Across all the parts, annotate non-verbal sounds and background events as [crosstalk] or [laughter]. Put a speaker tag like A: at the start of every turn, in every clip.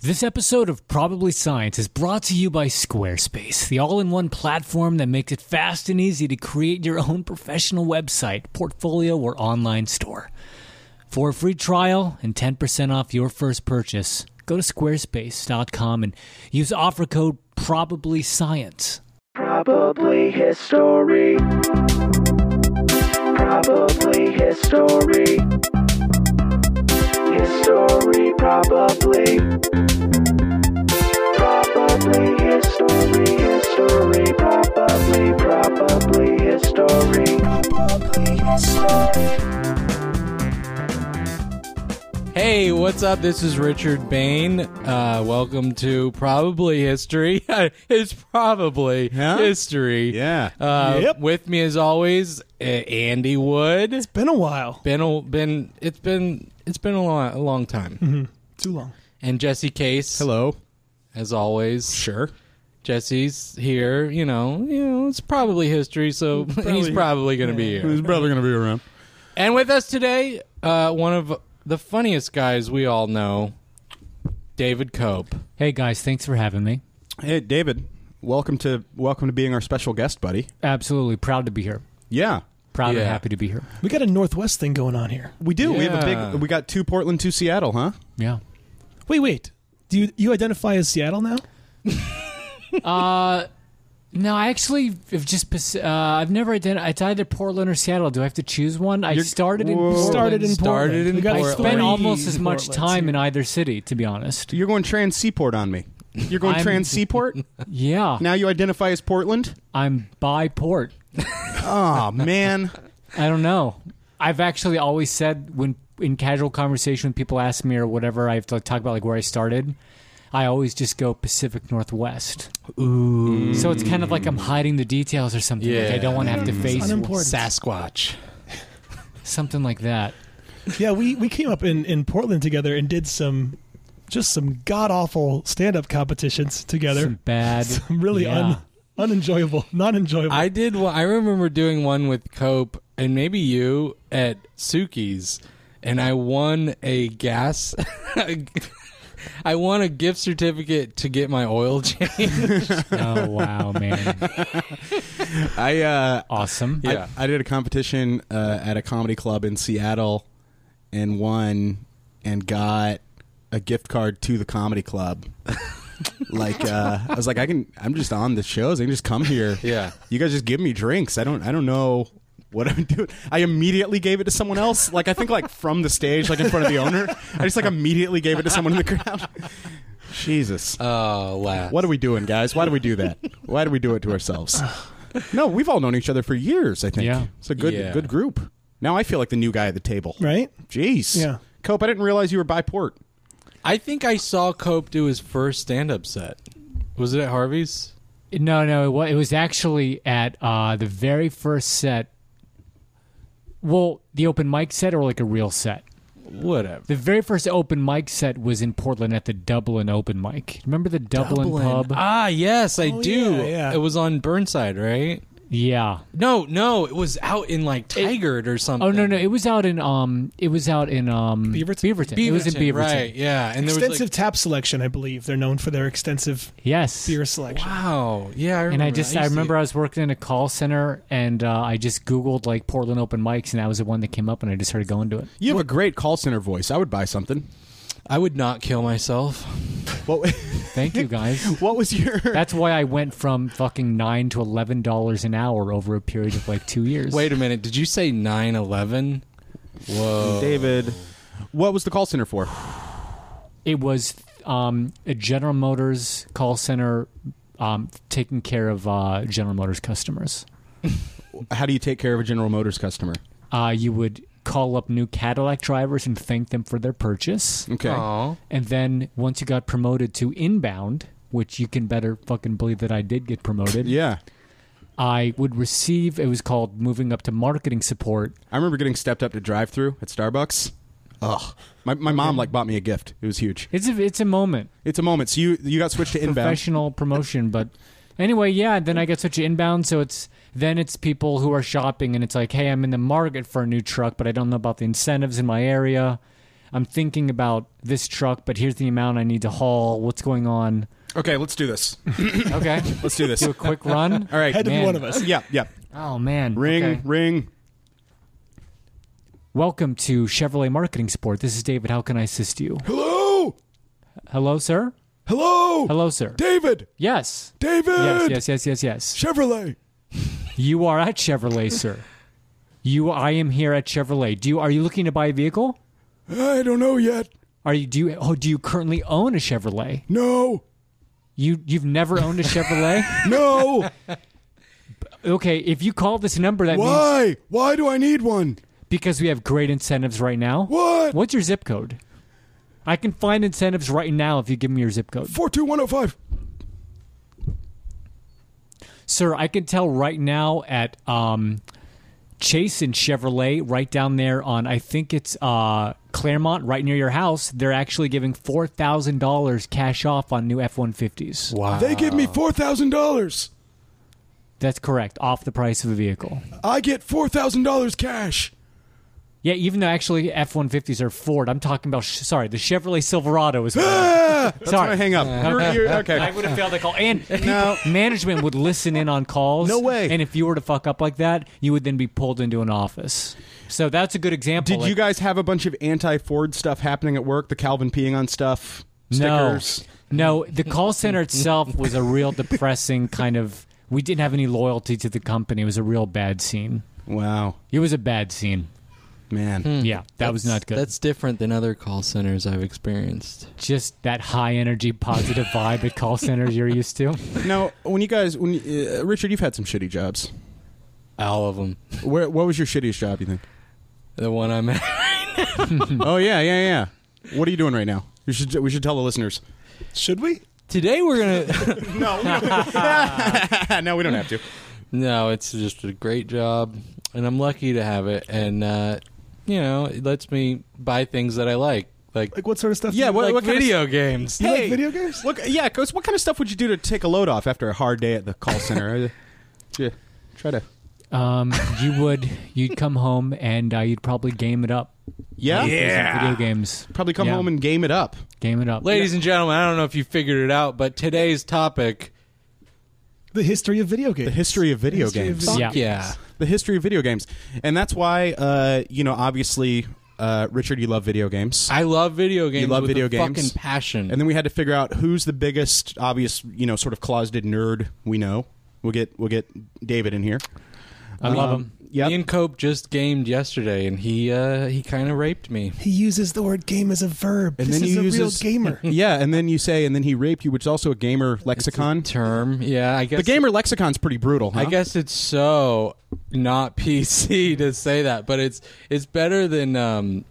A: This episode of Probably Science is brought to you by Squarespace, the all in one platform that makes it fast and easy to create your own professional website, portfolio, or online store. For a free trial and 10% off your first purchase, go to squarespace.com and use offer code Probably Science.
B: Probably history. Probably history. History, probably. Probably history, history, probably, probably history. Probably history.
C: Hey, what's up? This is Richard Bain. Uh, welcome to Probably History. [laughs] it's probably
D: Yeah?
C: history.
D: Yeah.
C: Uh,
E: Yep.
C: With me, as always, uh, Andy Wood. It's
E: Been a while.
C: been a, been it's been it's been a long, a long time.
E: Too long.
C: And Jesse Case.
D: Hello.
C: As always, sure. Jesse's here. You know, you know, it's probably history, so [laughs] he's probably going to be here.
D: He's probably going to be around.
C: And with us today, uh, one of the funniest guys we all know, David Cope.
A: Hey guys, thanks for having me.
D: Hey, David. Welcome to welcome to being our special guest, buddy.
A: Absolutely proud to be here.
D: Yeah,
A: Proud and
C: Yeah.
A: happy to be here.
E: We got a Northwest thing going on here.
D: we do. We have a
C: Yeah.
D: big. We got two Portland, two Seattle, huh?
A: Yeah.
E: Wait, wait. Do you, you identify as Seattle now?
A: Uh, no, I actually have just pers- uh, I've never identified. It's either Portland or Seattle. Do I have to choose one? I
D: You're-
A: started in
D: Whoa.
A: Portland.
E: Started in
C: Started
E: Portland.
C: in
E: we got
C: Portland.
A: I spent
E: three
A: almost as much
E: Portlands
A: time
E: here.
A: in either city, to be honest.
D: You're going trans seaport on me. You're going
A: I'm-
D: trans seaport.
A: Yeah,
D: now you identify as Portland.
A: I'm by port.
D: Oh man.
A: I don't know. I've actually always said when in casual conversation when people ask me or whatever, I have to like, talk about like where I started. I always just go Pacific Northwest. Ooh. So it's kind of like I'm hiding the details or something. Like I don't want to have to face
E: unimportant.
A: Sasquatch. something like that.
E: Yeah, we, we came up in, in Portland together and did some just some god awful stand up competitions together.
A: Some bad.
E: [laughs] Some really
A: yeah.
E: un, unenjoyable, not enjoyable.
C: I did. One, I remember doing one with Cope and maybe you at Suki's, and I won a gas. [laughs] I won a gift certificate to get my oil [laughs] changed.
A: oh wow, man.
D: I uh,
A: Awesome.
D: I- I, did a competition uh, at a comedy club in Seattle, and won, and got a gift card to the comedy club. like uh, I was like, I can. I'm just on the shows. I can just come here.
C: Yeah.
D: You guys just give me drinks. I don't. I don't know what I'm doing. I immediately gave it to someone else. Like I think like from the stage, like in front of the owner. I just like immediately gave it to someone in the crowd. [laughs] Jesus.
C: Oh, laugh.
D: What are we doing, guys? Why do we do that? Why do we do it to ourselves? No, we've all known each other for years. I think
A: Yeah.
D: it's a good
C: Yeah.
D: good group. Now I feel like the new guy at the table.
E: right?
D: Jeez.
E: Yeah.
D: Cope, I didn't realize you were by port.
C: I think I saw Cope do his first stand-up set. Was it at Harvey's?
A: No, no, it was, it was actually at uh, the very first set. Well, the open mic set or like a real set.
C: Whatever.
A: The very first open mic set was in Portland at the Dublin open mic. Remember the Dublin, pub?
C: Ah, yes, I
A: Oh,
C: do.
E: yeah, yeah.
C: It was on Burnside, right?
A: yeah.
C: No, no, it was out in like Tigard or something.
A: Oh no, no, it was out in um, it was out in um,
E: Beaverton?
A: It was in Beaverton.
C: right? Yeah, and there
E: Extensive
C: was
E: tap selection, I believe. They're known for their extensive
A: Yes.
E: beer selection.
C: like, wow, yeah. I remember.
A: And I just I
C: used to-
A: remember I was working in a call center and uh, I just Googled like Portland open mics and that was the one that came up and I just started going to it.
D: You have a great call center voice. I would buy something.
C: I would not
A: [laughs]
C: kill myself.
D: What
A: Thank you guys.
D: [laughs] What was your
A: That's why I went from fucking nine to eleven dollars an hour over a period of like two years.
C: Wait a minute. Did you say 9 11? Whoa.
D: David? Uh, What was the call center for?
A: it was um, a General Motors call center um, taking care of uh, General Motors customers.
D: How do you take care of a General Motors customer?
A: Uh, you would call up new Cadillac drivers and thank them for their purchase,
D: Okay.
C: Aw.
A: and then once you got promoted to inbound. Which you can better fucking believe that I did get promoted.
D: Yeah.
A: I would receive, it was called moving up to marketing support.
D: I remember getting stepped up to drive-through at Starbucks. Ugh. My, my mom like bought me a gift. It was huge.
A: It's a, it's a moment.
D: It's a moment. So you you got switched to inbound.
A: professional promotion. But anyway, yeah, then I get such an inbound, so it's then it's people who are shopping and it's like, hey, I'm in the market for a new truck, but I don't know about the incentives in my area. I'm thinking about this truck, but here's the amount I need to haul. What's going on?
D: Okay, let's do this.
A: Okay,
D: Let's do
A: [laughs]
D: this.
A: do a quick run.
D: All right.
E: Had to be
A: man.
E: one of us.
D: Yeah, yeah.
A: Oh man,
D: Ring,
A: Okay.
D: ring.
A: Welcome to Chevrolet Marketing Support. This is David. How can I assist you?
D: Hello,
A: Hello, sir.
D: hello,
A: Hello, sir.
D: David,
A: Yes. Yes,
D: David.
A: yes, yes, yes, yes.
D: Chevrolet.
A: You are at Chevrolet, sir. You, I am here at Chevrolet. Do you are you looking to buy a vehicle?
D: I don't know yet.
A: Are you do you oh do you currently own a Chevrolet?
D: No,
A: You you've never owned a Chevrolet?
D: [laughs] no.
A: okay, if you call this number, that means
D: Why? Why do I need one?
A: because we have great incentives right now.
D: What?
A: What's your zip code? I can find incentives right now if you give me your zip code.
D: Four two one zero five.
A: Sir, I can tell right now at um, Chase and Chevrolet, right down there on, I think it's uh, Claremont, right near your house, they're actually giving $4,000 cash off on new F 150s.
C: Wow.
D: They give me four thousand dollars.
A: That's correct, off the price of a vehicle.
D: I get four thousand dollars cash.
A: Yeah, even though actually F 150s are Ford, I'm talking about, sh- sorry, the Chevrolet Silverado
D: [gasps]
A: is.
D: Ah, that's
A: Sorry.
D: when I hang up. [laughs] You're- you're-
A: I
D: okay.
A: would have failed the call.
D: [laughs]
A: And people- management would listen in on calls.
D: No way.
A: And if you were to fuck up like that, you would then be pulled into an office. So that's a good example.
D: Did
A: Like,
D: you guys have a bunch of anti-Ford stuff happening at work? The Calvin peeing on stuff stickers.
A: No, no. The call center itself was a real depressing kind of. We didn't have any loyalty to the company. It was a real bad scene.
D: Wow,
A: It was a bad scene.
D: man.
A: Yeah, that was not good.
C: Hmm. That's different than other call centers I've experienced.
A: just that high energy, positive vibe at call centers you're used to.
D: Now, when you guys, when you, uh, Richard, you've had some shitty jobs.
C: All of them.
D: Where, what was your shittiest job? You think?
C: The one I'm at. [laughs]
D: oh yeah, yeah, yeah. What are you doing right now? You should, we should tell the listeners.
E: Should we?
C: Today we're gonna. [laughs]
D: No, we don't. [laughs] no, we don't have to.
C: No, it's just a great job, and I'm lucky to have it. And uh, you know, it lets me buy things that I like, like
E: Like what sort of stuff?
D: Yeah,
E: do you
D: what-
E: like?
D: kind of-
C: video games.
E: Do you
D: Hey.
E: like video games?
D: Look, yeah, Coach. What kind of stuff would you do to take a load off after a hard day at the call center? Uh, yeah, try to.
A: Um, you would you'd come home and uh, you'd probably game it up.
D: Yeah,
A: Play some Video games.
D: Probably come
A: Yeah.
D: home and game it up.
A: Game it up,
C: Ladies and gentlemen, I don't know if you figured it out, but today's topic.
E: The history of video games.
D: The history of video
E: History of
D: games.
E: video
A: Yeah.
C: Yeah,
D: the history of video games, and that's why, uh, you know, obviously, uh, Richard, you love video games.
C: I love video games.
D: love
C: with
D: video
C: a
D: games?
C: Fucking passion.
D: And then we had to figure out who's the biggest, obvious, you know, sort of closeted nerd we know. We'll get we'll get David in here.
A: I love them.
C: Me
D: Yep.
C: and Cope just gamed yesterday, and he uh, he kind of raped me.
E: He uses the word game as a verb.
D: And
E: this
D: then
E: is
D: he
E: a
D: uses-
E: real gamer.
D: [laughs] Yeah, and then you say, and then he raped you, which is also a gamer lexicon.
C: Term. [laughs] Yeah, I guess
D: The gamer lexicon's pretty brutal. Huh?
C: I guess it's so not [laughs] PC to say that, but it's it's better than um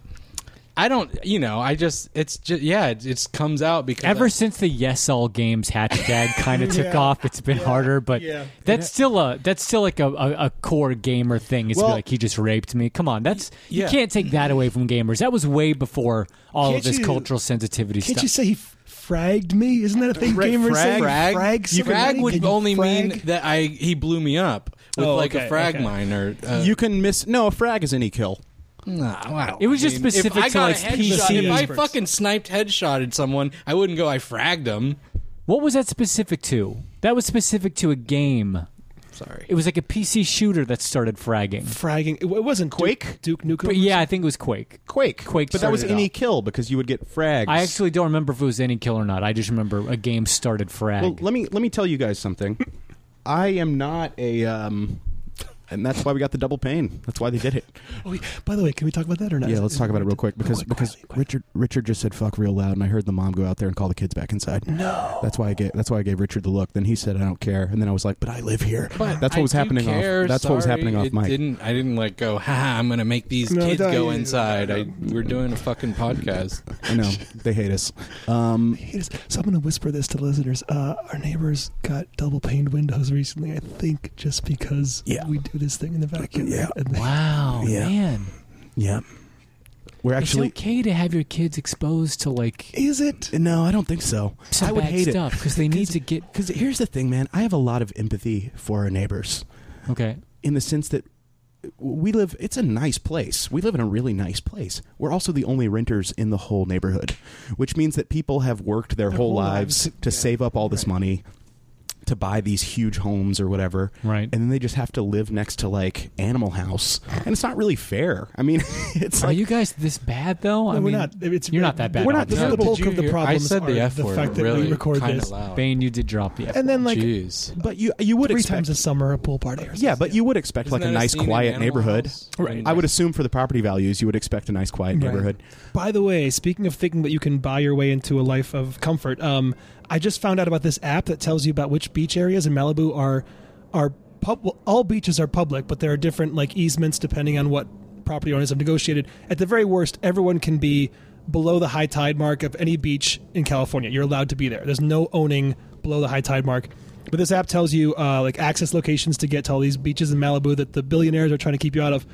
C: I don't you know, I just it's just yeah, it it's comes out because
A: Ever
C: I-
A: since the yes all games
E: [laughs]
A: hashtag kind of took off, it's been harder. But
E: Yeah.
A: that's still a that's still like a, a, a core gamer thing. Is to be
D: Well-
A: like he just raped me. Come on, that's you
C: Yeah.
A: can't take that away from gamers. That was way before all of
E: Can't
A: this
E: you-
A: cultural sensitivity
E: Can't
A: stuff.
E: you say he f- fragged me? Isn't that a thing
D: Fra-
E: gamers say?
C: frag,
E: frag
C: you
E: somebody?
C: frag would
E: Can you
C: only
E: frag?
C: mean that I he blew me up with
E: Oh,
C: like
E: okay,
C: a frag
E: okay.
C: mine or uh,
D: you can miss. No, a frag is any kill.
C: nah, wow.
A: It was just
C: I mean, if
A: specific
C: I
A: to,
C: got
A: like,
C: a headshot,
A: PC
C: If I
E: experts.
C: fucking sniped headshotted someone, I wouldn't go I fragged them.
A: what was that specific to? That was specific to a game.
C: Sorry.
A: It was like a PC shooter that started fragging.
E: fragging. It it wasn't
D: Quake?
E: Duke, Duke Nukem.
A: But yeah, I think it was Quake.
D: Quake.
A: Quake
D: But that was
A: started it
D: any
A: all.
D: kill because you would get frags.
A: I actually don't remember if it was any kill or not. I just remember a game started frag.
D: Well, let me let me tell you guys something. I am not a, um, and that's why we got the double pain. That's why they did it.
E: Oh, wait, by the way, can we talk about that or not?
D: Yeah, let's talk about it real quick because
E: quick,
D: because
E: quick, quick.
D: Richard Richard just said fuck real loud, and I heard the mom go out there and call the kids back inside. No, that's why I gave that's why I gave Richard the look. Then he said I don't care, and then I was like, but I live here.
C: But
D: that's what
C: I
D: was
C: do
D: happening
C: care,
D: off. That's what was
C: sorry,
D: happening off
C: it
D: mic.
C: Didn't I didn't like go? Ha! I'm gonna make these
E: No,
C: kids
E: don't
C: go
E: you-
C: inside. I, we're doing a fucking podcast.
D: I know they hate us. Um,
E: Hey, just- So I'm going to whisper this to listeners. Uh, our neighbors got double paned windows recently. I think just because
D: Yeah.
E: we do this thing in the vacuum.
D: Yeah.
E: And they-
A: wow,
D: Yeah.
A: man.
D: yeah, we're actually
A: it's okay to have your kids exposed to like
E: Is it?
D: no, I don't think so.
A: some
D: I would
A: bad
D: hate it.
A: stuff
D: [laughs]
A: because they need to get
D: Because here's the thing, man. I have a lot of empathy for our neighbors
A: okay.
D: in the sense that we live it's a nice place we live in a really nice place we're also the only renters in the whole neighborhood which means that people have worked their, whole,
E: whole
D: lives,
E: lives.
D: to save up all this money to buy these huge homes or whatever
A: Right.
D: and then they just have to live next to like animal house and it's not really fair i mean [laughs] it's
A: Are
D: like
A: you guys this bad though? I
E: No, we're
A: mean,
E: not. It's-
A: you're not that bad.
E: we're
A: on
E: not- this is
A: that.
E: the
C: did
E: bulk
C: you
E: of the
C: hear-
E: problems
C: I said
E: are
C: the F
E: the
C: word
E: fact that we
C: really
E: record
C: kinda
E: this.
C: Loud.
A: Bane, you did drop the. F
E: and then like
C: Jeez.
D: but you you would
E: three
D: expect
E: times a summer a pool party. Or something.
D: yeah, but you would expect like a
C: Isn't that
D: nice
C: scene in
D: quiet
C: Animal
D: neighborhood.
C: House? Right.
D: I would assume for the property values you would expect a nice quiet
E: Right.
D: neighborhood.
E: By the way, speaking of thinking that you can buy your way into a life of comfort, um, I just found out about this app that tells you about which beach areas in Malibu are are pub- well, all beaches are public, but there are different like easements depending on what property owners have negotiated. At the very worst, everyone can be below the high tide mark of any beach in California. You're allowed to be there. There's no owning below the high tide mark. But this app tells you uh, like access locations to get to all these beaches in Malibu that the billionaires are trying to keep you out of.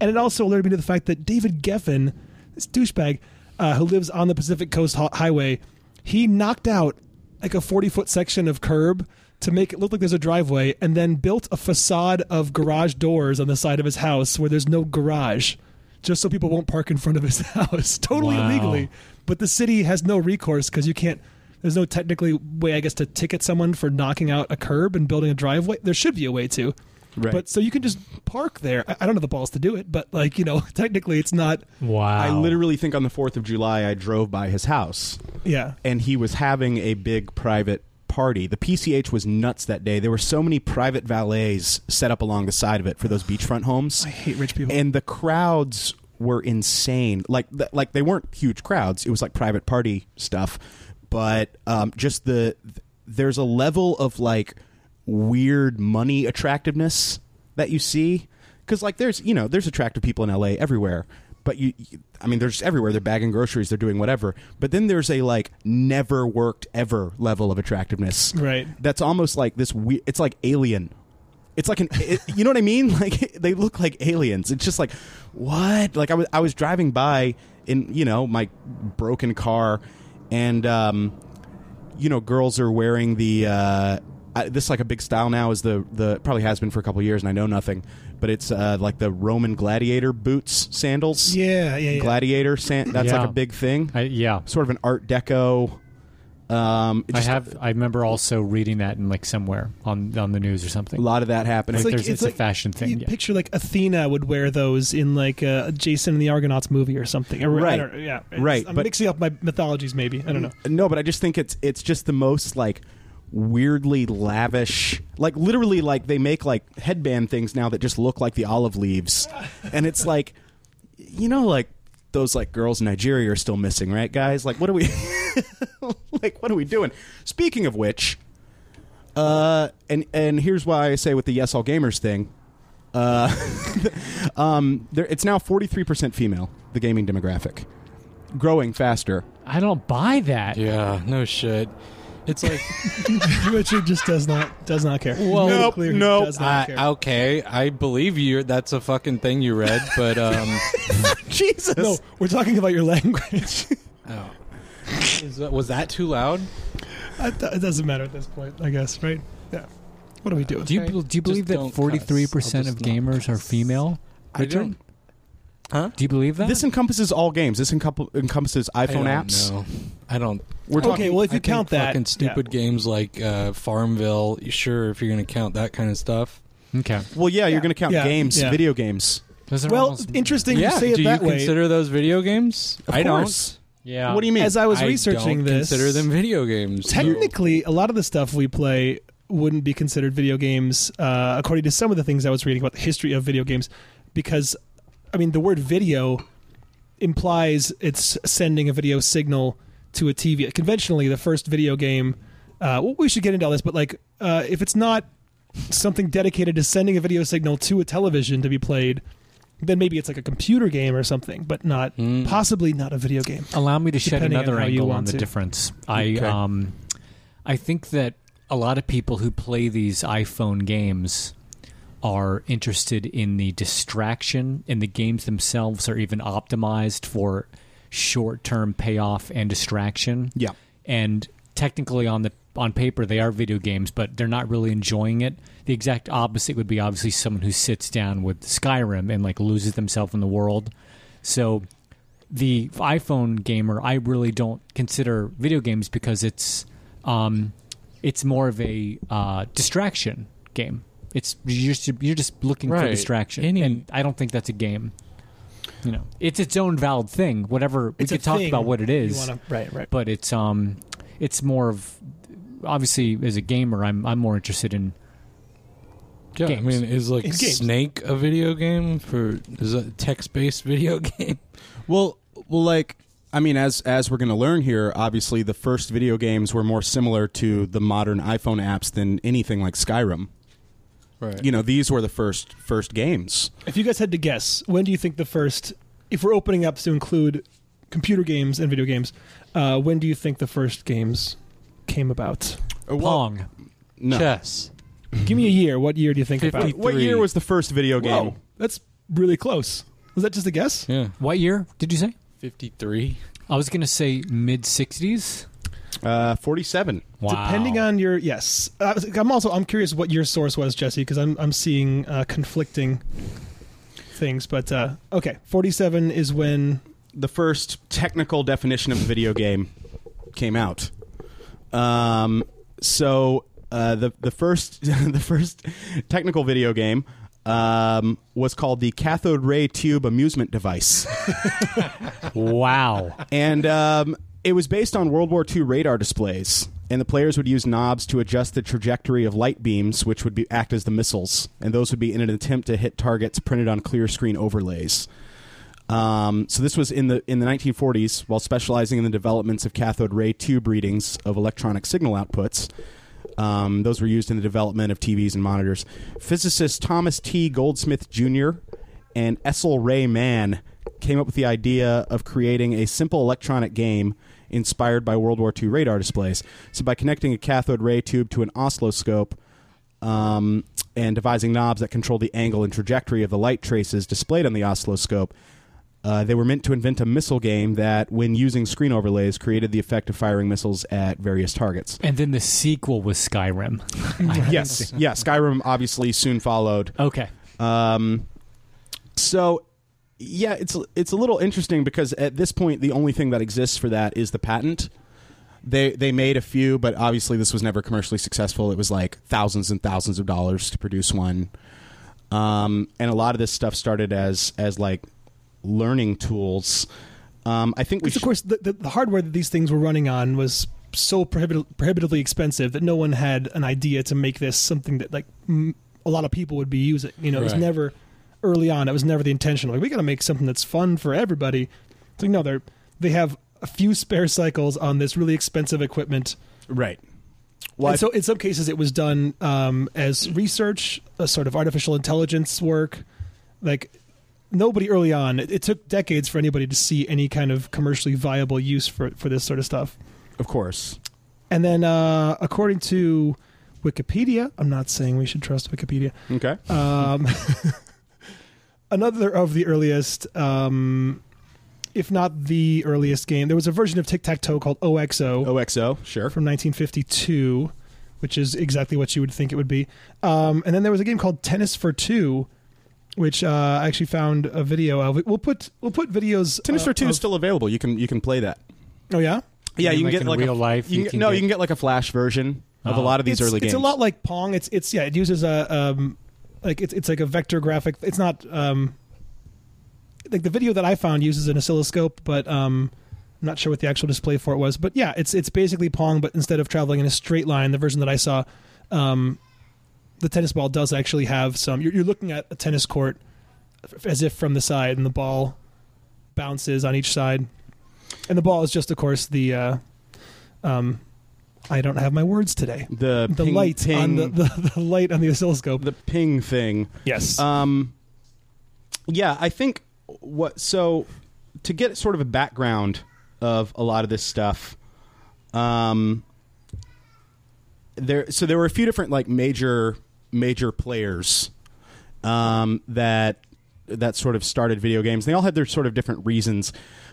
E: And it also alerted me to the fact that David Geffen, this douchebag uh, who lives on the Pacific Coast Hi- Highway, he knocked out like a 40 foot section of curb to make it look like there's a driveway and then built a facade of garage doors on the side of his house where there's no garage just so people won't park in front of his [laughs] house totally
A: Wow.
E: illegally but the city has no recourse because you can't there's no technically way i guess to ticket someone for knocking out a curb and building a driveway there should be a way to
D: Right.
E: but so you can just park there I, I don't have the balls to do it but like you know [laughs] technically it's not
A: Wow.
D: I literally think on the 4th of July I drove by his house
E: yeah
D: and he was having a big private party. The PCH was nuts that day. There were so many private valets set up along the side of it for those beachfront homes.
E: i hate rich people
D: and the crowds were insane. Like th- like they weren't huge crowds. It was like private party stuff, but um, just the th- there's a level of like weird money attractiveness that you see because like there's you know there's attractive people in LA everywhere. But you, you- I mean, they're just everywhere. They're bagging groceries. They're doing whatever. But then there's a like never worked ever level of attractiveness,
E: Right.
D: That's almost like this. We- it's like alien it's like an, [laughs] it, you know what I mean? [laughs] Like they look like aliens. It's just like what? Like I was I was driving by in you know my broken car, and um, you know girls are wearing the uh, I, this is like a big style now is the the probably has been for a couple years and I know nothing, but it's uh, like the Roman gladiator boots sandals.
E: yeah yeah yeah
D: gladiator sand. That's
A: Yeah.
D: like a big thing.
A: I, yeah,
D: sort of an Art Deco. Um, it
A: I
D: just-
A: have. I remember also reading that in like somewhere on on the news or
D: a
A: something.
D: lot of that happening.
A: Like, there's- it's a fashion thing,
E: You
A: yeah.
E: picture like Athena would wear those in like a Jason and the Argonauts movie or something. Or- I
D: Right.
E: don't know, yeah. It's-
D: Right,
E: I'm
D: but-
E: mixing up my mythologies, maybe. I don't know.
D: No, but I just think it's it's just the most like weirdly lavish like literally like they make like headband things now that just look like the olive leaves. And it's like you know like those like girls in Nigeria are still missing, right guys? Like what are we [laughs] like what are we doing? Speaking of which, uh and and here's why I say with the yes all gamers thing, uh [laughs] um there it's now 43% female, the gaming demographic. Growing faster.
A: I don't buy that.
C: Yeah, no shit. It's like,
E: Richard just does not does not care. Well,
D: Nope,
E: clear, he
D: nope.
E: does not
C: I,
E: care.
C: okay, I believe you. That's a fucking thing you read, but um,
D: Jesus.
E: no, we're talking about your language. [laughs]
C: oh. Is that- was that too loud?
E: I th- it doesn't matter at this point, I guess, right? Yeah. What are we doing?
A: Do you
C: Okay.
A: bel- do you
C: Just
A: believe
C: don't
A: that
C: cuss.
A: forty three percent
C: I'll
A: of
C: just not
A: gamers are
C: cuss.
A: female?
C: I don't. Huh?
A: Do you believe that?
D: This encompasses all games. This encom- encompasses
C: I
D: iPhone
C: don't
D: apps.
C: know. I don't.
D: We're
E: Okay,
D: talking.
E: well, if you
C: I think
E: count that,
C: fucking stupid games like uh, Farmville, sure, if you're gonna count that kind of stuff.
A: okay.
D: Well, yeah, you're going to count
E: Yeah,
D: games,
E: yeah.
D: video games.
A: Those are
E: well,
A: almost-
E: interesting you say it
C: do
E: that
C: you
E: way.
C: consider those video games?
D: Of
C: I
D: course.
A: yeah.
D: What do you mean?
E: As I was
C: I
E: researching
C: don't
E: this,
C: Consider them video games. so-
E: Technically, a lot of the stuff we play wouldn't be considered video games, uh, according to some of the things I was reading about the history of video games, because, I mean, the word video implies it's sending a video signal to a TV. Conventionally, the first video game, uh, well, we should get into all this, but like, uh, if it's not something dedicated to sending a video signal to a television to be played, then maybe it's like a computer game or something, but not
A: Mm.
E: possibly not a video game.
A: Allow me to shed
E: Depending on
A: another
E: how you
A: angle on
E: want
A: the
E: to.
A: difference. I
C: Okay.
A: um, I think that a lot of people who play these iPhone games are interested in the distraction, and the games themselves are even optimized for short-term payoff and distraction.
D: Yeah.
A: and technically on the on paper they are video games, but they're not really enjoying it. The exact opposite would be obviously someone who sits down with Skyrim and like loses themselves in the world. So the iPhone gamer, I really don't consider video games because it's um, it's more of a uh, distraction game. It's you're just, you're just looking for
C: Right.
A: distraction,
C: Any-
A: and I don't think that's a game. You know, it's its own valid thing. Whatever
E: It's
A: we
E: a
A: could talk
E: thing
A: about what it
E: you
A: is,
E: wanna- right, right.
A: but it's um, it's more of obviously as a gamer, I'm I'm more interested in
C: Yeah,
A: Games.
C: I mean, is like
E: In games.
C: Snake a video game for is that a text based video [laughs] game?
D: Well, well, like I mean, as as we're going to learn here, obviously the first video games were more similar to the modern iPhone apps than anything like Skyrim.
C: Right.
D: You know, these were the first first games.
E: If you guys had to guess, when do you think the first, if we're opening up to include computer games and video games, uh, when do you think the first games came about?
D: Uh, well,
A: Pong.
D: No.
C: chess.
E: Give me a year. What year do you think about?
D: What year was the first video game?
E: Whoa, that's really close. Was that just a guess?
C: Yeah,
A: What year did you say?
C: fifty three.
A: I was gonna say mid '60s.
D: Uh, Forty-seven.
A: Wow.
E: Depending on your yes, I was- I'm also I'm curious what your source was, Jesse, because I'm I'm seeing uh, conflicting things. But uh, okay, 47 is when
D: The first technical definition of a video game came out. Um, so uh, the the first [laughs] the first technical video game um, was called the cathode ray tube amusement device.
A: wow.
D: and um, it was based on World War II radar displays. And the players would use knobs to adjust the trajectory of light beams, which would be, act as the missiles, and those would be in an attempt to hit targets printed on clear screen overlays. Um, so this was in the in the 1940s, while specializing in the developments of cathode ray tube readings of electronic signal outputs. Um, those were used in the development of TVs and monitors. Physicist Thomas T. Goldsmith Jr. and Essel Ray Mann came up with the idea of creating a simple electronic game inspired by World War II radar displays. So, by connecting a cathode ray tube to an oscilloscope um, and devising knobs that control the angle and trajectory of the light traces displayed on the oscilloscope, uh, they were meant to invent a missile game that, when using screen overlays, created the effect of firing missiles at
A: [laughs]
D: various targets.
A: [laughs] And then the sequel was
E: [laughs]
A: Skyrim.
D: yes, yeah. Skyrim obviously soon followed.
A: Okay.
D: Um, so, yeah, it's it's a little interesting because at this point, the only thing that exists for that is the patent. They they made a few, but obviously this was never commercially successful. It was like thousands and thousands of dollars to produce one, um, and a lot of this stuff started as as like learning tools. Um, I think we
E: Because of
D: should-
E: course, the, the, the hardware that these things were running on was so prohibit- prohibitively expensive that no one had an idea to make this something that like m- a lot of people would be using. You know, it was
C: Right.
E: never early on. It was never the intention. Like we got to make something that's fun for everybody. It's like no, they're they have a few spare cycles on this really expensive equipment.
D: right.
E: And
D: Well, I-
E: so in some cases, it was done um, as research, a sort of artificial intelligence work. Like nobody early on, it, it took decades for anybody to see any kind of commercially viable use for for this sort of stuff.
D: of course,
E: And then, uh, according to Wikipedia, I'm not saying we should trust Wikipedia.
D: okay.
E: Um, [laughs] another of the earliest, um, if not the earliest game, there was a version of tic tac toe called OXO
D: OXO, sure.
E: from 1952, which is exactly what you would think it would be. Um, and then there was a game called Tennis for Two, which uh, I actually found a video of. We'll put we'll put videos.
D: Tennis
E: uh,
D: for Two
E: of-
D: is still available. You can you can play that.
E: Oh yeah,
D: Yeah,
A: You
D: you
A: mean like
D: can get
A: in
D: like
A: real
D: a,
A: life,
D: You
A: you
D: can,
A: can
D: no,
A: get-
D: you can get like a flash version of a
A: Oh.
D: lot of these
E: it's,
D: early
E: it's
D: games.
E: a lot like Pong. It's it's yeah, it uses a um, like it's it's like a vector graphic. It's not um, like the video that I found uses an oscilloscope, but um. I'm not sure what the actual display for it was, but yeah, it's it's basically Pong, but instead of traveling in a straight line, the version that I saw, um, the tennis ball does actually have some. You're, you're looking at a tennis court f- as if from the side, and the ball bounces on each side, and the ball is just, of course, the. Uh, um, I don't have my words today
D: the
E: the
D: ping,
E: light
D: ping,
E: on the, [laughs] the, the light on the oscilloscope.
D: the ping thing.
E: yes.
D: Um, yeah, I think what so to get sort of a background of a lot of this stuff. Um, there, so there were a few different like major major players um, that that sort of started video games. They all had their sort of different reasons.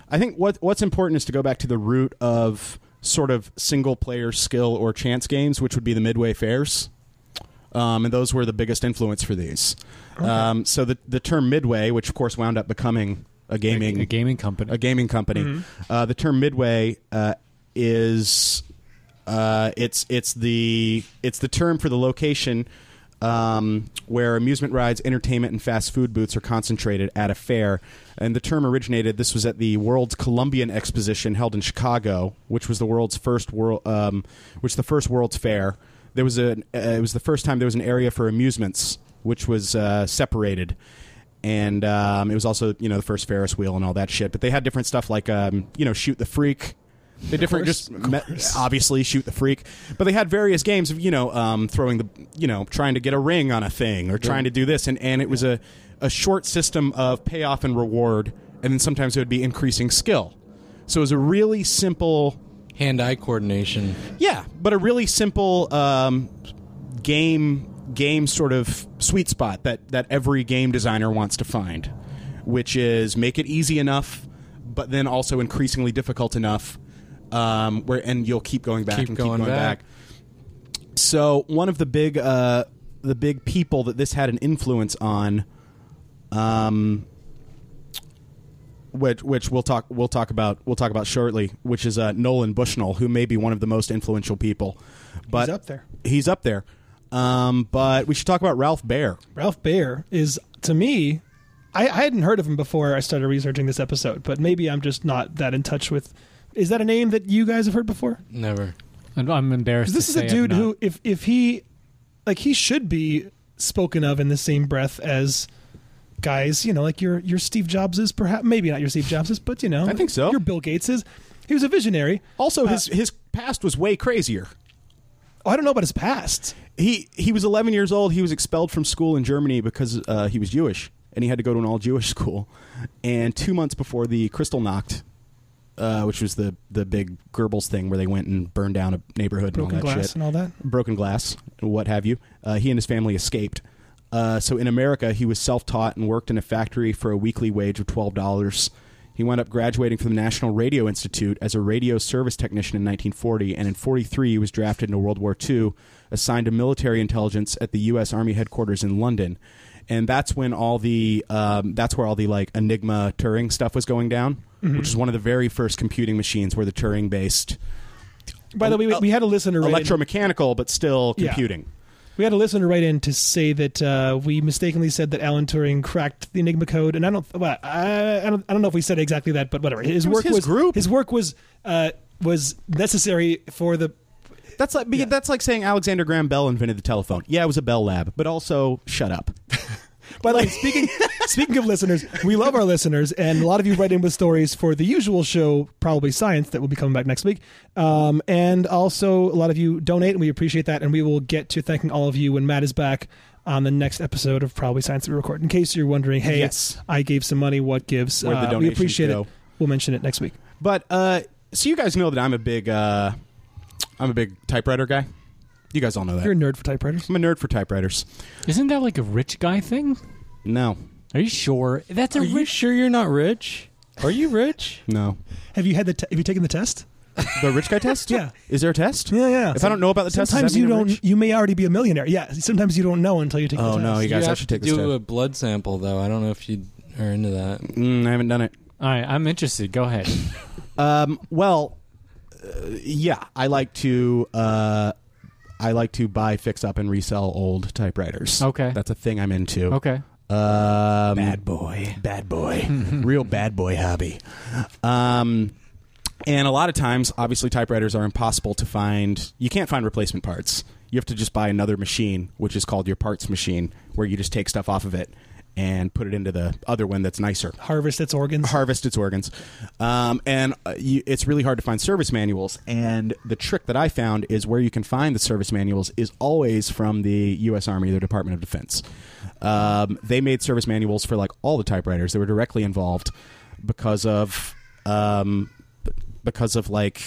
D: I think what what's important is to go back to the root of sort of single player skill or chance games, which would be the Midway Fairs. Um, and those were the biggest influence for these. Um, so the, the term Midway, which of course wound up becoming a gaming
A: a gaming company.
D: a gaming company. Uh, the term midway uh, is uh, it's it's the it's the term for the location um, where amusement rides, entertainment, and fast food booths are concentrated at a fair. And the term originated. This was at the World's Columbian Exposition held in Chicago, which was the world's first world, um, which the first World's Fair. There was a uh, it was the first time there was an area for amusements, which was uh, separated and um, it was also you know the first Ferris wheel and all that shit. But they had different stuff like um, you know shoot the freak. They different just me- obviously shoot the freak, but they had various games of you know um, throwing the you know trying to get a ring on a thing or trying to do this and and it was a a short system of payoff and reward, and then sometimes it would be increasing skill. So it was a really simple
C: Hand-eye coordination.
D: yeah, but a really simple um, game game sort of sweet spot that that every game designer wants to find, which is make it easy enough, but then also increasingly difficult enough, um, where and you'll keep going back
C: Keep
D: and
C: going
D: keep going
C: back.
D: back. So one of the big uh, the big people that this had an influence on, um, which which we'll talk we'll talk about we'll talk about shortly, which is uh, Nolan Bushnell, who may be one of the most influential people. But
E: up there.
D: He's up there. Um, but we should talk about Ralph Baer.
E: Ralph Baer is to me. I, I hadn't heard of him before I started researching this episode, but maybe I'm just not that in touch with. Is that a name that you guys have heard before?
C: Never.
A: I'm, I'm embarrassed.
E: 'Cause this
A: to
E: is
A: say
E: a
A: I've
E: dude
A: not-
E: who, if if he, like, he should be spoken of in the same breath as guys, you know, like your your Steve Jobs is perhaps maybe not your Steve Jobs is, but you know,
D: I think so.
E: Your Bill Gates is. He was a visionary.
D: Also, his his past was way crazier.
E: Oh, I don't know about his past.
D: He he was 11 years old. He was expelled from school in Germany because uh, he was Jewish, and he had to go to an all Jewish [laughs] school. And two months before the Kristallnacht, uh, which was the the big Goebbels thing where they went and burned down a neighborhood
E: Broken
D: and all that
E: glass
D: shit,
E: and all that.
D: broken glass, what have you. Uh, he and his family escaped. Uh, so in America, he was self taught and worked in a factory for a weekly wage of twelve dollars. He wound up graduating from the National Radio Institute as a radio service technician in 1940, and in 43 he was drafted into World War II, assigned to military intelligence at the U.S. Army headquarters in London, and that's when all the um, that's where all the like Enigma Turing stuff was going down, which is one of the very first computing machines where the Turing based
E: By the way, we, we had a listener write in-
D: electromechanical, but still
E: Yeah.
D: computing.
E: We had a listener write in to say that uh, we mistakenly said that Alan Turing cracked the Enigma code, and I don't, well, I, I don't, I don't know if we said exactly that, but whatever. His
D: It was
E: work
D: his group.
E: His work was uh, was necessary for the.
D: That's like because that's like saying Alexander Graham Bell invented the telephone. Yeah, it was a Bell lab, but also shut up.
E: By the
D: [laughs]
E: way, speaking speaking of listeners, we love our listeners, and a lot of you write in with stories for the usual show, probably science, that will be coming back next week. Um, and also, a lot of you donate, and we appreciate that, and we will get to thanking all of you when Matt is back on the next episode of Probably Science that we record. In case you're wondering, hey,
D: Yes.
E: I gave some money. What gives?
D: Where'd the
E: Uh, we
D: donations
E: appreciate
D: go?
E: it. We'll mention it next week.
D: But uh, so you guys know that I'm a big uh, I'm a big typewriter guy. You guys all know that.
E: You're a nerd for typewriters.
D: I'm a nerd for typewriters.
A: Isn't that like a rich guy thing?
D: No,
A: Are you sure? That's a
C: Are you
A: rich.
C: sure you're not rich? Are you rich?
E: [laughs]
D: no.
E: Have you had the? Te- have you taken the test?
D: The rich guy test?
E: [laughs] Yeah.
D: Is there a test?
E: Yeah, yeah.
D: If I don't know about the test, does
E: Sometimes
D: that
E: you
D: mean I'm
E: don't.
D: rich?
E: You may already be a millionaire. Yeah. Sometimes you don't know until you take.
D: Oh,
E: the test.
D: no, you guys,
C: you
D: I
C: have
D: should
C: to
D: take this
C: do
D: test.
C: a blood sample though. I don't know if you are into that.
D: Mm, I haven't done it.
A: All right, I'm interested. Go [laughs] ahead.
D: Um, well, uh, yeah, I like to uh, I like to buy, fix up, and resell old typewriters.
A: Okay.
D: that's a thing I'm into.
A: Okay.
D: Um, bad boy, bad boy, [laughs] real bad boy hobby. Um, and a lot of times, obviously, typewriters are impossible to find. You can't find replacement parts. You have to just buy another machine, which is called your parts machine, where you just take stuff off of it and put it into the other one that's nicer
E: Harvest its organs.
D: harvest its organs. Um, and uh, you, it's really hard to find service manuals. And the trick that I found is where you can find the service manuals is always from the U.S. Army, the Department of Defense. Um, they made service manuals for like all the typewriters. They were directly involved because of um, b- because of like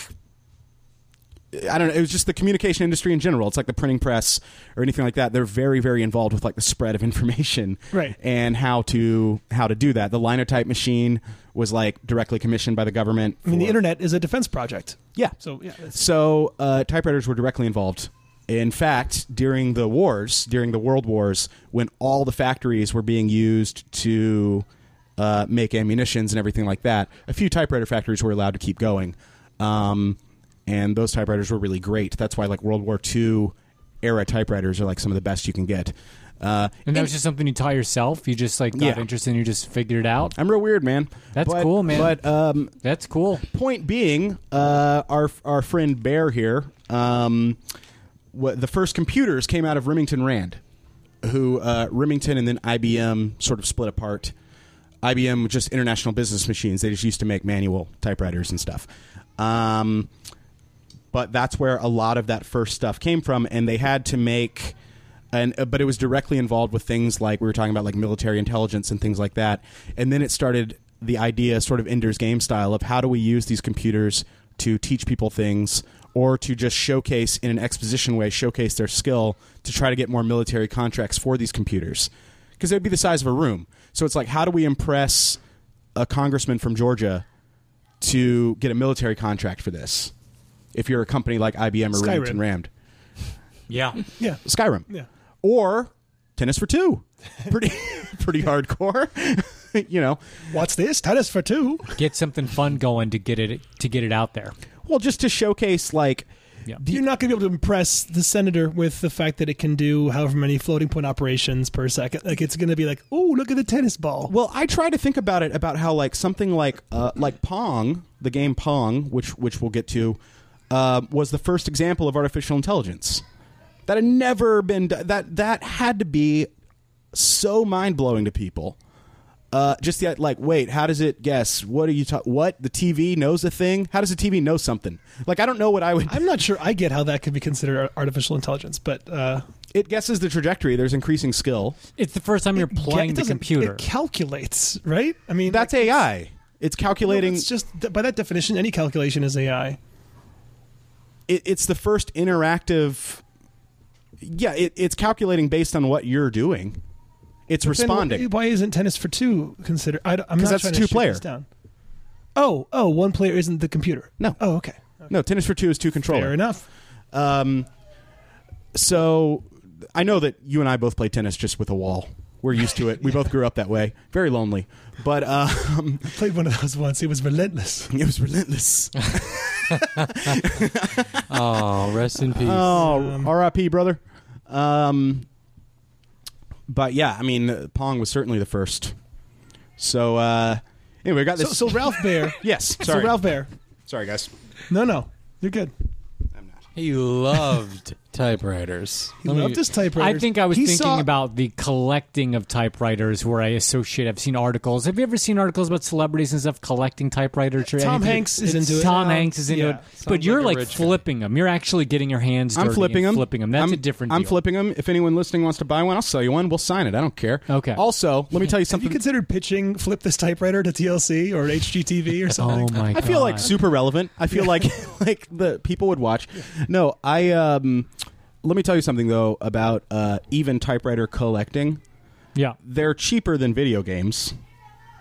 D: I don't know. It was just the communication industry in general. It's like the printing press or anything like that. They're very, very involved with like the spread of information,
E: Right.
D: And how to how to do that. The linotype machine was like directly commissioned by the government.
E: I mean, the
D: for-
E: internet is a defense project.
D: Yeah.
E: So yeah, it's-
D: So uh, typewriters were directly involved. In fact, during the wars, during the world wars, when all the factories were being used to uh, make ammunitions and everything like that, a few typewriter factories were allowed to keep going, um, and those typewriters were really great. That's why, like World War II era typewriters are like some of the best you can get. Uh,
A: And that was just something you taught yourself. You just like got
D: Yeah.
A: interested and you just figured it out.
D: I'm real weird, man.
A: That's
D: But-
A: cool, man.
D: But um,
A: That's cool.
D: point being, uh, our our friend Bear here, um, what, the first computers came out of Remington Rand, who uh, Remington and then IBM sort of split apart. IBM was just international business machines. They just used to make manual typewriters and stuff. Um, but that's where a lot of that first stuff came from, and they had to make. And, uh, but it was directly involved with things like we were talking about, like military intelligence and things like that. And then it started the idea, sort of Ender's Game style, of how do we use these computers to teach people things or to just showcase in an exposition way, showcase their skill to try to get more military contracts for these computers because they'd be the size of a room. So it's like, how do we impress a congressman from Georgia to get a military contract for this? If you're a company like IBM or
E: Skyrim.
D: Remington Rand,
A: Yeah.
E: yeah,
D: Skyrim,
E: yeah.
D: or tennis for two, pretty [laughs]
E: [laughs]
D: pretty hardcore, [laughs] you know.
E: What's this? Tennis for
D: [laughs]
E: two.
A: Get something fun going to get it to get it out there.
D: Well, just to showcase, like,
A: Yeah.
E: You're not going to be able to impress the senator with the fact that it can do however many floating point operations per second. Like it's going to be like, oh, look at the tennis ball.
D: Well, I try to think about it about how like something like uh, like Pong, the game Pong, which which we'll get to, uh, was the first example of artificial intelligence that had never been do- that that had to be so mind blowing to people. Uh, just the like, wait, how does it guess? What are you ta- What the TV knows a thing? How does the TV know something? Like, I don't know what I would.
E: I'm not sure I get how that could be considered ar- artificial intelligence, but uh,
D: It guesses the trajectory. There's increasing skill.
A: It's the first time you're playing
E: it
A: the
E: doesn't-
A: computer.
E: It calculates, right? I mean,
D: That's AI. It's
E: like,
D: calculating.
E: It's just th- by that definition, any calculation is AI.
D: it, it's the first interactive yeah it, it's calculating based on what you're doing it's
E: Then
D: responding
E: why isn't tennis for two considered? I, am not
D: that's
E: trying
D: two
E: to shoot
D: player.
E: this down. Oh, oh, one player isn't the computer.
D: No.
E: Oh, okay.
D: no tennis for two is two
E: Fair
D: controller
E: enough.
D: um, so i know that you and i both play tennis just with a wall we're used to it
E: [laughs]
D: we both grew up that way very lonely but um, [laughs]
E: I played one of those once. It was relentless.
D: it was
E: [laughs]
D: relentless
C: Oh, rest in peace.
D: oh
E: Um,
D: rip brother um, but yeah i mean pong was certainly the first so uh, anyway we got
E: So,
D: this
E: so Ralph
A: [laughs]
E: Bear.
D: [laughs] yes
E: So
D: sorry
E: Ralph Bear.
D: sorry guys
E: No, no, you're good.
C: he loved typewriters.
E: He
C: Let me-
E: loved his typewriter.
A: I think I was
E: He
A: thinking
E: saw-
A: about the collecting of typewriters where I associate. I've seen articles. Have you ever seen articles about celebrities and stuff collecting typewriters? or
E: Tom
A: anything?
E: Hanks is
A: It's-
E: into it.
A: Tom
E: Um,
A: Hanks is into
E: yeah.
A: it. But
C: Sounds
A: you're like,
C: like a rich guy.
A: flipping them. You're actually getting your hands dirty.
D: I'm flipping
A: and
D: them.
A: Flipping them. That's
D: I'm,
A: a different.
D: I'm
A: deal.
D: flipping them. If anyone listening wants to buy one, I'll sell you one. We'll sign it. I don't care.
A: Okay.
D: Also, let
A: [laughs]
D: me tell you
E: Have you
D: something.
E: considered pitching Flip This Typewriter to TLC or HGTV
A: [laughs]
E: or
A: Oh
E: something?
A: my god!
D: I feel like super relevant. I feel like [laughs] like the people would watch. No, I um let me tell you something though about uh even typewriter collecting.
A: yeah.
D: They're cheaper than video games.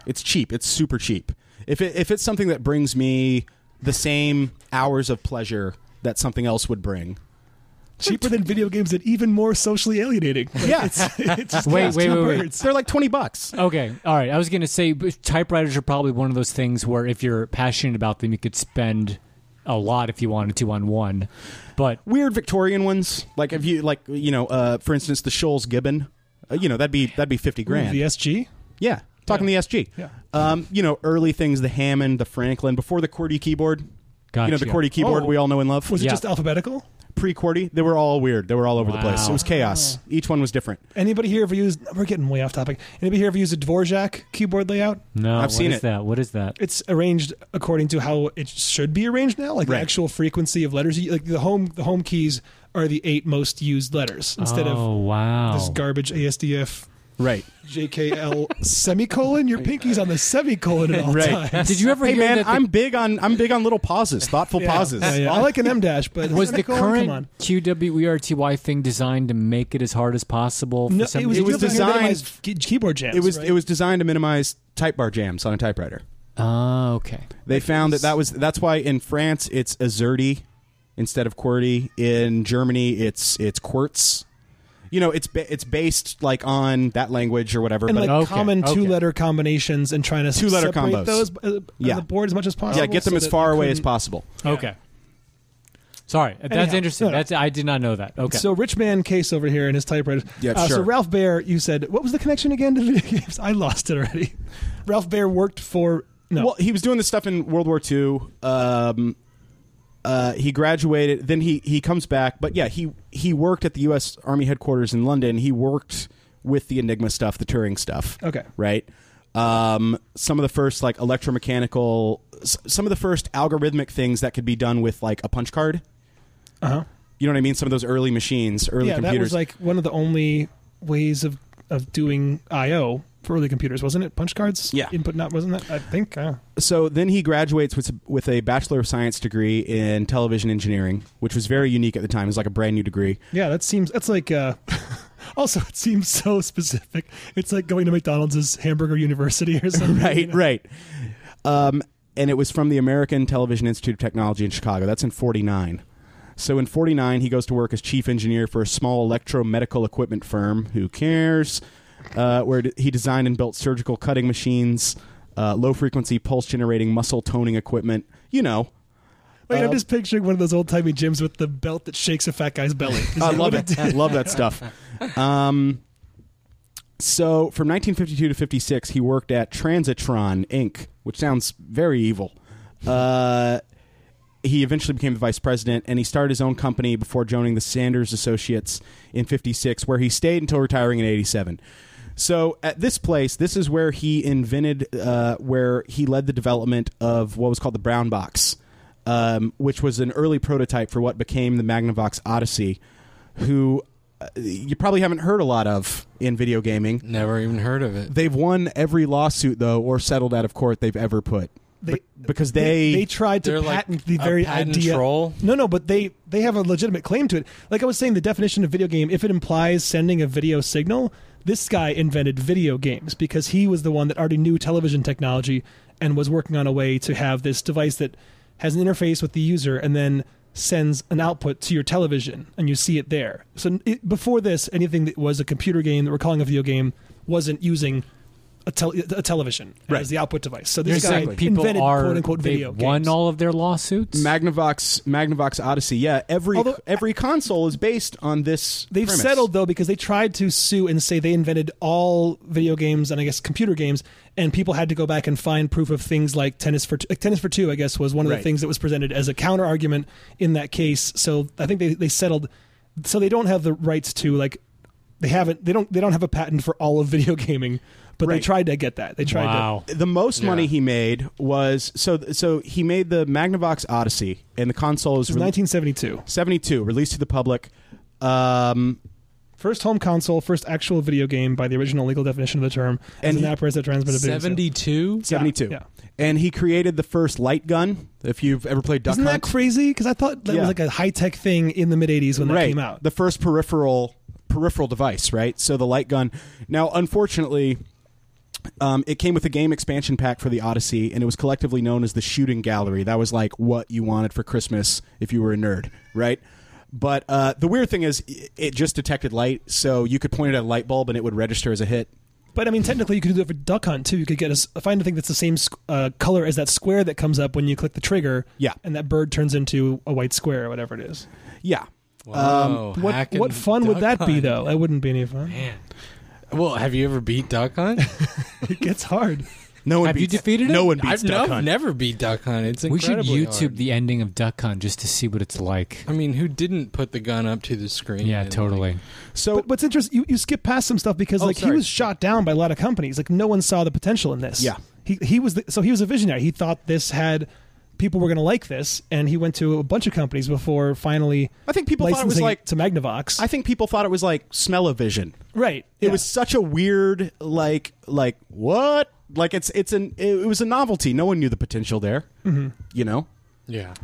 D: It's cheap. It's super cheap. If it, if it's something that brings me the same hours of pleasure that something else would bring.
E: [laughs] Cheaper than video games and even more
A: [laughs]
E: socially alienating. Like,
D: Yeah.
E: It's, it's just
A: Wait,
E: kills
A: wait,
E: two
A: wait, wait.
E: birds.
D: They're like 20 bucks.
A: Okay. All right. I was gonna say but typewriters are probably one of those things where if you're passionate about them, you could spend a lot if you wanted to on one. But
D: weird Victorian ones. Like if you like you know, uh, for instance, the Shoals Gibbon. Uh, you know that'd be that'd be fifty grand.
E: VSG?
D: Yeah, talking the SG.
E: Yeah.
D: Um, you know early things, the Hammond, the Franklin, before the QWERTY keyboard. You know
A: Gotcha.
D: the QWERTY keyboard
E: Oh.
D: we all know and love.
E: Was
A: Yeah.
E: it just alphabetical?
D: Pre QWERTY, they were all weird. They were all over the place.
A: Wow.
D: It was chaos.
E: Oh.
D: Each one was different.
E: Anybody here ever used? We're getting way off topic. Anybody here ever used a Dvorak keyboard layout?
A: no,
D: I've
A: what
D: seen
A: is
D: it.
A: that? What is that?
E: It's arranged according to how it should be arranged now, like
D: Right.
E: the actual frequency of letters. You- Like the home, the home keys are the eight most used letters instead
A: oh
E: of
A: wow!
E: this garbage ASDF
D: Right.
E: JKL semicolon. Your pinky's on the semicolon at all
D: Right.
E: times.
A: Did you ever
D: Hey
A: hear
D: man,
A: that the-
D: I'm big on I'm big on little pauses, thoughtful
E: [laughs] Yeah.
D: [laughs] pauses.
E: Yeah, yeah. I like an M dash, but
A: was the
E: semicolon? Come
A: current E
E: on.
A: QWERTY thing designed to make it as hard as possible? For
E: No,
A: some
E: it was,
D: It was
E: designed
D: designed-
E: keyboard jams.
D: It was
E: right?
D: it was designed to minimize type bar jams on a typewriter.
A: Ah, okay.
D: They found that that was that's why in France it's azerty instead of QWERTY. In Germany it's it's quartz. You know, it's ba- it's based like on that language or whatever.
E: and
D: but
E: like
A: Okay,
E: common
A: okay.
E: two letter combinations and trying to s-
D: Two-letter
E: separate
D: combos.
E: those uh, on
D: Yeah.
E: the board as much as possible.
D: yeah, get them
E: so
D: as
E: that
D: far
E: you
D: away as
E: couldn't-
D: possible.
A: Okay. Sorry, that's
E: Anyhow,
A: interesting.
E: no, no.
A: That's I did not know that. Okay.
E: So rich man case over here in his typewriter.
D: Yeah,
E: Uh, So
D: sure.
E: Ralph Baer, you said what was the connection again to video [laughs] games? I lost it already. Ralph Baer worked for no.
D: Well, he was doing this stuff in World War II. Um, uh, he graduated, then he he comes back, but yeah, he he worked at the U.S. Army headquarters in London. He worked with the Enigma stuff, the Turing stuff.
E: Okay.
D: right? Um, some of the first like electromechanical, s- some of the first algorithmic things that could be done with like a punch card.
E: Uh huh.
D: You know what I mean? Some of those early machines, early
E: Yeah, that
D: computers.
E: was like one of the only ways of of doing I/O for early computers, wasn't it? Punch cards.
D: Yeah.
E: Input not wasn't that? I think. Uh,
D: so then he graduates with with a bachelor of science degree in television engineering, which was very unique at the time. It was like a brand new degree.
E: yeah, that seems. That's like. Uh, [laughs] also, it seems so specific. It's like going to McDonald's as Hamburger University or [laughs] something.
D: [laughs]
E: you
D: right,
E: know?
D: right. Um, and it was from the American Television Institute of Technology in Chicago. That's in 49. So in 49, he goes to work as chief engineer for a small electromedical equipment firm. Who cares? Uh, where d- he designed and built surgical cutting machines, uh, low frequency pulse generating muscle toning equipment. You know,
E: Wait, I'm
D: Uh,
E: just picturing one of those old timey gyms with the belt that shakes a fat
D: [laughs]
E: guy's belly. Is
D: I
E: [laughs] that
D: love
E: what
D: it. I love that
E: [laughs]
D: stuff. Um, so from 1952 to 56, he worked at Transitron Inc., which sounds very evil. Uh, he eventually became the vice president, and he started his own company before joining the Sanders Associates in 56, where he stayed until retiring in 87. So at this place, this is where he invented, uh, where he led the development of what was called the Brown Box, um, which was an early prototype for what became the Magnavox Odyssey, who uh, you probably haven't heard a lot of in video gaming.
C: Never even heard of it.
D: They've won every lawsuit though, or settled out of court they've ever put
E: They-
D: because
E: they,
D: they,
E: they tried to
C: They're like
E: patent the
C: a
E: very
C: patent
E: idea.
C: troll?
E: No, no, but they they have a legitimate claim to it. Like I was saying, the definition of video game, if it implies sending a video signal, this guy invented video games because he was the one that already knew television technology and was working on a way to have this device that has an interface with the user and then sends an output to your television and you see it there. So it, before this, anything that was a computer game that we're calling a video game wasn't using. A, tel- a television
D: Right.
E: as the output device. So
A: You're
E: this guy
A: saying people
E: invented
A: are
E: quote unquote
A: they
E: video
A: won
E: games.
A: all of their lawsuits?
D: Magnavox Magnavox Odyssey. Yeah, every
E: Although-
D: every console is based on this.
E: They've
D: premise.
E: settled though because they tried to sue and say they invented all video games and I guess computer games, and people had to go back and find proof of things like tennis for like, tennis for two. I guess was one of the
D: Right.
E: things that was presented as a counter argument in that case. So I think they, they settled. So they don't have the rights to like they haven't they don't they don't have a patent for all of video [laughs] gaming, but they
D: Right.
E: tried to get that. They tried
A: wow.
D: The most money he made was so so he made the Magnavox Odyssey, and the console is
E: to. It was 1972.
D: seventy two, released to the public. Um,
E: First home console, first actual video game by the original legal definition of the term, as
D: And
E: an
D: he-
E: apparatus that transmitted video. signal.
C: 72?
D: 72.
E: yeah.
D: And he created the first light gun. If you've ever played Duck
E: Isn't that
D: Hunt,
E: crazy? Because I thought that
D: Yeah.
E: was like a high tech thing in the mid '80s when that
D: right.
E: came out.
D: The first peripheral peripheral device, right? So the light gun. Now, unfortunately, um, it came with a game expansion pack for the Odyssey, and it was collectively known as the Shooting Gallery. That was like what you wanted for Christmas if you were a nerd, right? But uh, the weird thing is, i- it just detected light, so you could point it at a light bulb and it would register as a hit.
E: But I mean, technically, you could do that for Duck Hunt too. You could get a s- find a thing that's the same squ- uh, color as that square that comes up when you click the trigger.
D: Yeah.
E: and that bird turns into a white square or whatever it is.
D: Yeah.
C: Wow,
E: What
C: hacking
E: what fun would
C: Duck
E: that be
C: Hunt.
E: though? It wouldn't be any
C: [laughs]
E: fun.
A: Man.
C: Well, have you ever beat Duck Hunt?
E: It gets hard.
D: No one
A: Have you
D: beats-
A: defeated it?
D: No one
C: I've
D: beats Duck
C: no-
D: Hunt.
C: never beat Duck Hunt. It's
A: We should
C: incredibly
A: YouTube
C: hard.
A: the ending of Duck Hunt just to see what it's like.
C: I mean, who didn't put the gun up to the screen?
A: Yeah,
C: and,
A: totally.
C: like-
D: So
E: But what's interesting, you, you skip past some stuff because
D: Oh,
E: like he
D: sorry.
E: was shot down by a lot of companies. Like no one saw the potential in this.
D: Yeah.
E: he he was the, so he was a visionary. He thought this had people were going to like this, and he went to a bunch of companies before finally.
D: I think people thought it was
E: licensing
D: like-
E: to Magnavox.
D: I think people thought it was like smell-o-vision.
E: right.
D: It
E: yeah.
D: was such a weird like like what? Like it's it's an it was a novelty. No one knew the potential there. Mm-hmm. You know?
C: Yeah.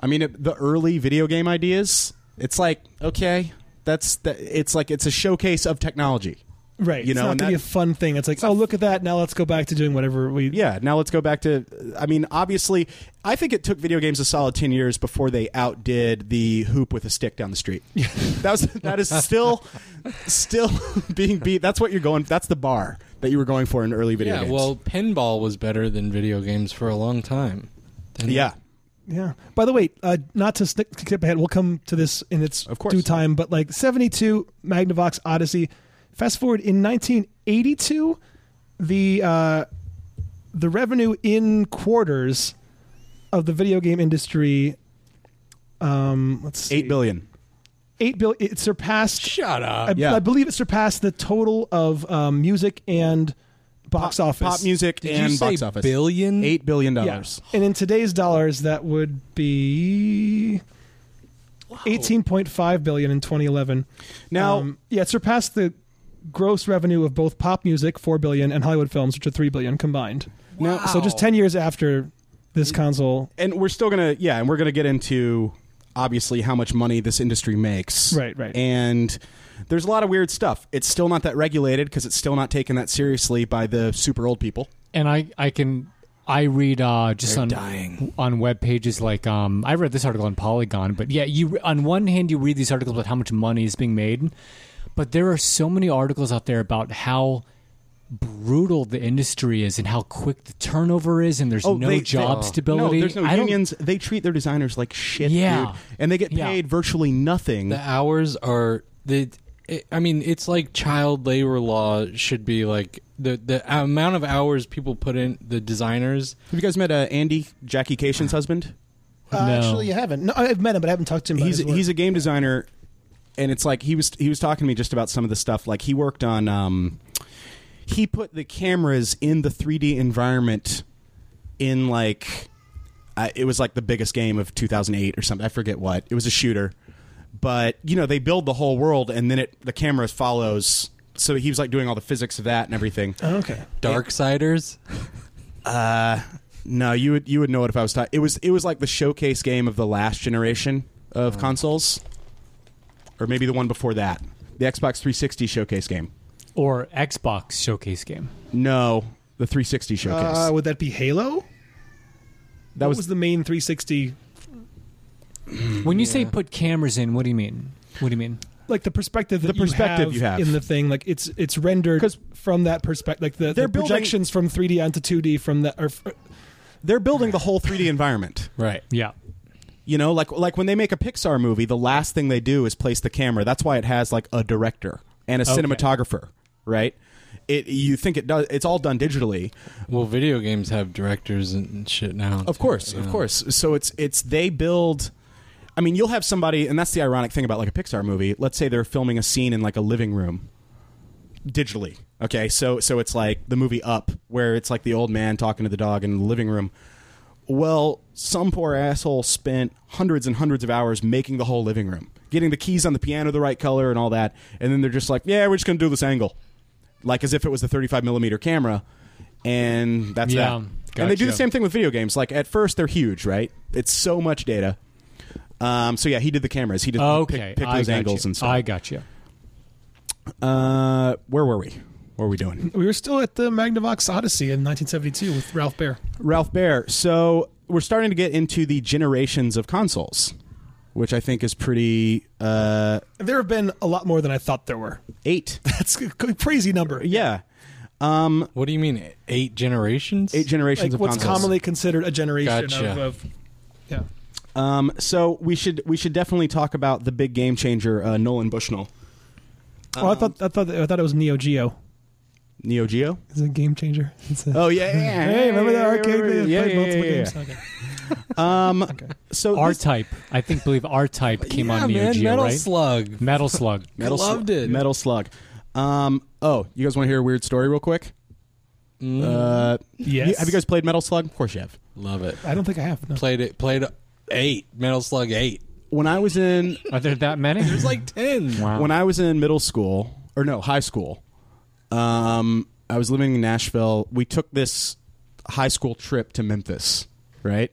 D: I mean, it, the early video game ideas, it's like, okay, that's that it's like it's a showcase of technology.
E: right.
D: you
E: it's
D: know,
E: not
D: and
E: to be
D: that-
E: a fun thing. It's like, oh, look at that. Now let's go back to doing whatever we.
D: Yeah, now let's go back to I mean, obviously, I think it took video games a solid 10 years before they outdid the hoop with a stick down the street. that was that is still still [laughs] being beat. That's what you're going that's the bar that you were going for in early video
C: yeah.
D: games.
C: Well, pinball was better than video games for a long time. And
D: yeah.
E: Yeah. By the way, uh, not to snick- skip ahead, we'll come to this in its
D: Of course.
E: due time, but like 72, Magnavox Odyssey. Fast forward in 1982, the uh, the revenue in quarters of the video game industry, um, let's see,
D: 8 billion.
E: eight bill- it surpassed,
C: Shut up.
E: I,
D: yeah.
E: I believe it surpassed the total of um, music and box
D: Pop-
E: office.
D: Pop music
C: Did
D: and
C: you say
D: box office.
C: billion?
D: 8 billion
E: Yeah.
D: dollars.
E: And in today's dollars, that would be eighteen point five billion in twenty eleven.
D: Now,
E: um, yeah, it surpassed the gross revenue of both pop music, four billion, and Hollywood films, which are three billion combined.
D: now
E: So just ten years after this console,
D: and we're still gonna yeah and we're gonna get into obviously how much money this industry makes
E: Right, right.
D: and there's a lot of weird stuff it's still not that regulated because it's still not taken that seriously by the super old people
A: and I I can I read uh, just
D: They're
A: on
D: dying.
A: on web pages like um I read this article on Polygon, but yeah, you on one hand you read these articles about how much money is being made, but there are so many articles out there about how brutal the industry is and how quick the turnover is, and there's no
D: Oh, they-
A: job
D: they-
A: stability.
D: no, there's no
A: Oh, I don't-
D: unions they treat their designers like shit
A: Yeah.
D: dude. and they get
A: Yeah.
D: paid virtually nothing
C: The hours are the. It, I mean, it's like child labor law should be like the the amount of hours people put in the designers.
D: have you guys met uh, andy jackie cation's husband
E: uh,
A: No.
E: actually, you haven't. No, I've met him, but I haven't talked to him. about
D: he's
E: his work.
D: he's a game designer, and it's like he was he was talking to me just about some of the stuff. Like he worked on, um, he put the cameras in the 3D environment in like uh, it was like the biggest game of 2008 or something. I forget what it was a shooter, but you know they build the whole world and then it the camera follows. So he was like doing all the physics of that and everything.
E: Oh, okay.
C: Darksiders.
D: No, you would you would know it if I was talking. It was it was like the showcase game of the last generation of consoles, or maybe the one before that, the Xbox 360 showcase game.
A: or Xbox showcase game.
D: No, the 360 showcase.
E: Uh, would that be Halo?
D: that
E: what
D: was,
E: was the main 360,
A: When you say put cameras in, what do you mean? What do you mean?
E: like the perspective that
D: The perspective you have.
E: in the thing. Like it's it's rendered
D: 'Cause
E: from that perspective. Like the,
D: they're
E: the
D: building-
E: projections from 3D onto 2D from that. Or, f-
D: they're building the whole 3D environment.
C: Right.
A: Yeah.
D: You know, like like when they make a Pixar movie, the last thing they do is place the camera. That's why it has like a director and a cinematographer, right? It you think it does? It's all done digitally.
C: Well, video games have directors and shit now.
D: Of course, of course. So it's it's they build. I mean, you'll have somebody, and that's the ironic thing about like a Pixar movie. Let's say they're filming a scene in like a living room, digitally. Okay, so so it's like the movie Up, where it's like the old man talking to the dog in the living room. Well, some poor asshole spent hundreds and hundreds of hours making the whole living room, getting the keys on the piano the right color and all that, and then they're just like, "Yeah, we're just gonna do this angle," like as if it was the 35 millimeter camera, and that's
A: Yeah,
D: that. And they do the
A: gotcha.
D: same thing with video games. Like at first, they're huge, right? It's so much data. Um, so yeah, he did the cameras. He did
A: Oh, Okay.
D: pick, pick
A: I
D: those
A: got
D: angles
A: you.
D: and stuff.
A: I got you.
D: uh, where were we? What were we doing?
E: we were still at the Magnavox Odyssey in 1972 with Ralph Baer.
D: Ralph Baer. So we're starting to get into the generations of consoles, which I think is pretty uh,
E: There have been a lot more than I thought there were. [laughs]
D: eight.
E: That's a c- crazy number.
D: yeah,
C: What do you mean? Eight generations?
D: eight generations
E: Like
D: of
E: what's
D: consoles.
E: commonly considered a generation
C: Gotcha.
E: of, of- Yeah.
D: um, so we should we should definitely talk about the big game changer, uh, Nolan Bushnell,
E: Well, Oh, I thought I thought I thought it was Neo Geo.
D: Neo Geo.
E: It's a game changer. It's a,
D: Oh yeah, yeah.
E: hey, remember that arcade? that
D: Yeah,
E: played
D: yeah,
E: multiple
D: yeah, yeah.
E: games. Okay.
D: Um,
E: Okay.
D: so
A: R
D: this-
A: Type. I think believe R Type came
C: yeah,
A: on Neo
C: man,
A: Geo,
C: Metal
A: right?
C: Slug.
A: Metal Slug.
D: Metal
C: Loved
D: Slug-
C: it.
D: Metal Slug. Um, oh, you guys want to hear a weird story real quick?
E: Mm.
D: Uh,
E: Yes.
D: you- have you guys played Metal Slug? Of course you have.
C: Love it.
E: I don't think I have. No.
C: Played it. Played eight. Metal Slug eight.
D: When I was in
A: Are there that many?
C: There's like ten.
A: Wow.
D: when I was in middle school or no high school, um, I was living in Nashville. We took this high school trip to Memphis, right,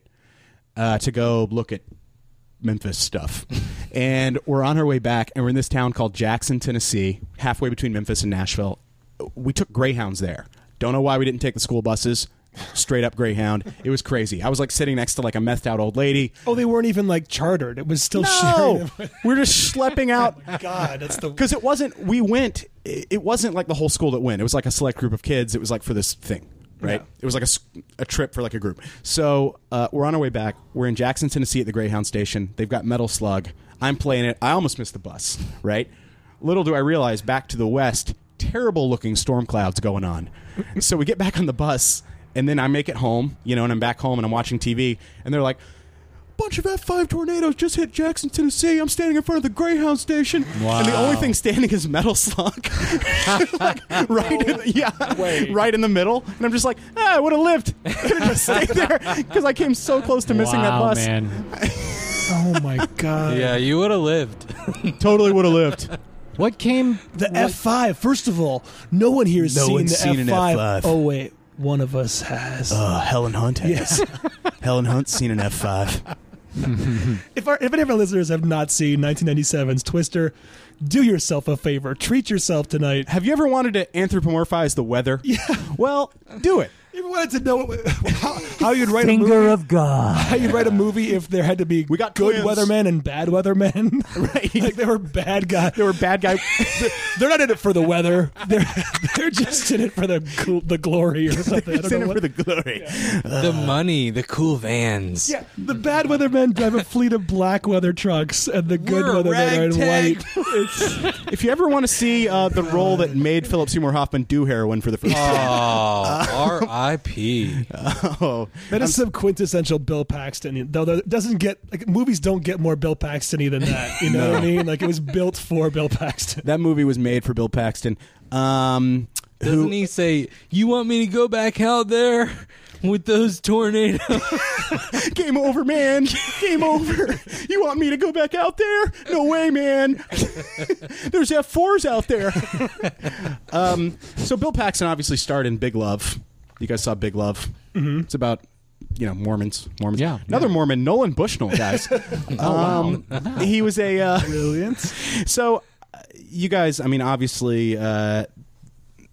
D: uh, to go look at Memphis stuff, [laughs] and we're on our way back, and we're in this town called Jackson, Tennessee, halfway between Memphis and Nashville. We took Greyhounds there. Don't know why we didn't take the school buses. Straight up Greyhound. It was crazy. I was like sitting next to like a methed out old lady.
E: Oh, they weren't even like chartered. It was
D: [laughs]
E: still
D: No,
E: [laughs] sharing.
D: we're just schlepping out
E: God, that's the
D: because it wasn't we went it it wasn't like the whole school that went it was like a select group of kids it was like for this thing right
E: Yeah.
D: it was like a, s- a trip for like a group so uh, we're on our way back we're in jackson tennessee at the greyhound station they've got metal slug i'm playing it i almost missed the bus right little do i realize back to the west terrible looking storm clouds going on so we get back on the bus and then i make it home you know and i'm back home and i'm watching tv and they're like bunch of F5 tornadoes just hit Jackson, Tennessee. I'm standing in front of the Greyhound station. And the only thing standing is metal slug. [laughs] Like, right, [laughs] in the, yeah, right in the middle. And I'm just like, ah, I would have lived. I could have just stayed [laughs] there because I came so close to missing that
A: wow,
D: bus.
A: man.
E: oh [laughs] my god.
C: Yeah, you would have lived.
D: Totally would have lived.
A: What came?
E: The F five. First of all, no one here has
D: No
E: seen
D: one's
E: the
D: seen an F5.
E: Oh wait, one of us
D: [laughs]
E: has.
D: Uh, Helen Hunt has. [laughs] Helen Hunt's seen an F5.
E: if our if any of our listeners have not seen 1997's Twister, do yourself a favor. Treat yourself tonight.
D: Have you ever wanted to anthropomorphize the weather? Yeah. [laughs] Well, do it.
E: If you wanted to know
D: [laughs]
E: what- how, how you'd write a movie,
A: Finger of God.
E: how you'd write a movie if there had to be
D: We got
E: good
D: twins.
E: weathermen and bad weathermen,
D: [laughs] Right.
E: like they were bad guys.
D: They were bad [laughs] guy.
E: They're not in it for the weather. They're [laughs] they're just in it for the gl- the glory or something. I don't know
D: Send him
E: what-
D: for the glory.
C: the money, the cool vans.
E: Yeah, the bad weathermen drive a fleet of black weather trucks, and the good
C: We're
E: weathermen are in
C: ragtag.
E: white. It's,
D: If you ever want to see uh, the role that made Philip Seymour Hoffman do heroin for the
C: [laughs]
D: first [laughs] time,
C: Oh, R.I.P.
D: oh,
E: that is some quintessential Bill Paxton. Though it doesn't get like movies don't get more Bill Paxton-y than that. You know what I mean? Like it was built for Bill Paxton.
D: that movie was made for Bill Paxton. Um,
C: Doesn't
D: who,
C: he say, "You want me to go back out there with those tornadoes?"
D: Game over, man. Game over. You want me to go back out there? No way, man. [laughs] There's F4s out there. um, so Bill Paxton obviously starred in Big Love. You guys saw Big Love. Mm-hmm. It's about you know Mormons. Mormons.
A: Yeah.
D: Another Mormon, Nolan Bushnell, guys. um, He was a uh,
E: Brilliant.
D: [laughs] So, uh, you guys, I mean, obviously, uh,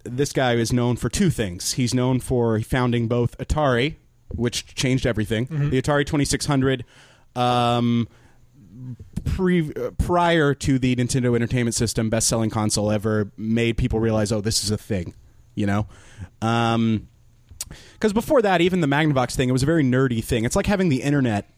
D: this guy is known for two things. He's known for founding both Atari, which changed everything, the Atari 2600, um, pre- uh, prior to the Nintendo Entertainment System, best selling console ever, made people realize, oh, this is a thing, you know? Um, because before that, even the Magnavox thing, it was a very nerdy thing. It's like having the internet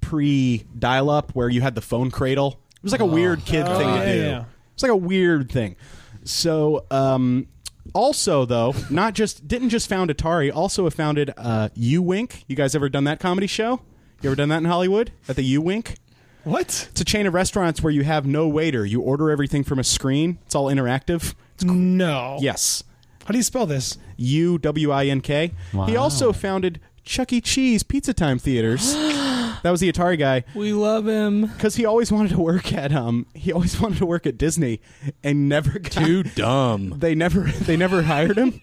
D: pre dial up where you had the phone cradle. It was like a weird kid
E: Oh,
D: thing
E: yeah,
D: to do.
E: yeah.
D: It's like a weird thing. So, um, also though, not just didn't just found Atari, also have founded uh, U Wink. You guys ever done that comedy show? You ever done that in Hollywood at the U Wink?
E: What?
D: It's a chain of restaurants where you have no waiter. You order everything from a screen. It's all interactive.
E: No.
D: Yes.
E: How do you spell this?
D: U W I N K. He
A: Wow.
D: also founded Chuck E. Cheese Pizza
A: [gasps]
D: Time Theaters. that was the Atari guy
C: [laughs] we love him.
D: because he always wanted to work at um he always [laughs] wanted to work at Disney and never got,
C: Too [laughs] dumb.
D: they never they never hired him.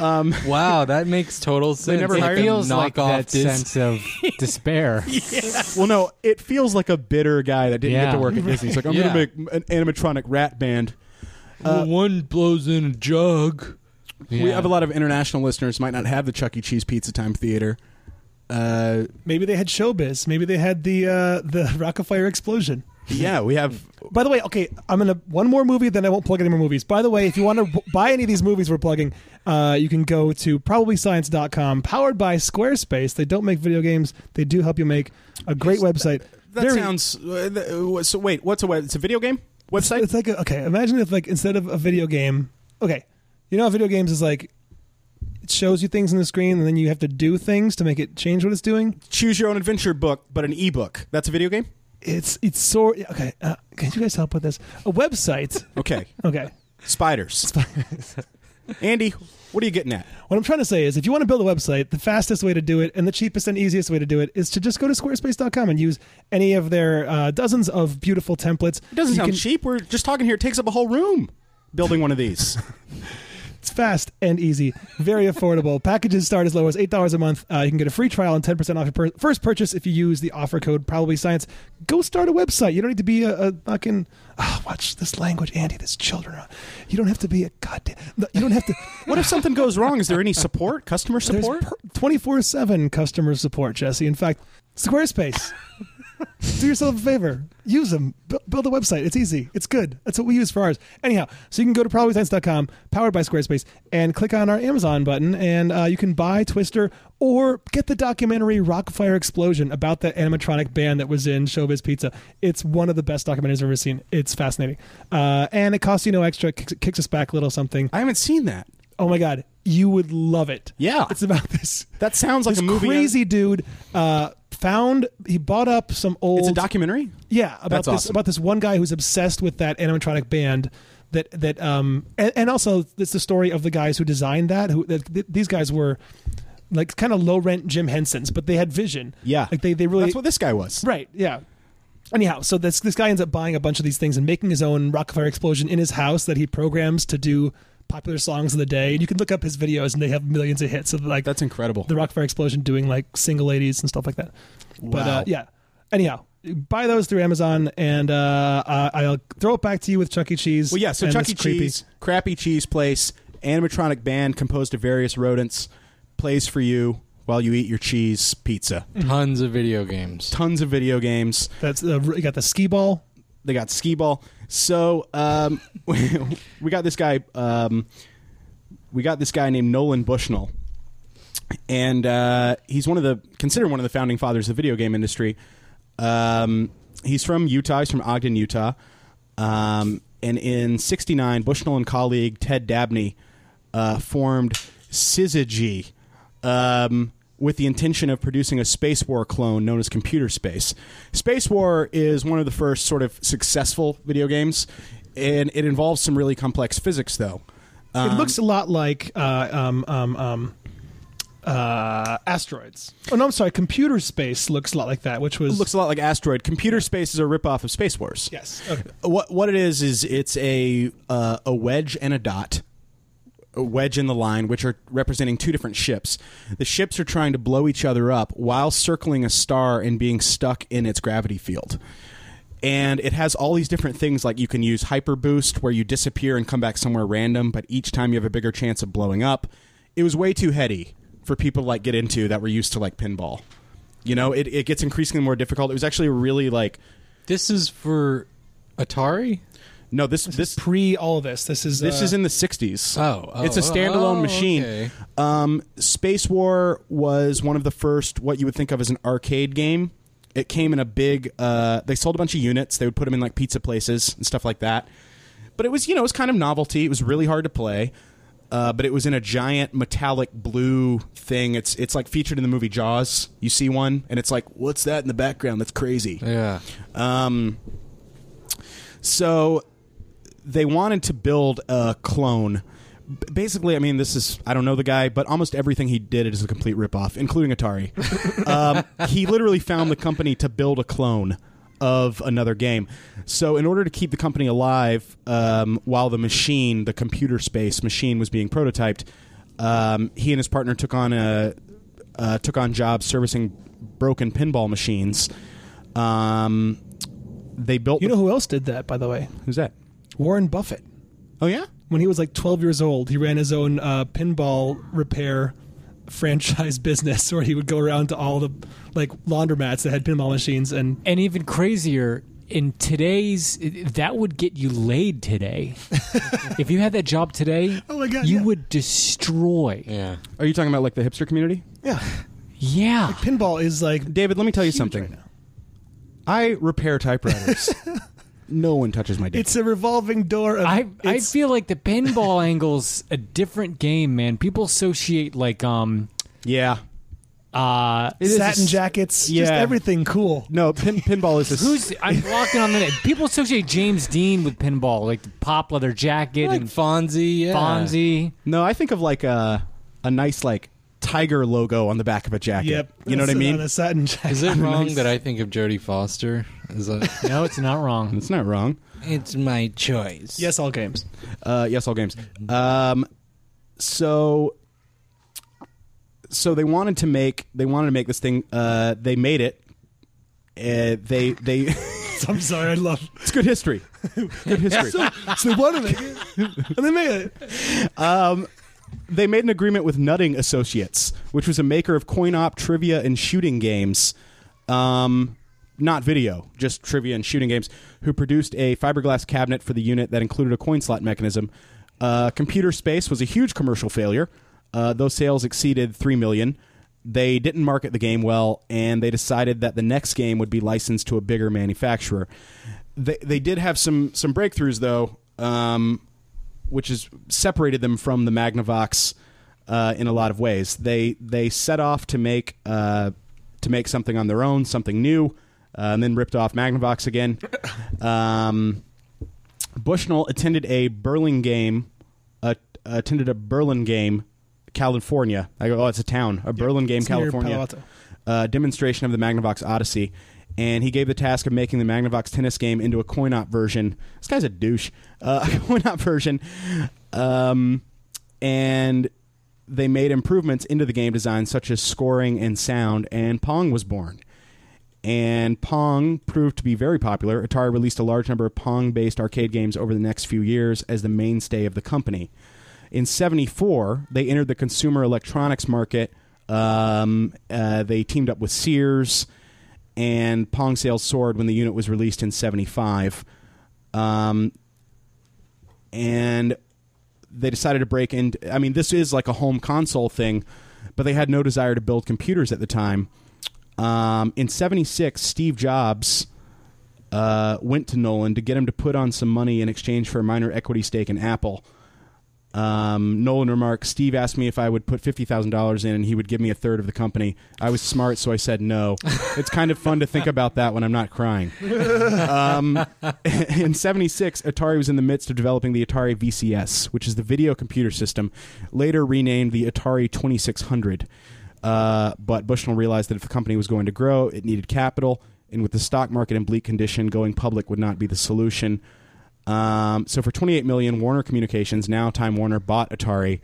C: Wow, that makes total sense.
D: never
C: Like
D: hired
C: a
D: him.
A: Feels like
C: knockoff
A: that
C: Dis-
A: sense of despair.
D: Well, no, it feels like a bitter guy that didn't get
A: Yeah.
D: to work at Disney. He's like, I'm
C: Yeah.
D: going to make an animatronic rat band.
E: Uh,
C: Well, one blows in a jug.
D: We
A: Yeah.
D: have a lot of international listeners might not have the Chuck E. Cheese Pizza Time Theater. Uh,
E: Maybe they had showbiz. Maybe they had the uh, the Rockefeller explosion.
D: yeah, we have.
E: By the way, okay, I'm gonna one more movie, then I won't plug any more movies. By the way, if you want to b- buy any of these movies we're plugging, uh, you can go to probablyscience.com, powered by Squarespace. They don't make video games; they do help you make a great website.
D: That
E: Very-
D: sounds. Uh, th- uh, so wait, what's a web? It's a video game website.
E: It's like a, okay, imagine if like instead of a video game, okay, you know, how video games is like it shows you things on the screen, and then you have to do things to make it change what it's doing.
D: [laughs] Choose your own adventure book, but an ebook. That's a video game.
E: It's it's sort okay. Uh, can you guys help with this? A website,
D: Okay,
E: okay. [laughs]
D: spiders. Andy, what are you getting at?
E: What I'm trying to say is, if you want to build a website, the fastest way to do it and the cheapest and easiest way to do it is to just go to squarespace.com and use any of their uh, dozens of beautiful templates.
D: It doesn't
E: You
D: sound
E: can-
D: cheap. We're just talking here. It takes up a whole room building one of these.
E: It's fast and easy,
D: [laughs]
E: very affordable. Packages start as low as eight dollars a month. Uh, you can get a free trial and ten percent off your per- first purchase if you use the offer code Probably Science. Go start a website. You don't need to be a, a fucking ah, watch this language, Andy. There's children around. You don't have to be a goddamn. no, You don't have to.
D: [laughs] what if something goes wrong? Is there any support? Customer
E: There's
D: support?
E: twenty four seven customer support, Jesse. In fact, Squarespace. [laughs] Do yourself a favor. Use them. Bu- build a website. It's easy. It's good. That's what we use for ours. Anyhow, so you can go to probablyscience.com, powered by Squarespace, and click on our Amazon button, and uh, you can buy Twister or get the documentary Rockfire Explosion about that animatronic band that was in Showbiz Pizza. It's one of the best documentaries I've ever seen. It's fascinating. Uh, and it costs you no extra. It Kicks, kicks us back a little something.
D: I haven't seen that.
E: Oh my God. You would love it.
D: Yeah.
E: It's about this
D: That sounds like
E: this
D: a movie.
E: crazy dude uh, found he bought up some old
D: It's a documentary.
E: yeah about
D: That's
E: this
D: awesome.
E: about this one guy who's obsessed with that animatronic band that that um and, and also it's the story of the guys who designed that who that, th- these guys were like kind of low rent Jim Hensons but they had vision
D: Yeah.
E: like they they really
D: That's what this guy was.
E: Right. Yeah. Anyhow, so this this guy ends up buying a bunch of these things and making his own Rockefeller explosion in his house that he programs to do popular songs of the day. And you can look up his videos, and they have millions of hits of like
D: That's incredible.
E: the Rockefeller explosion doing like single ladies and stuff like that. But uh,
D: Wow.
E: yeah. Anyhow, buy those through Amazon, and uh, I- I'll throw it back to you with Chuck E. Cheese.
D: Well, yeah. So
E: and
D: Chuck
E: this
D: E.
E: creepy-
D: Cheese, crappy cheese place, animatronic band composed of various rodents, plays for you while you eat your cheese
E: [laughs]
D: pizza.
C: Tons of video games.
D: Tons of video games.
E: That's uh, you got the skee ball.
D: They got skee ball. So um, [laughs] we got this guy. Um, we got this guy named Nolan Bushnell, and uh, he's one of the considered one of the founding fathers of the video game industry. Um, he's from Utah. He's from Ogden, Utah. Um, and in '69, Bushnell and colleague Ted Dabney uh, formed Syzygy um, with the intention of producing a space war clone known as Computer Space. Space War is one of the first sort of successful video games, and it involves some really complex physics, though. Um,
E: it looks a lot like uh, um, um, um, uh, asteroids. Oh no, I'm sorry. Computer space looks a lot like that, which was
D: looks a lot like Asteroid. Computer Space is a ripoff of Space Wars.
E: yes. Okay.
D: What what it is is it's a uh, a wedge and a dot, a wedge in the line, which are representing two different ships. The ships are trying to blow each other up while circling a star and being stuck in its gravity field. And it has all these different things like you can use hyper boost where you disappear and come back somewhere random, but each time you have a bigger chance of blowing up. It was way too heady for people to, like get into that were used to like pinball. You know, it, it gets increasingly more difficult. It was actually really like
C: This is for Atari?
D: no, this this
E: Pre all of this, this is
D: This
E: uh,
D: is in the 60s.
C: Oh, oh,
D: it's a standalone
C: oh,
D: machine.
C: okay.
D: Um, Space War was one of the first what you would think of as an arcade game. It came in a big. Uh, they sold a bunch of units. They would put them in like pizza places and stuff like that. But it was you know it was kind of novelty. It was really hard to play. Uh, but it was in a giant metallic blue thing. It's it's like featured in the movie Jaws. You see one, and it's like, what's that in the background? That's crazy.
C: Yeah.
D: Um, so they wanted to build a clone. B- Basically, I mean, this is I don't know the guy, but almost everything he did is a complete ripoff, including
E: [laughs]
D: Atari. um, he literally found the company to build a clone of another game. So, in order to keep the company alive um, while the machine, the computer space machine, was being prototyped, um, he and his partner took on a uh, took on jobs servicing broken pinball machines. Um, they built.
E: you know who else did that, by the way?
D: who's that?
E: Warren Buffett.
D: Oh yeah.
E: When he was like 12 years old, he ran his own uh, pinball repair franchise [laughs] business where he would go around to all the like laundromats that had pinball machines and
A: And even crazier, in today's that would get you laid today. if you had that job today,
E: Oh my God,
A: you
E: yeah.
A: would destroy. Yeah.
C: Yeah.
D: Are you talking about like the hipster community?
E: yeah pinball is like
D: David, let me tell you something. I repair
E: [laughs]
D: typewriters. no one touches my dick.
E: it's a revolving door of
A: I I
E: it's-
A: feel like the pinball [laughs] angle's a different game, man. People associate like um
D: yeah.
A: uh
D: It is
E: satin
D: a-
E: jackets just
D: yeah.
E: everything cool
D: No, pin, pinball is a,
A: who's I'm walking on the net. People associate James Dean with pinball, like the pop leather jacket
C: Like
A: and
C: Fonzie, yeah.
A: Fonzie.
D: No, I think of like uh a nice like tiger logo on the back of a jacket.
E: Yep.
D: You know what I mean?
E: The satin
C: [laughs]
E: jacket.
C: Is it wrong that I think of Jodie Foster? Is that
A: No, it's not wrong.
D: [laughs] It's not wrong.
C: [laughs] It's my choice.
E: Yes, all games.
D: Uh, yes, all games.
E: Mm-hmm.
D: Um, so, so they wanted to make they wanted to make this thing. Uh, they made it. Uh, they they.
E: [laughs]
D: [laughs]
E: I'm sorry, I love.
D: it's good history. Good
E: [laughs]
D: history.
E: So they want to make it, and they made it.
D: Um, they made an agreement with Nutting Associates, which was a maker of coin op trivia and shooting games, um, not video, just trivia and shooting games, who produced a fiberglass cabinet for the unit that included a coin slot mechanism. Uh, Computer Space was a huge commercial failure. Uh, those sales exceeded three million. They didn't market the game well, and they decided that the next game would be licensed to a bigger manufacturer. They they did have some some breakthroughs though. Um, which has separated them from the Magnavox uh, in a lot of ways. They they set off to make uh, to make something on their own, something new, uh, and then ripped off Magnavox again. Um, Bushnell attended a Berlin game, uh, attended a Berlin game, California. I go, oh, it's a town, a Berlin game,
E: It's near
D: California.
E: Palo Alto.
D: Uh, demonstration of the Magnavox Odyssey, and he gave the task of making the Magnavox tennis game into a coin op version. This guy's a douche. Uh, [laughs] a coin op version, um, and they made improvements into the game design, such as scoring and sound, and Pong was born and Pong proved to be very popular. Atari released a large number of Pong based arcade games over the next few years as the mainstay of the company. In 74, they entered the consumer electronics market. Um, uh, they teamed up with Sears, and Pong sales soared when the unit was released in 75. Um, and they decided to break in. I mean, this is like a home console thing, but they had no desire to build computers at the time. Um, in '76, Steve Jobs uh, went to Nolan to get him to put on some money in exchange for a minor equity stake in Apple. Um, Nolan remarked, "Steve asked me if I would put fifty thousand dollars in, and he would give me a third of the company. I was smart, so I said no. it's kind of fun to think about that when I'm not crying." [laughs] in 76 atari was in the midst of developing the atari vcs which is the video computer system later renamed the atari 2600 uh, but bushnell realized that if the company was going to grow it needed capital and with the stock market in bleak condition going public would not be the solution um, so for 28 million warner communications now time warner bought atari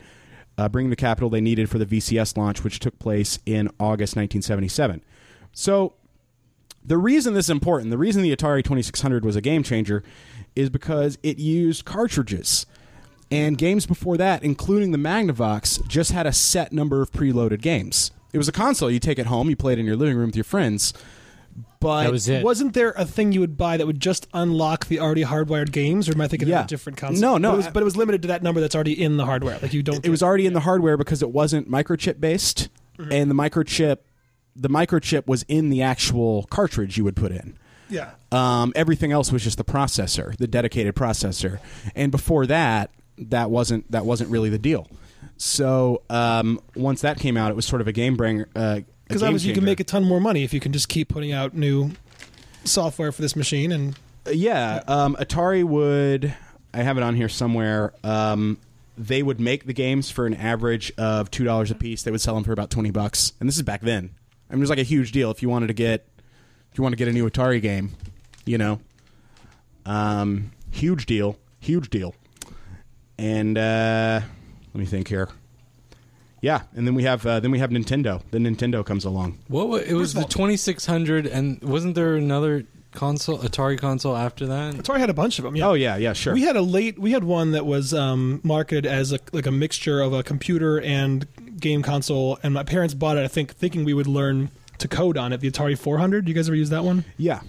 D: uh, bringing the capital they needed for the vcs launch which took place in august 1977 so the reason this is important, the reason the Atari 2600 was a game changer, is because it used cartridges. And games before that, including the Magnavox, just had a set number of preloaded games. It was a console. You take it home, you play it in your living room with your friends. But
A: That was it.
E: Wasn't there a thing you would buy that would just unlock the already hardwired games, or am I thinking of
D: Yeah.
E: a different concept?
D: No, no,
E: But it, was,
D: I-
E: but it was limited to that number that's already in the hardware. Like you don't.
D: it was already in the hardware because it wasn't microchip based
A: Mm-hmm.
D: and the microchip the microchip was in the actual cartridge you would put in.
E: Yeah.
D: Um, everything else was just the processor, the dedicated processor, and before that, that wasn't that wasn't really the deal. So um, once that came out, it was sort of a game bringer.
E: Because obviously you can make a ton more money if you can just keep putting out new software for this machine and
D: yeah, um, Atari would. I have it on here somewhere. Um, they would make the games for an average of two dollars a piece. They would sell them for about twenty bucks, and this is back then. I mean, it was like a huge deal if you wanted to get if you want to get a new Atari game, you know. Um, huge deal, huge deal. And uh, let me think here. Yeah, and then we have uh, then we have Nintendo. Then Nintendo comes along.
C: What wa- it was the 2600 and wasn't there another console Atari console after that?
E: Atari had a bunch of them. Yeah.
D: Oh yeah, yeah, sure.
E: We had a late. We had one that was um, marketed as a, like a mixture of a computer and game console, and my parents bought it. I think thinking we would learn to code on it. The Atari 400. You guys ever use that one?
D: yeah,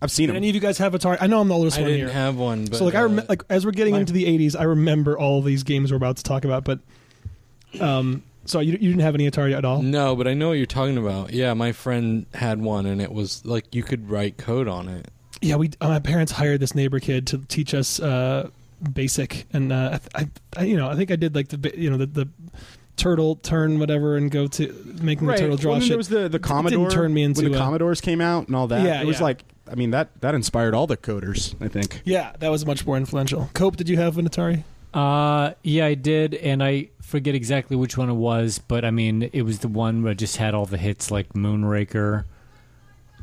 D: I've seen
E: Did
D: them.
E: any of you guys have Atari? I know I'm the oldest
C: I
E: one
C: didn't
E: here.
C: have one, but
E: so like I rem-
C: uh,
E: like as we're getting
C: my-
E: into the 80s, I remember all these games we're about to talk about. But um, so you, you didn't have any Atari at all.
C: no, but I know what you're talking about. Yeah, my friend had one, and it was like you could write code on it.
E: Yeah, we. Uh, my parents hired this neighbor kid to teach us uh, basic, and uh, I, th- I, I, you know, I think I did like the, ba- you know, the, the turtle turn whatever and go to making the turtle draw
D: well, then
E: shit.
D: There was the, the
E: It didn't
D: Commodore.
E: turn me
D: when
E: into
D: the
E: a-
D: Commodores came out and all that.
E: Yeah,
D: it was
E: yeah.
D: like I mean that that inspired all the coders. I think
E: yeah, that was much more influential. Cope, did you have an Atari?
A: Uh, yeah, I did, and I forget exactly which one it was, but I mean, it was the one where I just had all the hits like Moonraker,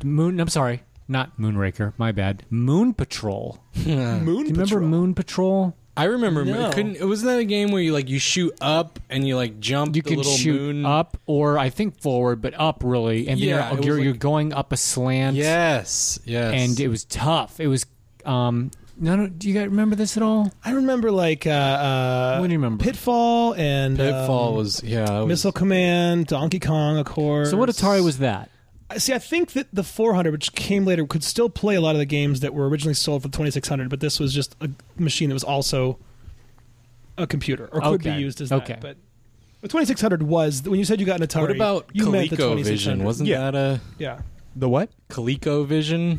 A: Moon. I'm sorry, not Moonraker. My bad. Moon Patrol.
E: Moon
A: Uh, Do you remember Moon Patrol?
C: I remember.
E: No.
C: It couldn't. It wasn't that a game where you like you shoot up and you like jump.
A: You
C: the
A: can
C: little
A: shoot
C: moon.
A: up, or I think forward, but up really, and then
C: Yeah, it
A: you're oh,
C: was
A: you're,
C: like-
A: you're going up a slant.
C: Yes. Yes.
A: and it was tough. It was. Um, no, no, do you guys remember this at all?
E: I remember like uh, uh,
A: What do you remember?
E: Pitfall and
C: Pitfall
E: um,
C: was yeah. it was-
E: Missile Command, Donkey Kong, of course.
A: So what Atari was that?
E: I- See, I think that the 400, which came later, could still play a lot of the games that were originally sold for the 2600, but this was just a machine that was also a computer or could
A: Okay.
E: be used as
A: Okay.
E: that. But the 2600 was when you said you got an Atari.
C: What about
E: you meant the
C: ColecoVision?
E: 2600.
C: Wasn't
D: Yeah.
C: that a
E: yeah,
D: The what?
C: ColecoVision?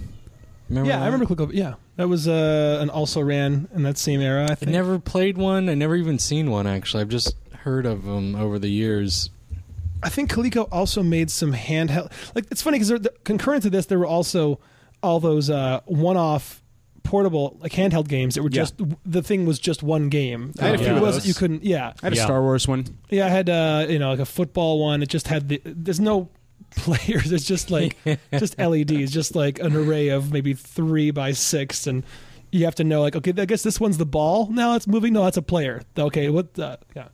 C: Remember
E: yeah,
C: that?
E: I remember ColecoVision. Yeah, that was uh, an also ran in that same era. I
C: I
E: think.
C: never played one. I never even seen one actually. I've just heard of them over the years.
E: I think Coleco also made some handheld. Like it's funny because the, concurrent to this, there were also all those uh, one-off portable like handheld games that were
D: Yeah.
E: just the thing was just one game.
D: I had
E: If
A: a few
E: it
A: of
E: wasn't,
D: those.
E: you couldn't. Yeah,
D: I had
A: Yeah.
D: a Star Wars one.
E: yeah. I had uh, you know like a football one. It just had the. There's no [laughs] players. It's
A: [laughs]
E: just like just LEDs. Just like an array of maybe three by six and. You have to know, like, okay, I guess this one's the ball. Now it's moving. No, that's a player. Okay, what? The, yeah,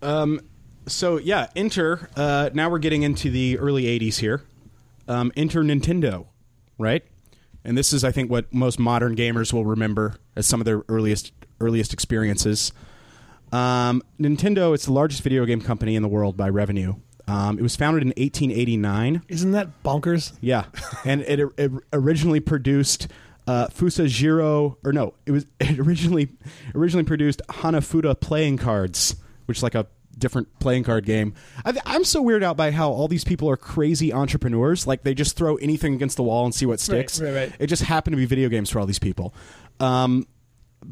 D: Um, so yeah, enter. Uh, now we're getting into the early '80s here. Um, enter Nintendo, right? And this is, I think, what most modern gamers will remember as some of their earliest earliest experiences. Um, Nintendo, it's the largest video game company in the world by revenue. Um, it was founded in 1889.
E: isn't that bonkers? [laughs]
D: Yeah, and it, it originally produced uh, Fusajiro, or no, it was [laughs] it originally originally produced Hanafuda playing cards, which is like a different playing card game. I, th- I'm so weirded out by how all these people are crazy entrepreneurs. Like they just throw anything against the wall and see what sticks.
E: right, right.
D: It just happened to be video games for all these people. Um,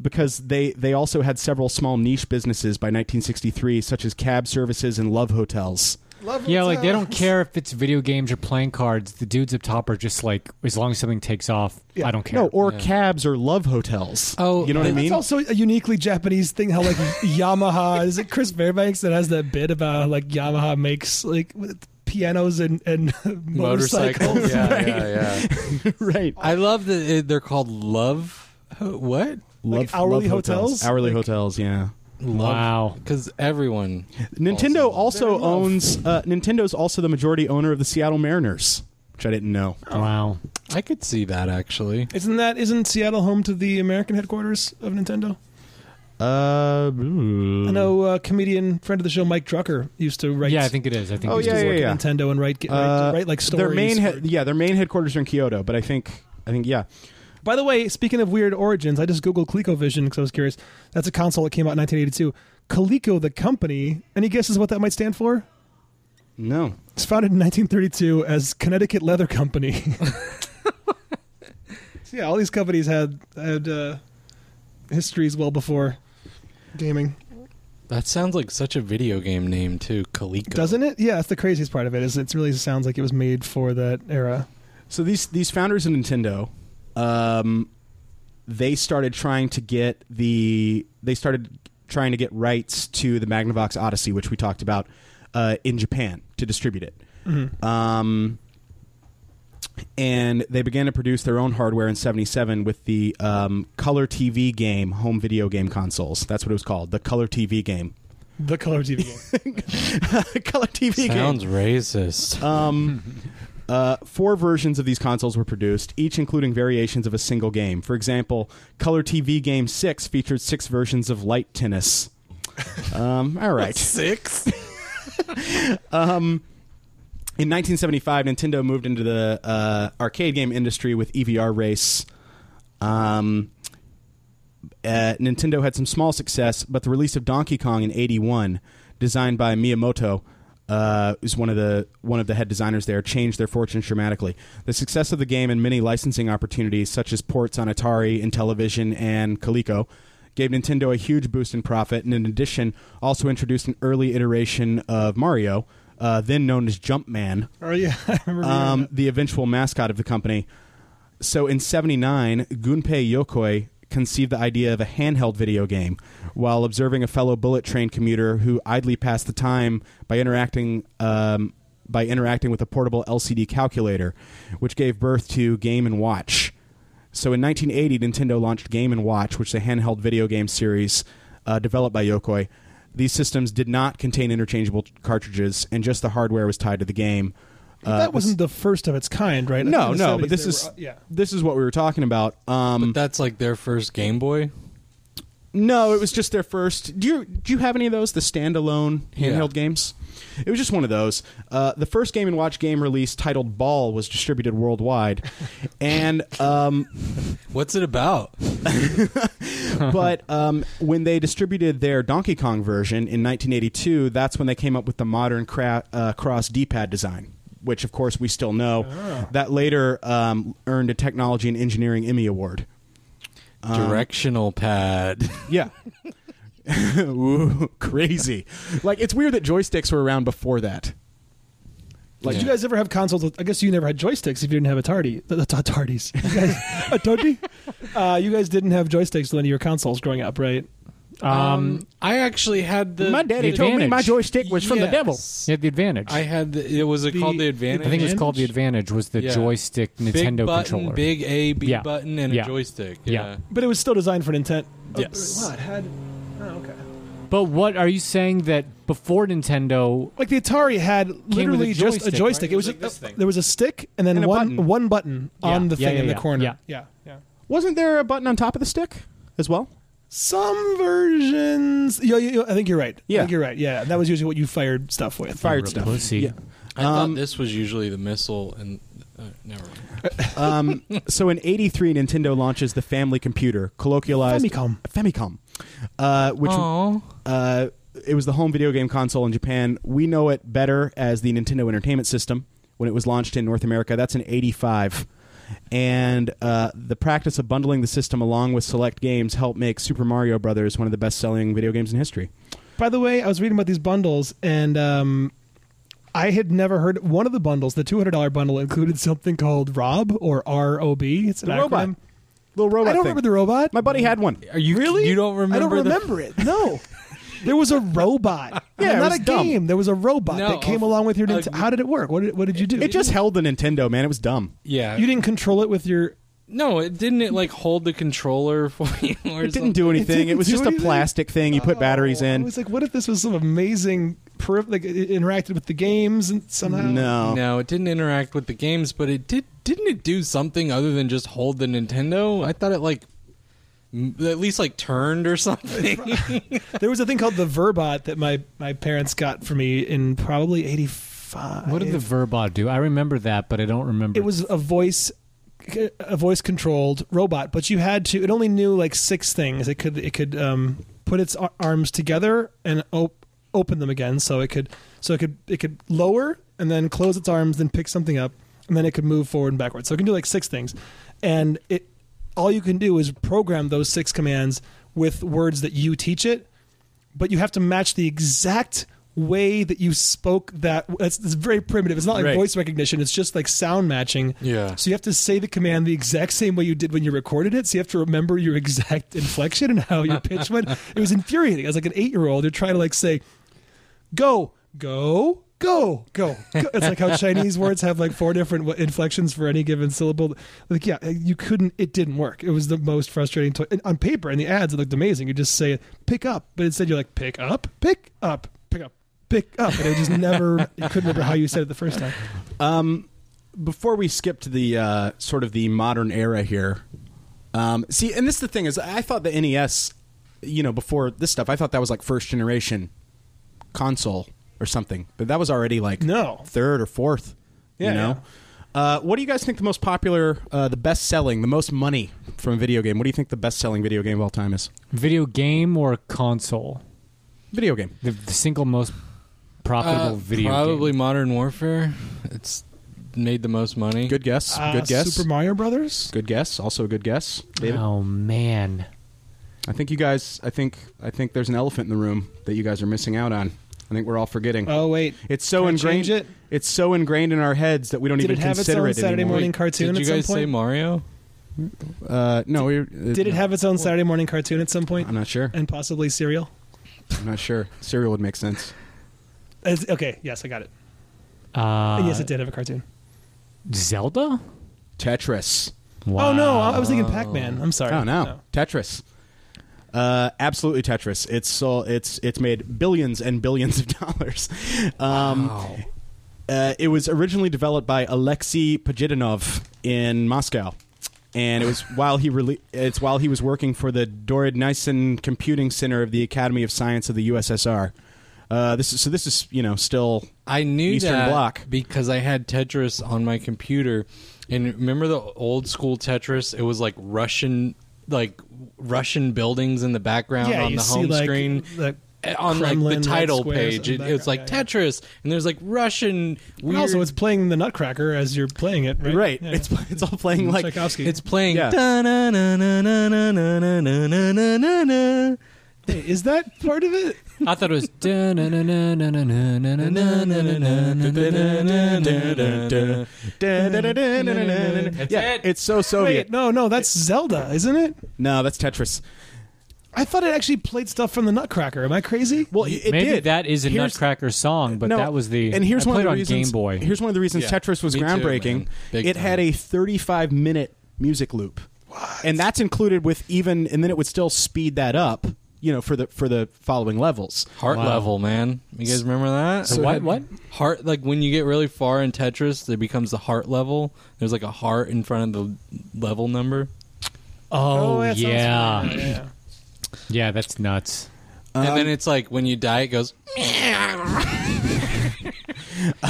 D: because they, they also had several small niche businesses by 1963, such as cab services and love hotels.
A: Yeah, like they don't care if it's video games or playing cards. The dudes up top are just like, as long as something takes off, I don't care.
D: No, oh, or cabs or love hotels.
C: Oh,
D: you know what I
C: that's
D: mean?
E: It's also a uniquely Japanese thing
D: [laughs]
E: how like Yamaha is it Chris Fairbanks that has that bit about how, like Yamaha makes like with pianos and
D: [laughs]
E: and motorcycles.
C: Motorcycles. yeah, yeah, yeah.
E: [laughs]
D: right.
C: I love that it, they're called Love. Ho- What?
E: Like hourly hotels?
D: Hourly hotels, yeah.
A: wow.
C: Because everyone.
D: Nintendo also,
E: Fair enough.
D: owns uh, Nintendo's also the majority owner of the Seattle Mariners, which I didn't know.
A: Wow.
C: I could see that actually.
E: Isn't that isn't Seattle home to the American headquarters of Nintendo?
D: Uh,
E: I know uh, comedian friend of the show Mike Drucker used to write.
A: Yeah, I think it is. I think
D: Oh,
A: it's just-
D: yeah, yeah,
E: work
D: yeah.
E: at Nintendo and write, write,
D: Uh,
E: write like stories.
D: their main
E: for-
D: head yeah, their main headquarters are in Kyoto, but I think I think yeah.
E: By the way, speaking of weird origins, I just googled ColecoVision because I was curious. That's a console that came out in 1982. Coleco, the company. Any guesses what that might stand for?
D: No.
E: It's founded in 1932 as Connecticut Leather Company. [laughs] So, yeah, all these companies had had uh, histories well before gaming,
C: That sounds like such a video game name too. Coleco.
E: doesn't it? Yeah, that's the craziest part of it. Is it really sounds like it was made for that era.
D: So these these founders of Nintendo, um, they started trying to get the they started trying to get rights to the Magnavox Odyssey, which we talked about uh, in Japan to distribute it. Um, and they began to produce their own hardware in '77 with the um, Color TV game home video game consoles. That's what it was called, the Color TV game. [laughs]
E: The color TV game.
D: Color TV game.
C: Sounds racist.
D: Um, uh, four versions of these consoles were produced, each including variations of a single game. For example, Color TV Game 6 featured six versions of Light Tennis. Um, all right.
C: Six.
D: In 1975, Nintendo moved into the uh, arcade game industry with EVR Race. Um, uh, Nintendo had some small success, but the release of Donkey Kong in '81, designed by Miyamoto, uh, who's one of the one of the head designers there, changed their fortunes dramatically. The success of the game and many licensing opportunities, such as ports on Atari, Intellivision, and Coleco, gave Nintendo a huge boost in profit, and in addition, also introduced an early iteration of Mario, uh, then known as Jumpman
E: [laughs] Oh yeah, [laughs] I remember. reading
D: um,
E: that.
D: the eventual mascot of the company. So in '79, Gunpei Yokoi conceived the idea of a handheld video game while observing a fellow bullet train commuter who idly passed the time by interacting um, by interacting with a portable LCD calculator, which gave birth to Game and Watch. So in 1980, Nintendo launched Game and Watch, which is a handheld video game series uh, developed by Yokoi. These systems did not contain interchangeable cartridges, and just the hardware was tied to the game. Uh,
E: that wasn't the first of its kind, right? I
D: no,
E: think in the
D: no,
E: 70s
D: but this
E: they
D: is
E: were- uh, yeah.
D: this is what we were talking about. Um,
C: That's like their first Game Boy.
D: no, it was just their first. Do you do you have any of those? The standalone
C: Yeah.
D: handheld games. It was just one of those. Uh, the first Game and Watch game release titled Ball was distributed
E: [laughs]
D: worldwide, and um,
C: What's it about?
D: but um, when they distributed their Donkey Kong version in 1982, that's when they came up with the modern cra- uh, cross D-pad design, which of course we still know.
E: Ah.
D: That later um, earned a technology and engineering Emmy award.
C: Directional pad.
D: Yeah. [laughs] Ooh, crazy. Like it's weird that joysticks were around before that.
E: Like,
C: Yeah.
E: did you guys ever have consoles? With, I guess you never had joysticks if you didn't
D: [laughs]
E: have Atari. Th- That's Atari's. You guys, Atari. Uh, you guys didn't have joysticks with any of your consoles growing up, right?
A: Um,
C: I actually had the.
A: daddy told me my
D: joystick
A: you had the advantage.
C: I had the. It was it called the
A: I
C: advantage.
A: think it was called the advantage. Was the
C: Yeah.
A: joystick Nintendo
C: big button,
A: controller?
C: big A B
A: Yeah.
C: button, and
A: Yeah.
C: a joystick.
A: Yeah.
C: Yeah.
E: But it was still designed for Nintendo.
C: Yes.
E: wow, it had. Oh, okay.
A: But what are you saying that before Nintendo?
E: Like the Atari had literally
A: with a
E: just a
A: joystick, right?
E: joystick.
C: It
E: It
C: was
E: was,
C: like this
E: a,
C: thing.
E: there was a stick and then
D: And a
E: one
D: button.
E: one button on
A: Yeah.
E: the
A: Yeah,
E: thing
A: yeah,
E: in the
A: yeah.
E: corner.
A: Yeah.
E: yeah, yeah.
D: Wasn't there a button on top of the stick as well?
E: Some versions. Yeah, yeah, yeah, I think you're right.
D: Yeah.
E: I think you're right. Yeah, that was usually what you fired stuff with.
D: Fired stuff.
A: Pussy.
D: Yeah.
C: I
D: Um,
C: thought this was usually the missile, and uh, never. mind.
D: Um, so in '83, Nintendo launches the Family Computer, colloquialized
E: Famicom.
D: Famicom, uh, which
C: Aw.
D: uh, it was the home video game console in Japan. We know it better as the Nintendo Entertainment System when it was launched in North America. That's in '85. And uh, the practice of bundling the system along with select games helped make Super Mario Brothers one of the best-selling video games in history.
E: By the way, I was reading about these bundles, and um, I had never heard one of the bundles. The two hundred dollar bundle included something called Rob or R O B. It's an
D: The
E: acronym.
D: robot. Little
E: I
D: robot.
E: don't
D: thing.
E: remember the robot.
D: My buddy had one.
C: Are you
E: really?
C: You don't remember?
E: I don't
C: the-
E: remember it. No, [laughs] there was a robot.
D: Yeah, it
E: not
D: was
E: a
D: dumb.
E: game. There was a robot
C: No,
E: that came
C: uh,
E: along with your.
C: uh,
E: Nint- How did it work? What did, what did you do?
D: It just held the Nintendo, man. It was dumb.
C: yeah.
E: you didn't control it with your.
C: No, it didn't. It like hold the controller [laughs] for you. Or
D: It didn't do anything. Oh, It,
E: didn't
D: was
E: do
D: just a
E: anything?
D: plastic thing. You put batteries
E: I
D: in.
E: was like, what if this was some amazing peripheral? Like it it interacted with the games and somehow.
D: No.
C: No, it didn't interact with the games, but it did. Didn't it do something other than just hold the Nintendo? I thought it like m- at least like turned or [laughs] something.
E: There was a thing called the Verbot that my my parents got for me in probably eighty five.
A: What did the Verbot do? I remember that, but I don't remember.
E: It was a voice a voice controlled robot, but you had to. It only knew like six things. It could it could um, put its ar- arms together and op- open them again. So it could so it could it could lower and then close its arms, then pick something up, and then it could move forward and backwards. So it can do like six things, and it all you can do is program those six commands with words that you teach it but you have to match the exact way that you spoke that it's, it's very primitive it's not like
D: Right.
E: voice recognition it's just like sound matching
C: Yeah.
E: so you have to say the command the exact same way you did when you recorded it so you have to remember your [laughs] exact inflection and how your pitch went it was infuriating as like an eight-year-old you're trying to like say go go go go, go. it's
D: [laughs]
E: like how chinese words have like four different wa- inflections for any given syllable like yeah uh, you couldn't it didn't work it was the most frustrating toy and on paper in the ads it looked amazing you just say pick up but instead you're like pick up pick up pick up pick up and i just never I couldn't remember how you said it the first time
D: Um, before we skip to the uh, sort of the modern era here, um, see, and this is the thing is, I thought the NES, you know, before this stuff, I thought that was like first generation console or something, but that was already like
E: No.
D: third or fourth.
E: Yeah,
D: you know. Uh, what do you guys think the most popular, uh, the best selling, the most money from a video game? What do you think the best selling video game of all time is?
A: video game or console.
D: Video game.
A: The, the single most
C: Uh,
A: profitable video
C: probably
A: game.
C: Modern Warfare. It's made the most money.
D: Good guess.
E: Uh,
D: good guess.
E: super mario brothers
D: Good guess. Also a good guess, David.
A: Oh man,
D: I think you guys. I think. I think there's an elephant in the room that you guys are missing out on. I think we're all forgetting.
E: oh wait
D: it's so
E: can I
D: ingrained.
E: change it?
D: It's so ingrained in our heads that we don't
E: Did
D: even
E: it have its
D: consider
E: own
D: it
E: Saturday
D: anymore.
E: morning cartoon
C: Did
E: at
C: you
E: some
C: guys say
E: point?
C: Mario?
D: Uh, no, we were,
E: Did it have its own Saturday morning cartoon at some point?
D: I'm not sure.
E: And possibly cereal?
D: I'm not sure. Cereal would make sense.
E: As- okay, yes, I got it.
A: Uh,
E: yes, it did have a cartoon.
A: Zelda?
D: Tetris.
A: Wow.
E: Oh, no, I I was thinking Pac Man. I'm sorry.
D: Oh no, Tetris. Uh, absolutely Tetris. It's so it's it's made billions and billions of [laughs] dollars. Um, uh, it was originally developed by Alexei Pajidinov in Moscow, and it was while he rele- it's while he was working for the Dorodnyson Computing Center of the Academy of Science of the USSR. Uh, this is so this is you know still
C: I knew
D: Eastern
C: that
D: Bloc.
C: because I had Tetris on my computer, and remember the old school Tetris? It was like Russian, like Russian buildings in the background
E: Yeah,
C: on
E: you
C: the
E: see,
C: home
E: like,
C: screen. eh,
E: the
C: on like
E: Kremlin,
C: the
E: red
C: title
E: squares
C: page,
E: in
C: it,
E: the
C: it's like
E: background, yeah, yeah.
C: Tetris, and there's like Russian weird.
E: And also, it's playing the Nutcracker as you're playing it, right?
D: right.
E: Yeah. Mm-hmm.
D: It's it's all playing like [laughs]
E: Tchaikovsky.
C: It's playing.
D: Yeah.
C: da-na-na-na-na-na-na-na-na-na-na.
E: Hey, is that part of it?
A: I thought it was. da-na-na-na-na-na-na-na-na-na-na-na-na-na-na-na-na.
D: That's yeah,
A: it.
D: it's so Soviet.
E: Wait, no, no, that's Zelda, isn't it?
D: No, that's Tetris.
E: I thought it actually played stuff from the Nutcracker. Am I crazy?
D: Well, it
A: Maybe
D: did.
A: that is a
D: Here's-
A: Nutcracker song, but
D: no,
A: that was the.
D: and here's
A: I
D: one of
A: played
D: the
A: on
D: reasons,
A: Game Boy.
D: Here's one of the reasons
C: Yeah.
D: Tetris was
C: Me too,
D: groundbreaking.
C: man. Big
D: it had
C: time.
D: a 35 minute music loop, and that's included with even, and then it would still speed that up, you know, for the for the following levels.
C: Heart
A: Wow.
C: level, man. You guys remember that?
A: So what-
C: it had
A: what?
C: Heart like when you get really far in Tetris, there becomes the heart level. There's like a heart in front of the level number.
A: Oh,
E: that sounds
A: yeah.
E: familiar. yeah.
A: Yeah, that's nuts.
C: and then it's like when you die it goes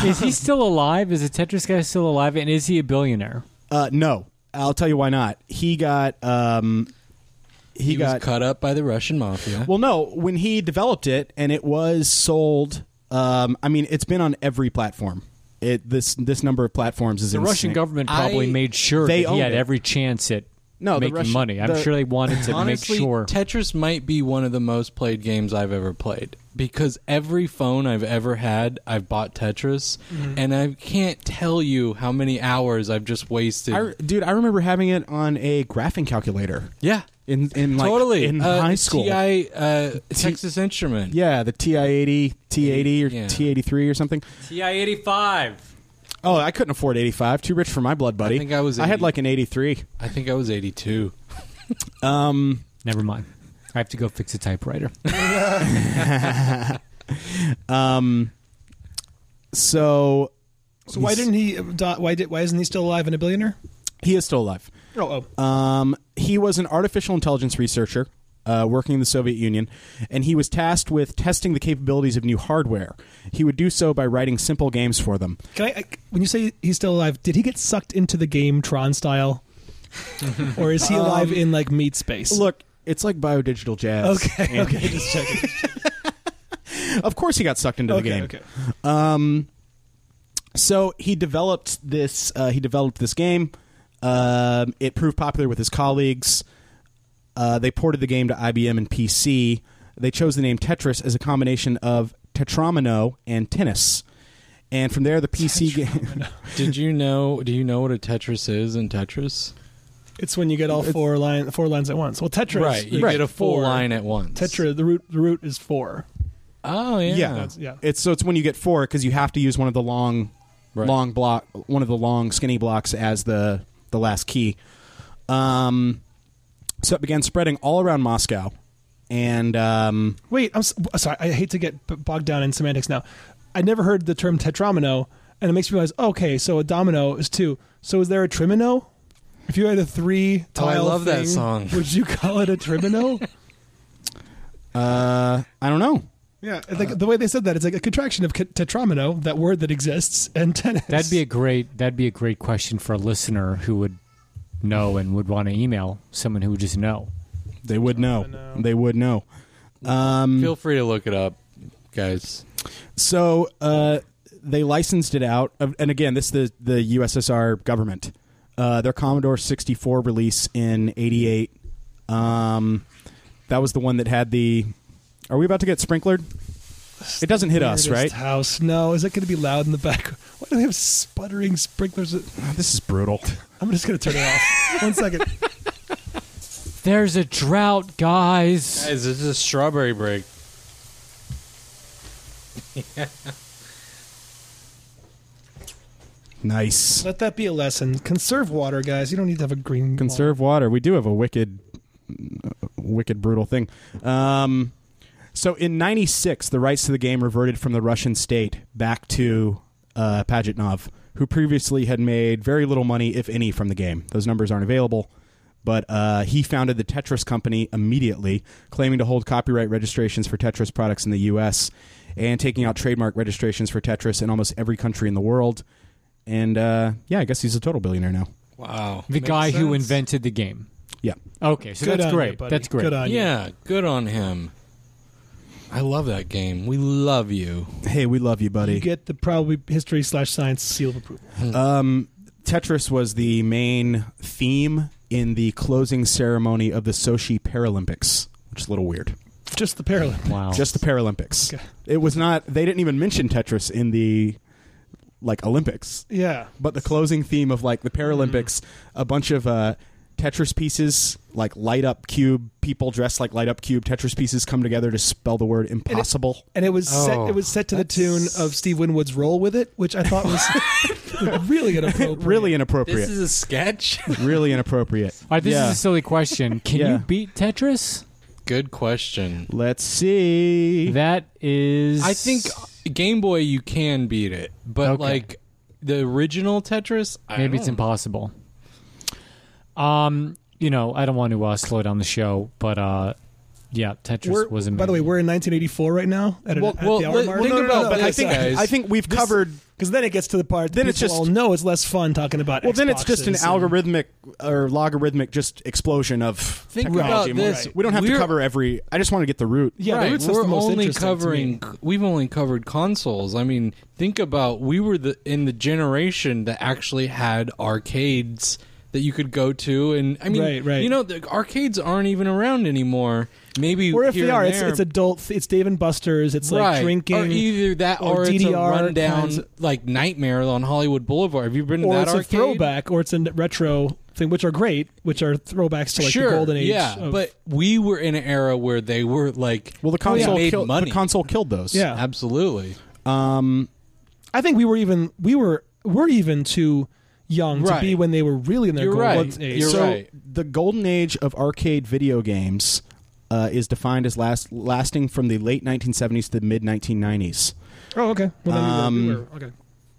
A: Is he still alive? Is the Tetris guy still alive? And is he a billionaire?
D: Uh, no, I'll tell you why not. He got um, he,
C: he,
D: got
C: was cut up by the Russian mafia.
D: Well, no, when he developed it and it was sold, um, I mean, it's been on every platform. It this this number of platforms is
A: The Russian government probably
C: I-
A: made sure
D: they
A: that he
D: owned
A: had
D: it.
A: every chance at
D: No, the
A: making
D: Russian-
A: money. I'm
D: the-
A: sure they wanted to
C: Honestly,
A: make sure.
C: Tetris might be one of the most played games I've ever played because every phone I've ever had, I've bought Tetris, and I can't tell you how many hours I've just wasted.
D: I, dude, I remember having it on a graphing calculator.
C: yeah,
D: in in like
C: totally
D: in
C: Uh,
D: high school.
C: TI, uh, Texas Instrument.
D: yeah, the TI eighty, T eighty, or
C: Yeah.
D: T eighty three, or something.
A: TI 85.
D: Oh, I couldn't afford eighty five. Too rich for my blood, buddy.
C: I think I was
D: I had
C: 80.
D: like an eighty three.
C: I think I was 82.
D: Um,
A: Never mind. I have to go fix a typewriter.
D: um, so
E: So why didn't he? die- Why did? Why isn't he still alive and a billionaire?
D: he is still alive.
E: Oh, oh.
D: Um, he was an artificial intelligence researcher uh, working in the Soviet Union, and he was tasked with testing the capabilities of new hardware. He would do so by writing simple games for them.
E: Can I, I? When you say he's still alive, did he get sucked into the game
C: [laughs]
E: Tron style, or is he
C: Um,
E: alive in like meat space?
D: Look, it's like biodigital jazz.
E: Okay. Okay. Just checking.
D: Of course, he got sucked into the
E: okay.
D: game.
E: Okay.
D: So he developed this. Uh, he developed this game. Um, it proved popular with his colleagues. Uh, they ported the game to IBM and PC. They chose the name Tetris as a combination of tetromino and tennis. And from there, the PC game. [laughs]
C: Did you know? Do you know what a Tetris is in Tetris?
E: It's when you get all four line four lines at once. Well, Tetris.
C: you
E: there's
C: get a full
E: four.
C: line at once.
E: Tetra. The root. The root is four.
C: Oh yeah,
D: Yeah,
E: That's- yeah.
D: It's so it's when you get four because you have to use one of the long,
C: Right.
D: long block, one of the long skinny blocks as the the last key. Um, so it began spreading all around Moscow, and um,
E: Wait, I'm s- sorry. I hate to get b- bogged down in semantics now. I never heard the term tetromino, and it makes me realize. oh, Okay, so a domino is two. So is there a trimino? If you had a three
C: Oh, I
E: tile,
C: love that
E: thing,
C: song.
E: [laughs] Would you call it a trimino?
D: uh, I don't know.
E: [laughs] yeah, it's Uh, like the way they said that, it's like a contraction of c- tetromino, that word that exists, and tennis.
A: That'd be a great that'd be a great question for a listener who would know and would want to email someone who would just know.
D: They would know. They would know.
C: Um, Feel free to look it up, guys.
D: So uh, they licensed it out, uh, and again, this is the the USSR government. Uh, their Commodore 64 release in '88. Um, that was the one that had the. Are we about to get sprinklered? It doesn't hit us, right?
E: Weirdest House. No, is it going to be loud in the back? [laughs] Why do they have sputtering sprinklers?
D: Ah, This is brutal.
E: I'm just gonna turn it off. One second.
A: There's a drought, guys.
C: Guys, this is a strawberry break.
D: Nice.
E: Let that be a lesson. Conserve water, guys. You don't need to have a green. wall.
D: conserve water. We do have a wicked, wicked, brutal thing. Um, so in '96, the rights to the game reverted from the Russian state back to uh, Pajitnov, who previously had made very little money, if any, from the game. Those numbers aren't available. But uh, he founded the Tetris Company immediately, claiming to hold copyright registrations for Tetris products in the U.S. and taking out trademark registrations for Tetris in almost every country in the world. And uh, yeah, I guess he's a total billionaire now.
C: Wow.
A: The
C: Makes
A: guy who
C: sense.
A: invented the game.
D: Yeah.
A: Okay, so
E: Good
A: that's
E: on you,
A: great.
E: buddy.
A: that's great.
E: Good on you.
C: Yeah, good on him. I love that game. We love you.
D: Hey, we love you, buddy.
E: You get the probably history slash science seal of approval.
D: Um, Tetris was the main theme in the closing ceremony of the Sochi Paralympics, which is a little weird.
E: Just the parallel.
C: Oh.
A: Wow.
D: Just the Paralympics.
E: Okay.
D: It was not. They didn't even mention Tetris in the like Olympics,
E: Yeah.
D: but the closing theme of like the Paralympics, a bunch of uh, Tetris pieces, like light up cube people dressed like light up cube Tetris pieces, come together to spell the word impossible.
E: And it was
C: Oh,
E: set, it was set to the tune of Steve Winwood's "Roll with It," which I thought was really inappropriate.
D: really inappropriate.
C: This is a
E: [laughs]
C: sketch?
D: really inappropriate.
A: All right, this
D: Yeah.
A: is a silly question. Can
D: Yeah.
A: you beat Tetris?
C: good question.
D: Let's see.
A: That is.
C: I think Game Boy you can beat it, but
A: Okay.
C: like the original Tetris, I
A: maybe it's
C: don't-
A: impossible. Um, you know, I don't want to uh, slow down the show, but uh, yeah, Tetris
E: We're-
A: was amazing.
E: by the way, we're in 1984 right now at, an,
C: Well,
E: at
C: well,
E: the hour
C: let-
E: mark.
C: think about
D: but I
C: this,
D: think
C: guys.
D: I think we've covered
E: because then it gets to the part
D: Then
E: that
D: it's
E: people
D: just-
E: all know it's less fun talking about.
D: Well, then it's
E: Xboxes
D: just an
E: and-
D: algorithmic or logarithmic just explosion of
C: Think
D: technology.
C: about this.
D: We don't have to
C: We're-
D: cover every. I just want to get the root.
E: Yeah, the
C: right.
E: root's
C: we're
E: the most
C: only
E: interesting to
C: covering.
E: me.
C: We've only covered consoles. I mean, think about we were the in the generation that actually had arcades that you could go to, and I mean,
E: Right, right.
C: you know, the arcades aren't even around anymore. Maybe
E: Or if
C: here
E: they
C: and
E: are, it's,
C: there,
E: it's adult. It's Dave and Buster's. It's
C: right.
E: like drinking.
C: or either that,
E: or
C: or, it's a
E: DDR
C: rundown
E: kinds of-
C: like nightmare on Hollywood Boulevard. Have you been to
E: or
C: that
E: it's
C: arcade?
E: a throwback, or it's a retro thing, which are great, which are throwbacks to like
C: sure,
E: the golden age.
C: yeah,
E: of-
C: but we were in an era where they were like,
D: Well, the console
C: made
D: killed,
C: money.
D: the console killed those.
E: Yeah.
C: absolutely.
D: Um.
E: I think we were even we were we're even too young
C: Right.
E: to be when they were really in their
C: You're
E: golden
C: right.
E: age.
C: You're
D: so
C: right.
D: the golden age of arcade video games uh, is defined as last lasting from the late 1970s to the mid 1990s.
E: Oh, okay. Well, then we, were, we
D: Um,
E: were okay.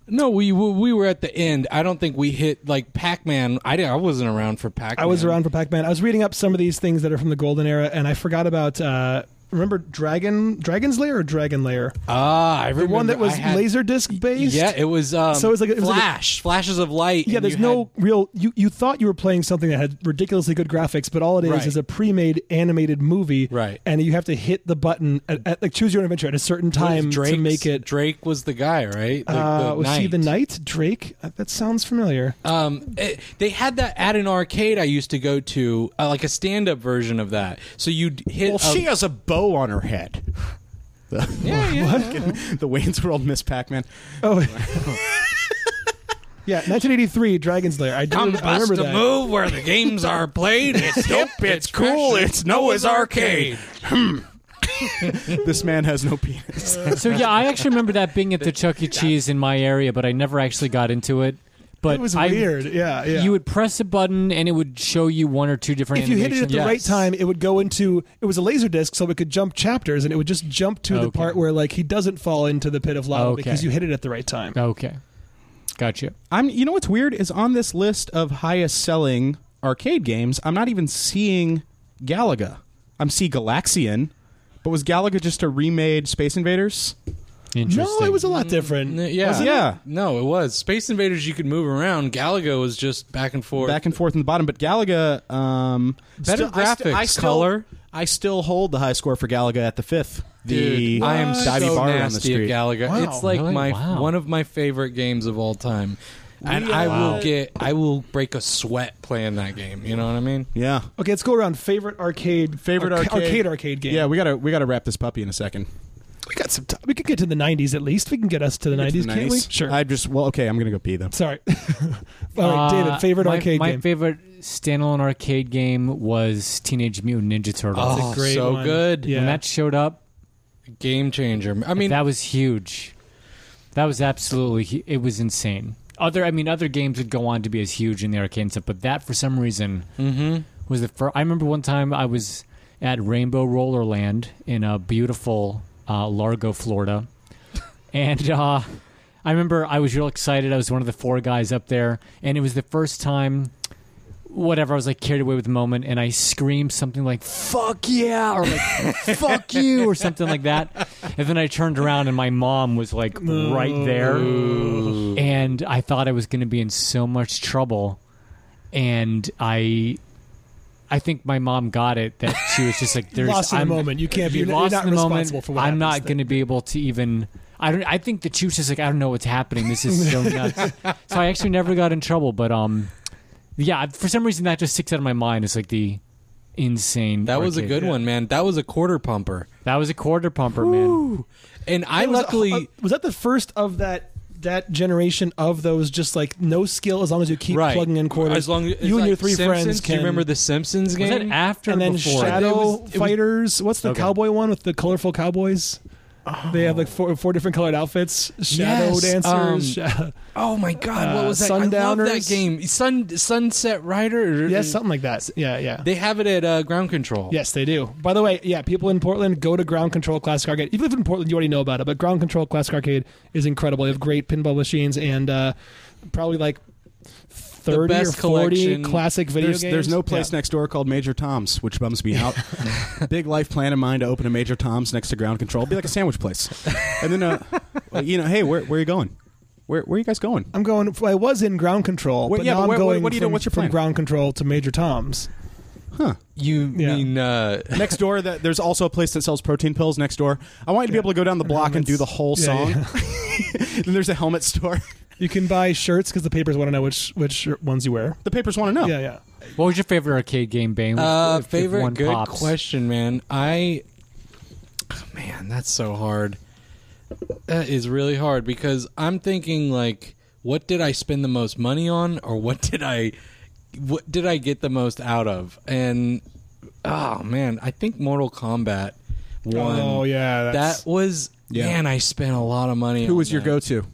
C: No, we we were at the end. I don't think we hit like Pac Man. I didn't, I wasn't around for Pac.
E: I was around for Pac-Man. I was reading up some of these things that are from the golden era, and I forgot about. Uh, remember Dragon Dragon's Lair or Dragon Layer?
C: Ah, I
E: The
C: remember
E: one that was
C: I had-
E: laser disc based.
C: Yeah, it was. Um,
E: So it was like- it was like a-
C: flash, flashes of light.
E: Yeah,
C: and
E: there's
C: you
E: no real. You, you thought you were playing something that had ridiculously good graphics, but all it is
C: Right.
E: is a pre-made animated movie,
C: Right.
E: And you have to hit the button at, at like choose your own adventure at a certain
C: had- what was
E: time to
C: Drake's-
E: make it.
C: Drake was the guy, right? The-
E: uh,
C: the
E: was she the knight? Drake? Uh, That sounds familiar.
C: Um, it- they had that at an arcade I used to go to, uh, like a stand-up version of that. So you'd hit.
D: Well,
C: a-
D: she has a bow on her [laughs] head.
C: yeah, yeah.
D: [laughs] the Wayne's World Miss Pac-Man.
E: Oh.
C: [laughs]
E: Yeah, 1983, Dragon's Lair. I, do,
C: Come
E: I remember
C: bust a
E: that.
C: move where the games are played. It's [laughs] hip. It's
D: cool,
C: fresh,
D: it's Noah's Arcade. This man has no penis.
A: so. Yeah, I actually remember that being at the Chuck E. Cheese in my area, but I never actually got into it. But
E: It was
A: I-
E: weird. Yeah, yeah.
A: You would press a button, and it would show you one or two different.
E: if you hit it at
A: animations.
E: the right
C: Yes.
E: time, it would go into. It was a laser disc, so it could jump chapters, and it would just jump to the
A: Okay.
E: part where like he doesn't fall into the pit of lava
A: Okay.
E: because you hit it at the right time.
A: Okay, gotcha.
D: I'm you know what's weird is on this list of highest selling arcade games, I'm not even seeing Galaga. I'm see Galaxian, but was Galaga just a remade Space Invaders?
A: Interesting.
E: No, it was a lot different.
C: N- Yeah,
D: Wasn't it? Yeah.
C: No, it was Space Invaders. You could move around. Galaga was just back and forth.
D: Back and forth in the bottom, but Galaga um
C: Better graphics, color.
D: I still hold the high score for Galaga at the 5th. The
C: Dude, I am
D: divey
C: so
D: bar on the
C: nasty
D: street.
C: at Galaga.
E: Wow.
C: It's like
A: Really?
C: my
A: Wow.
C: one of my favorite games of all time, and
D: We,
C: I
D: uh,
C: will get I will break a sweat playing that game. You know what I mean?
D: yeah.
E: Okay, let's go around favorite arcade
D: Favorite
E: arca-
D: arcade-
E: arcade arcade game.
D: Yeah, we got to we got to wrap this puppy in a second.
E: we got
D: got some time.
E: We could get to the 90s at least. We can get us to the 90s, can't we? Sure.
D: I just well, okay. I'm gonna go pee then.
E: Sorry. [laughs] All right,
A: Uh,
E: David, favorite
A: my,
E: arcade
A: my
E: game.
A: favorite standalone arcade game was Teenage Mutant Ninja Turtles.
C: Oh,
E: a great
C: so
E: one.
C: good.
E: Yeah.
A: When that showed up,
C: Game changer. I mean,
A: that was huge. That was absolutely hu- it was insane. Other I mean other games would go on to be as huge in the arcade and stuff, but that for some reason
C: mm-hmm.
A: was the first. I remember one time I was at Rainbow Roller Land in a beautiful uh, Largo, Florida,
C: [laughs]
A: and uh, I remember I was real excited. I was one of the four guys up there, and it was the first time. Whatever, I was like carried away with the moment, and I screamed something like "fuck yeah" or
E: [laughs]
A: like "fuck you" or something like that. And then I turned around, and my mom was like right there, and I thought I was going to be in so much trouble. And I I think my mom got it that she was just like, "There's
E: Lost in the
A: I'm,
E: moment. You can't be-
A: you're
E: you're
A: lost
E: not
A: in the moment.
E: responsible for what
A: I'm
E: happens
A: not
E: then."
A: going to be able to even." I don't. I think that she was just like, "I don't know what's happening. This is
E: [laughs]
A: so nuts." so I actually never got in trouble, but um, yeah. For some reason, that just sticks out of my mind. It's like the insane.
C: that was a
A: arcade.
C: good one, man. That was a quarter pumper,
A: That was a quarter pumper, man.
C: and I
E: That was-
C: luckily.
E: uh, was that the first of that that generation of those just like no skill as long as you keep
C: Right.
E: plugging in quarters.
C: As long as, it's
E: you and your
C: like
E: three
C: Simpsons.
E: friends
C: Do
E: can.
C: you remember the Simpsons
A: Was
C: game?
A: that after or
E: and then
A: before?
E: Shadow
C: It was- it was-
E: Fighters. What's the
A: Okay.
E: cowboy one with the colorful cowboys?
D: Oh.
E: They have like four, four different colored outfits. Shadow
C: Yes,
D: um,
E: dancers.
C: oh my God! What
E: Uh,
C: was that? I love that
E: Sundowners?
C: game. Sun Sunset Rider. or-
E: yes, something like that. Yeah, yeah.
C: They have it at uh, Ground Control.
E: Yes, they do. By the way, yeah, people in Portland go to Ground Control Classic Arcade. If you live in Portland, you already know about it, but Ground Control Classic Arcade is incredible. They have great pinball machines and uh, probably like 30 or
C: best
E: 40
C: collection.
E: classic video
D: There's,
E: games.
D: there's no place
E: Yeah.
D: next door called Major Tom's, which bums me
E: [laughs]
D: out. Big life plan of mine to open a Major Tom's next to Ground Control. Be like a sandwich place, and then
E: [laughs]
D: uh, well, you know, hey, where, where are you going? Where, where are you guys going?
E: I'm going. I was in ground control,
D: Wait,
E: but
D: yeah,
E: now
D: but what-
E: I'm
D: what-
E: going
D: what do you do-
E: from,
D: what's your
E: from
D: plan?
E: ground control to Major Tom's.
C: You
E: Yeah.
C: mean uh,
D: Next door, that there's also a place that sells protein pills. Next door, I want you to be able to go down the block and do the whole
E: Yeah,
D: song.
E: yeah.
D: [laughs] then there's a helmet store.
E: You can buy shirts because the papers want to know which which shirt- ones you wear.
D: The papers want to know.
C: Oh.
E: Yeah, yeah.
A: What was your favorite arcade game, Bane?
C: Uh,
A: If- if
C: favorite
A: one
C: good
A: pops.
C: question, man. I oh, man, that's so hard. That is really hard because I'm thinking like, what did I spend the most money on, or what did I, what did I get the most out of? And oh man, I think Mortal Kombat one.
E: Oh yeah, that's,
C: that was
D: Yeah.
C: man. I spent a lot of money.
D: Who
C: on
D: was your
C: that.
D: go-to?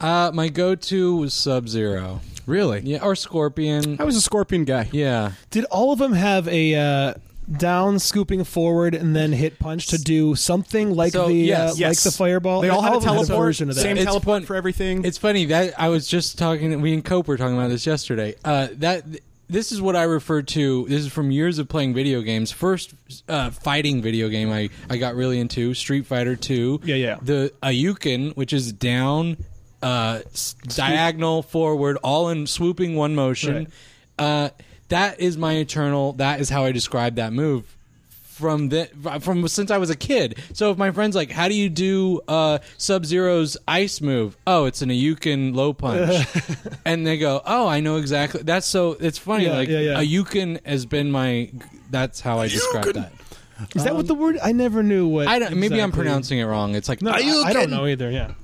C: Uh, my go-to was Sub Zero.
D: Really?
C: Yeah, or Scorpion.
D: I was a Scorpion guy.
C: yeah.
E: Did all of them have a uh, down scooping forward and then hit punch to do something like
C: So,
E: the
C: yes,
E: uh,
D: yes.
E: like the fireball?
D: They all had a
E: of them
D: teleport.
E: version of that.
D: Same
C: It's
D: teleport
C: fun-
D: for everything.
C: It's funny that I was just talking. We and Cope were talking about this yesterday. Uh, that this is what I refer to. This is from years of playing video games. First uh, fighting video game I, I got really into Street Fighter Two.
E: Yeah, yeah.
C: The Ayukin, which is down, uh, s- diagonal, forward, all in swooping one motion. Uh, that is my eternal. That is how I describe that move from the from since I was a kid. So if my friends like, how do you do uh, Sub Zero's ice move? Oh, it's an Ayukin low
E: [laughs]
C: punch, and they go, oh, I know exactly. That's so. It's funny.
E: Yeah,
C: like
E: yeah, yeah.
C: Ayukin has been my. That's how I describe that.
E: Is that what the word? I never knew what.
C: I don't. Maybe I'm
E: exactly-
C: pronouncing it wrong. It's like
E: No, I, I
C: Ayukin.
E: don't know either. Yeah,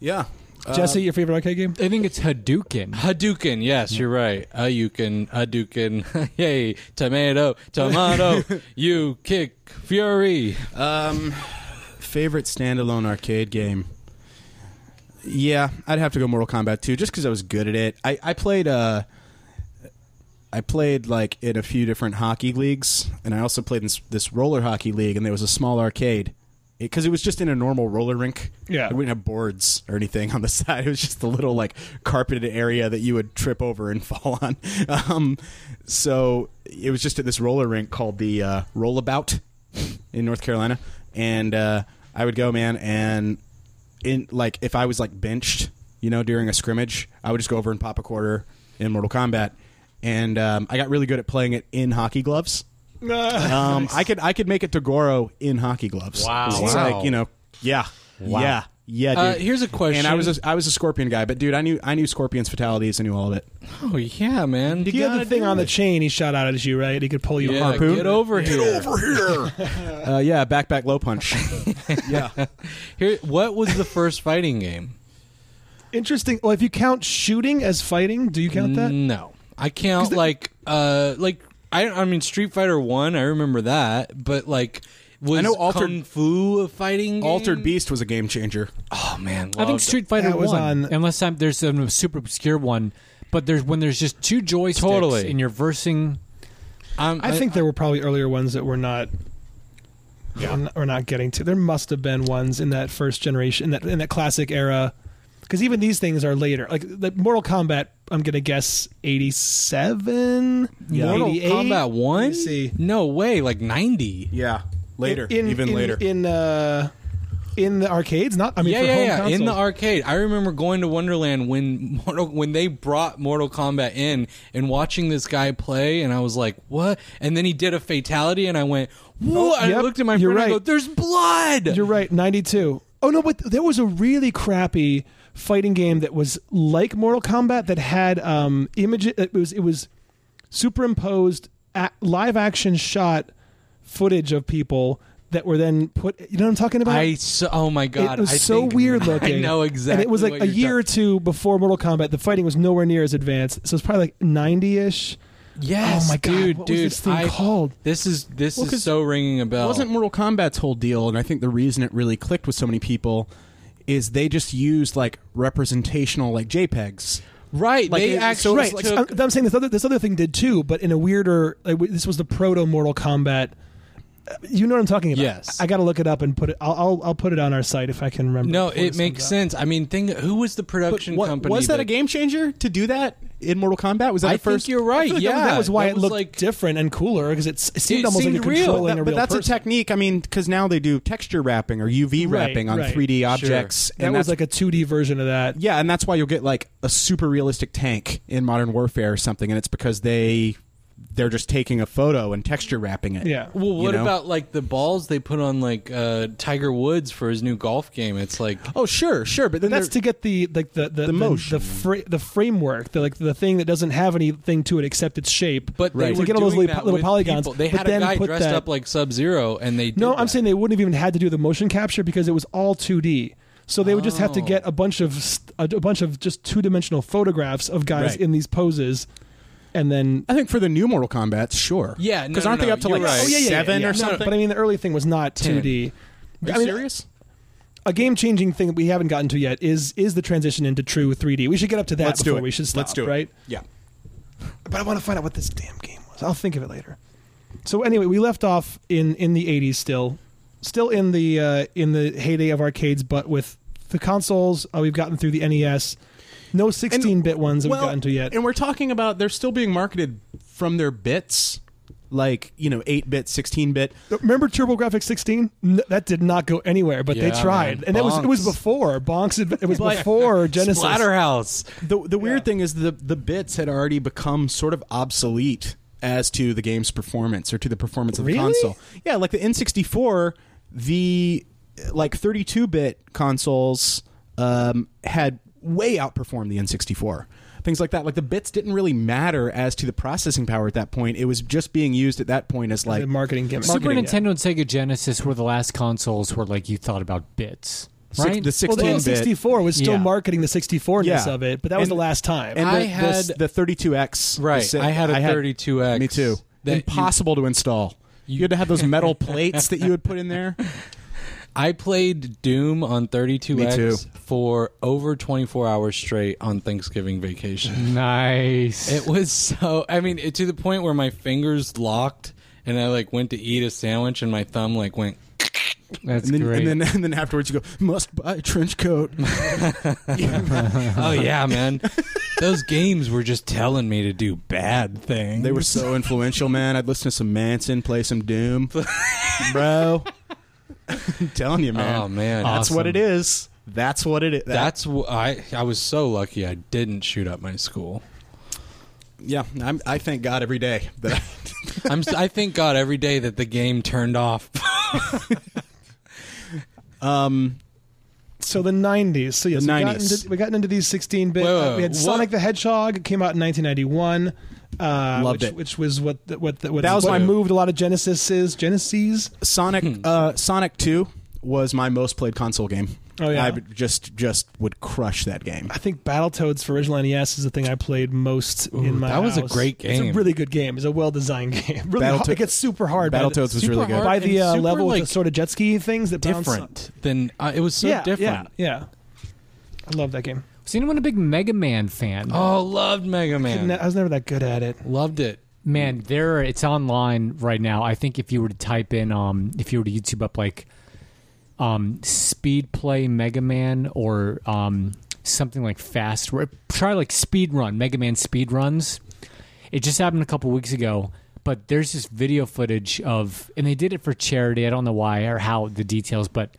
D: yeah. Uh,
E: Jesse, your favorite arcade game?
A: I think it's Hadouken.
C: Hadouken, yes, you're right. Ayukin, Hadouken, [laughs] yay, tomato, tomato, you kick fury.
D: Um, favorite standalone arcade game. Yeah, I'd have to go Mortal Kombat 2 just because I was good at it. I, I played uh, I played like in a few different hockey leagues, and I also played in this, this roller hockey league, and there was a small arcade because it, was just in a normal roller rink.
E: Yeah.
D: we didn't have boards or anything on the [laughs] side. It was just a little like carpeted area that you would trip over and [laughs] fall on. Um, so it was just at this roller rink called the uh, Rollabout in North Carolina, and uh, I would go, man, and in like if I was like benched, you know, during a scrimmage, I would just go over and pop a quarter in Mortal Kombat, and um, I got really good at playing it in hockey gloves. Um, I could I could make it to Goro in hockey gloves.
A: Wow.
D: It's
C: Wow.
D: like you know, yeah, yeah, Yeah, dude.
C: Uh, here's a question.
D: and I was a, I was a scorpion guy, but dude, I knew I knew scorpions fatalities. I knew [laughs] all of it.
C: oh yeah, man.
E: You had the thing on the chain he shot out at you, right? He could pull you
C: yeah,
E: a harpoon.
C: Get over here.
D: Uh, yeah, back back low [laughs] punch.
C: [laughs] Here, what was the first fighting game?
E: Interesting. Well, if you count shooting as fighting, do you count that?
C: No, I count like uh like I I mean Street Fighter One. I remember that, but like was
D: I know Altered-
C: Kung Fu a fighting? Game?
D: Altered Beast was a game changer.
C: Oh man,
A: I think
C: loved
A: Street Fighter
E: That was
A: One.
E: on-
A: Unless I'm, there's a super obscure one, but there's when there's just two joysticks
C: Totally.
A: and you're versing.
C: I'm, uh,
E: I think there were probably earlier ones that were not. Yeah. We're not, we're not getting to. There must have been ones in that first generation, in that in that classic era, because even these things are later. Like the Mortal Kombat, I'm gonna guess 87,
C: Mortal
E: 88?
C: Kombat
E: Let
C: One.
E: me see.
C: No way, like ninety.
D: Yeah, later,
E: in,
D: even
E: in-
D: later.
E: in uh, in the arcades. Not I mean,
C: yeah,
E: for
C: yeah,
E: home
C: yeah. In the
E: consoles.
C: arcade, I remember going to Wonderland when [laughs] Mortal, when they brought Mortal Kombat in and watching this guy play, and I was like, "What?" And then he did a fatality, and I went,
D: Oh,
C: "What?" I
E: yep,
C: looked at my
E: you're
C: friend and I go,
E: right.
C: "There's blood."
E: You're right, 92. Oh no, but there was a really crappy fighting game that was like Mortal Kombat that had um image it was it was superimposed a- live action shot footage of people that were then put you know what I'm talking about?
C: I so, oh my god,
E: it was
C: I
E: so
C: think-
E: weird
C: [laughs]
E: looking.
C: I know exactly.
E: And it was like
C: what
E: a
C: you're
E: year or
C: talking-
E: two before Mortal Kombat. The fighting was nowhere near as advanced. So it's probably like 90ish.
C: Yes,
E: oh my god,
C: dude,
E: what was
C: dude,
E: this thing
C: I-
E: called?
C: This is this
D: Well,
C: is
D: 'cause
C: so ringing a bell.
D: It wasn't Mortal Kombat's whole deal, and I think the reason it really clicked with so many people is they just used like representational like JPEGs.
C: right.
D: like
C: they
D: it-
C: actually
D: so
E: right.
D: like-
E: I'm,
C: took,
E: I'm saying this other this other thing did too, but in a weirder. Like, w- this was the proto Mortal Kombat. Uh, You know what I'm talking about?
C: Yes.
E: I got to look it up and put it. I'll, I'll I'll put it on our site if I can remember.
C: no,
E: before
C: it
E: this
C: makes
E: comes out.
C: sense. I mean, think who was the production
D: What-
C: company?
D: was that, a game changer to do that in Mortal Kombat? Was that
C: I
D: the
C: think
D: first?
C: you're right.
D: I feel like
C: yeah,
D: that was-
E: That was why
C: that
E: it
C: was
E: looked
C: like-
E: different and cooler because it, s- it seemed
C: It
E: almost
C: seemed
E: like a
C: real.
E: controlling
D: That-
E: a
D: but
E: real
D: that's
E: person.
D: a technique. I mean, because now they do texture wrapping or UV
E: Right,
D: wrapping on
E: right.
D: 3D objects.
E: That
D: and
E: was
D: that's-
E: like a 2D version of that.
D: yeah, and that's why you'll get like a super realistic tank in Modern Warfare or something, and it's because they they're just taking a photo and texture wrapping it.
E: Yeah.
C: Well, what
D: know?
C: about like the balls they put on like uh, Tiger Woods for his new golf game? It's like
D: Oh sure, sure, but then
E: That's
D: they're-
E: to get the like the the the,
D: motion.
E: the, fra- the framework, the like the thing that doesn't have anything to it except its shape.
C: but they
D: Right.
C: were
D: To
E: get all those
C: doing
E: little-
C: that
E: little
C: with
E: polygons,
C: people. They
E: but
C: had
E: then
C: a guy
E: put
C: dressed
E: that-
C: up like Sub Zero, and they did
E: No, I'm
C: that.
E: saying they wouldn't have even had to do the motion capture because it was all 2D. So they would just have to
C: Oh.
E: get a bunch of st- a, a bunch of just two dimensional photographs of guys
D: Right.
E: in these poses, and then
D: I think for the new Mortal Kombat, sure.
C: Yeah, no,
D: because
C: no,
D: aren't they
C: no,
D: up to
C: you're
D: like
C: right. Oh, yeah, yeah,
D: seven
E: Yeah,
D: or
E: no,
D: something?
E: But I mean, the early thing was not 2D.
D: Are you
E: I mean,
D: serious?
E: A game changing thing that we haven't gotten to yet is is the transition into true 3D. We should get up to that
D: Let's do
E: before
D: it.
E: we should stop.
D: Let's do it.
E: Right.
D: Yeah.
E: but I want to find out what this damn game was. I'll think of it later. So anyway, we left off in in the 80s still. Still in the uh, in the heyday of arcades but with the consoles, uh, we've gotten through the NES. No 16-bit ones that
D: well,
E: we've gotten to yet.
D: And we're talking about they're still being marketed from their bits, like you know, eight bit, sixteen bit.
E: Remember TurboGrafx 16? No, that did not go anywhere, but they
C: Yeah,
E: tried.
C: man.
E: And it was it was
C: Bonks.
E: before Bonks it was before Genesis.
C: Splatterhouse.
D: The the weird thing is the the bits had already become sort of obsolete as to the game's performance or to the performance of the
E: Really?
D: console. Yeah, like the N64, the uh, like 32 bit consoles um, had way outperformed the N64. Things like that, like the bits didn't really matter as to the processing power at that point. It was just being used at that point as like
E: The marketing gimmick.
A: Super
E: Marketing, yeah.
A: Nintendo and Sega Genesis were the last consoles where like you thought about bits,
D: six-
A: right?
D: the 16
E: Well, the
D: bit.
E: 64 was still
A: Yeah.
E: marketing the 64ness
D: Yeah.
E: of it, but that was
D: And-
E: the last time.
D: And
C: I
D: the,
C: had-
D: the, the 32X.
C: Right,
D: The si-
C: I had a 32X
D: Me too.
C: that you-
D: Impossible to install. You had to have those [laughs] metal plates that you would put in [laughs] there.
C: I played Doom on 32X
D: Me too.
C: for over 24 hours straight on Thanksgiving vacation.
E: [laughs]
A: nice.
C: It was so. I mean, it, to the point where my fingers locked, and I like went to eat a sandwich, and my thumb like went.
A: That's
D: And then,
A: great.
D: and then and then afterwards you go, must buy a trench coat.
E: [laughs]
C: Oh yeah, man! Those games were just telling me to do bad things.
D: [laughs] They were so influential, man. I'd listen to some Manson, play some [laughs] Doom. Bro. I'm telling you, man.
C: Oh, man.
D: That's what
A: Awesome.
D: it is. That's what it is. That-
C: That's wh- I. I was so lucky. I didn't shoot up my school.
D: yeah. I'm, I thank God every day that I [laughs]
C: I'm. s- I thank God every day that the game turned off.
E: So the '90s. So yes,
D: The
E: we, got
D: 90s.
E: into, we got into these 16-bit.
C: Whoa,
E: uh,
C: whoa,
E: we had
C: what-
E: Sonic the Hedgehog it came out in 1991. Uh,
D: Loved
E: which,
D: it.
E: which was what the, what the, what
D: That was
E: what
D: my-
E: moved a lot of Genesis's Genesis.
D: Sonic uh, Sonic Two was my most played console game.
E: Oh, yeah?
D: I would just just would crush that game.
E: I think Battletoads for original NES is the thing I played most in my
C: that was a
E: house.
C: great
E: It's
C: game.
E: a really good game. It's a well-designed [laughs] game. Really
D: Battletoads-
E: hard. It gets super hard. by the-
D: Battletoads was
C: Super
D: really good.
C: hard.
E: by the
C: and
E: uh,
C: super,
E: level with
C: like,
E: the sort of jet ski things that bounce on-
C: different than uh, it was so
E: yeah,
C: different.
E: Yeah, yeah. I love that game.
A: Was anyone a big Mega Man fan?
C: Oh, loved Mega Man.
E: Ne- uh, I was never that good at it.
C: loved it.
A: Man, there it's online right now. I think if you were to type in, um, if you were to YouTube up like, um, speed play Mega Man or um something like fast. r- Try like speed run Mega Man speed runs. It just happened a couple weeks ago, but there's this video footage of, and they did it for charity. I don't know why or how the details, but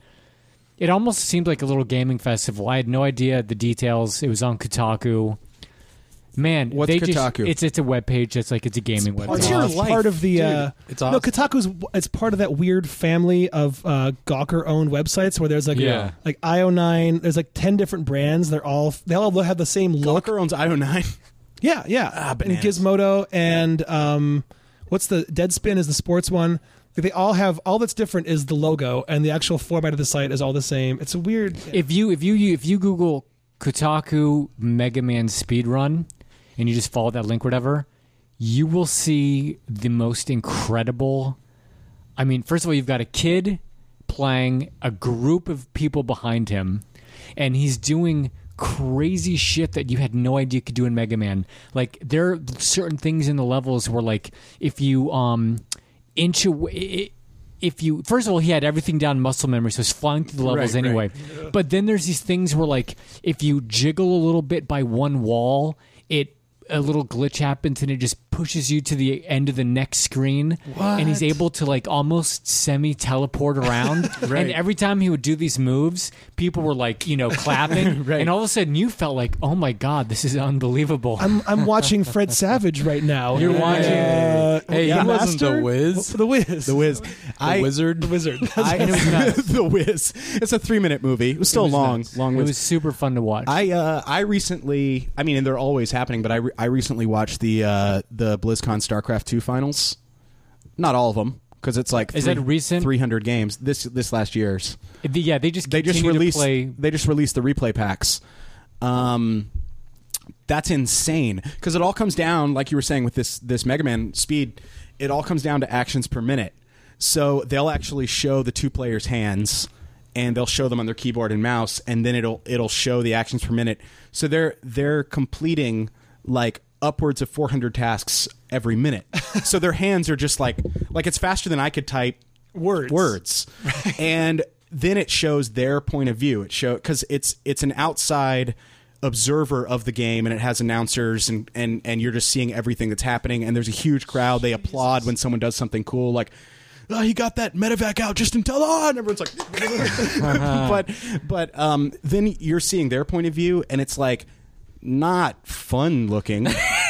A: it almost seemed like a little gaming festival. I had no idea the details. It was on Kotaku. Man,
D: What's
A: they just-
D: Kotaku?
A: it's it's a web page that's like it's a gaming web.
E: It's
C: your
E: part-
C: life,
E: part of the
C: dude.
E: uh,
C: It's
E: no
C: awesome.
E: Kotaku's. It's part of that weird family of uh, Gawker owned websites where there's like
C: Yeah.
E: like IO9. There's like ten different brands. They're all they all have the same look.
D: Locker owns oh IO9.
E: Yeah, yeah.
D: Ah,
E: and
D: bananas.
E: Gizmodo and um, what's the Deadspin is the sports one. Like, They all have all that's different is the logo and the actual format of the site is all the same. It's a weird.
A: If you if you if you Google Kotaku Mega Man speedrun and you just follow that link, whatever, you will see the most incredible. I mean, first of all, you've got a kid playing a group of people behind him, and he's doing crazy shit that you had no idea you could do in Mega Man. Like there are certain things in the levels where, like, if you um inch away. If you first of all, he had everything down in muscle memory, so he's flying through the levels
D: Right, right.
A: anyway. But then there's these things where, like, if you jiggle a little bit by one wall, it a little glitch happens and it just pushes you to the end of the next screen. And he's able to like almost semi teleport around.
D: [laughs]
A: And every time he would do these moves, people were like, you know,
D: [laughs]
A: clapping. And all of a sudden, you felt like, oh my god, this is unbelievable.
E: I'm
C: [laughs]
E: I'm watching Fred Savage right now.
C: You're watching-
E: Uh,
C: Hey, he
E: yeah,
C: wasn't the
E: Master?
C: Wiz.
E: The
D: [laughs]
E: Wiz.
D: The Wiz. Oh, I,
C: Wizard. [laughs]
E: Wizard.
D: [laughs] I, [laughs] the Wiz. It's a three minute movie. It was still
A: It was
D: long,
A: nuts.
D: long.
A: It
D: Wiz.
A: was super fun to watch.
D: I uh, I recently. I mean, and they're always happening. But I re- I recently watched the uh, the BlizzCon StarCraft two finals. Not all of them, because it's like
A: Is that recent?
D: Three hundred games this this last year's.
A: The- yeah, they just
D: They just
A: continue to
D: released.
A: play.
D: They just released the replay packs. Um, that's insane because it all comes down, like you were saying with this this Mega Man speed, it all comes down to actions per minute. So they'll actually show the two players' hands, and they'll show them on their keyboard and mouse, and then it'll it'll show the actions per minute. So they're they're completing like upwards of 400 tasks every
A: [laughs]
D: minute. so their hands are just like like it's faster than I could type
E: Words.
D: words, and then it shows their point of view. It show because it's it's an outside observer of the game and it has announcers and, and and you're just seeing everything that's happening and there's a huge crowd they applaud when someone does something cool like oh, he got that medevac out just until on everyone's like [laughs] but but um then you're seeing their point of view and it's like not fun looking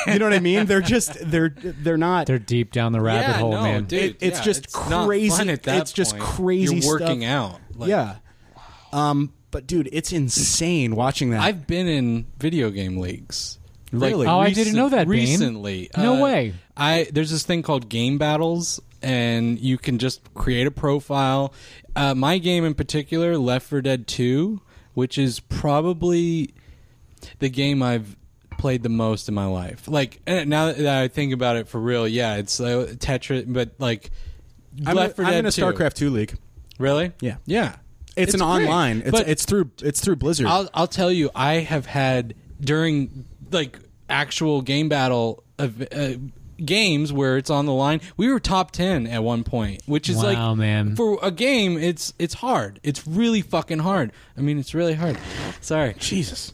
D: you know what i mean they're just they're they're not
A: They're deep down the rabbit
C: yeah,
A: hole,
C: no,
A: man.
C: dude.
D: It- it's
C: yeah,
D: just
C: not
D: crazy-
C: fun at that
D: it's just
C: point.
D: crazy
C: You're working
D: stuff.
C: out. Like,
D: yeah um but dude it's insane watching that
C: I've been in video game leagues.
D: Really?
A: Oh, I didn't know that, Bane.
C: Recently, Uh,
A: No way.
C: I there's this thing called game battles, and you can just create a profile. Uh, my game in particular, Left 4 Dead 2, which is probably the game I've played the most in my life. Like eh, now that I think about it for real, yeah, it's uh, Tetris, but like
D: I'm,
C: Left 4
D: I'm
C: Dead
D: in a
C: 2.
D: starcraft 2 league
C: Really?
D: Yeah.
C: Yeah.
D: It's, an
C: great.
D: online. It's
C: But
D: it's through it's through Blizzard.
C: I'll I'll tell you, I have had during like actual game battle of uh, games where it's on the line. We were top ten at one point, which is
A: Wow,
C: like
A: man.
C: for a game. It's it's hard. It's really fucking hard. I mean, it's really hard. Sorry.
D: Jesus.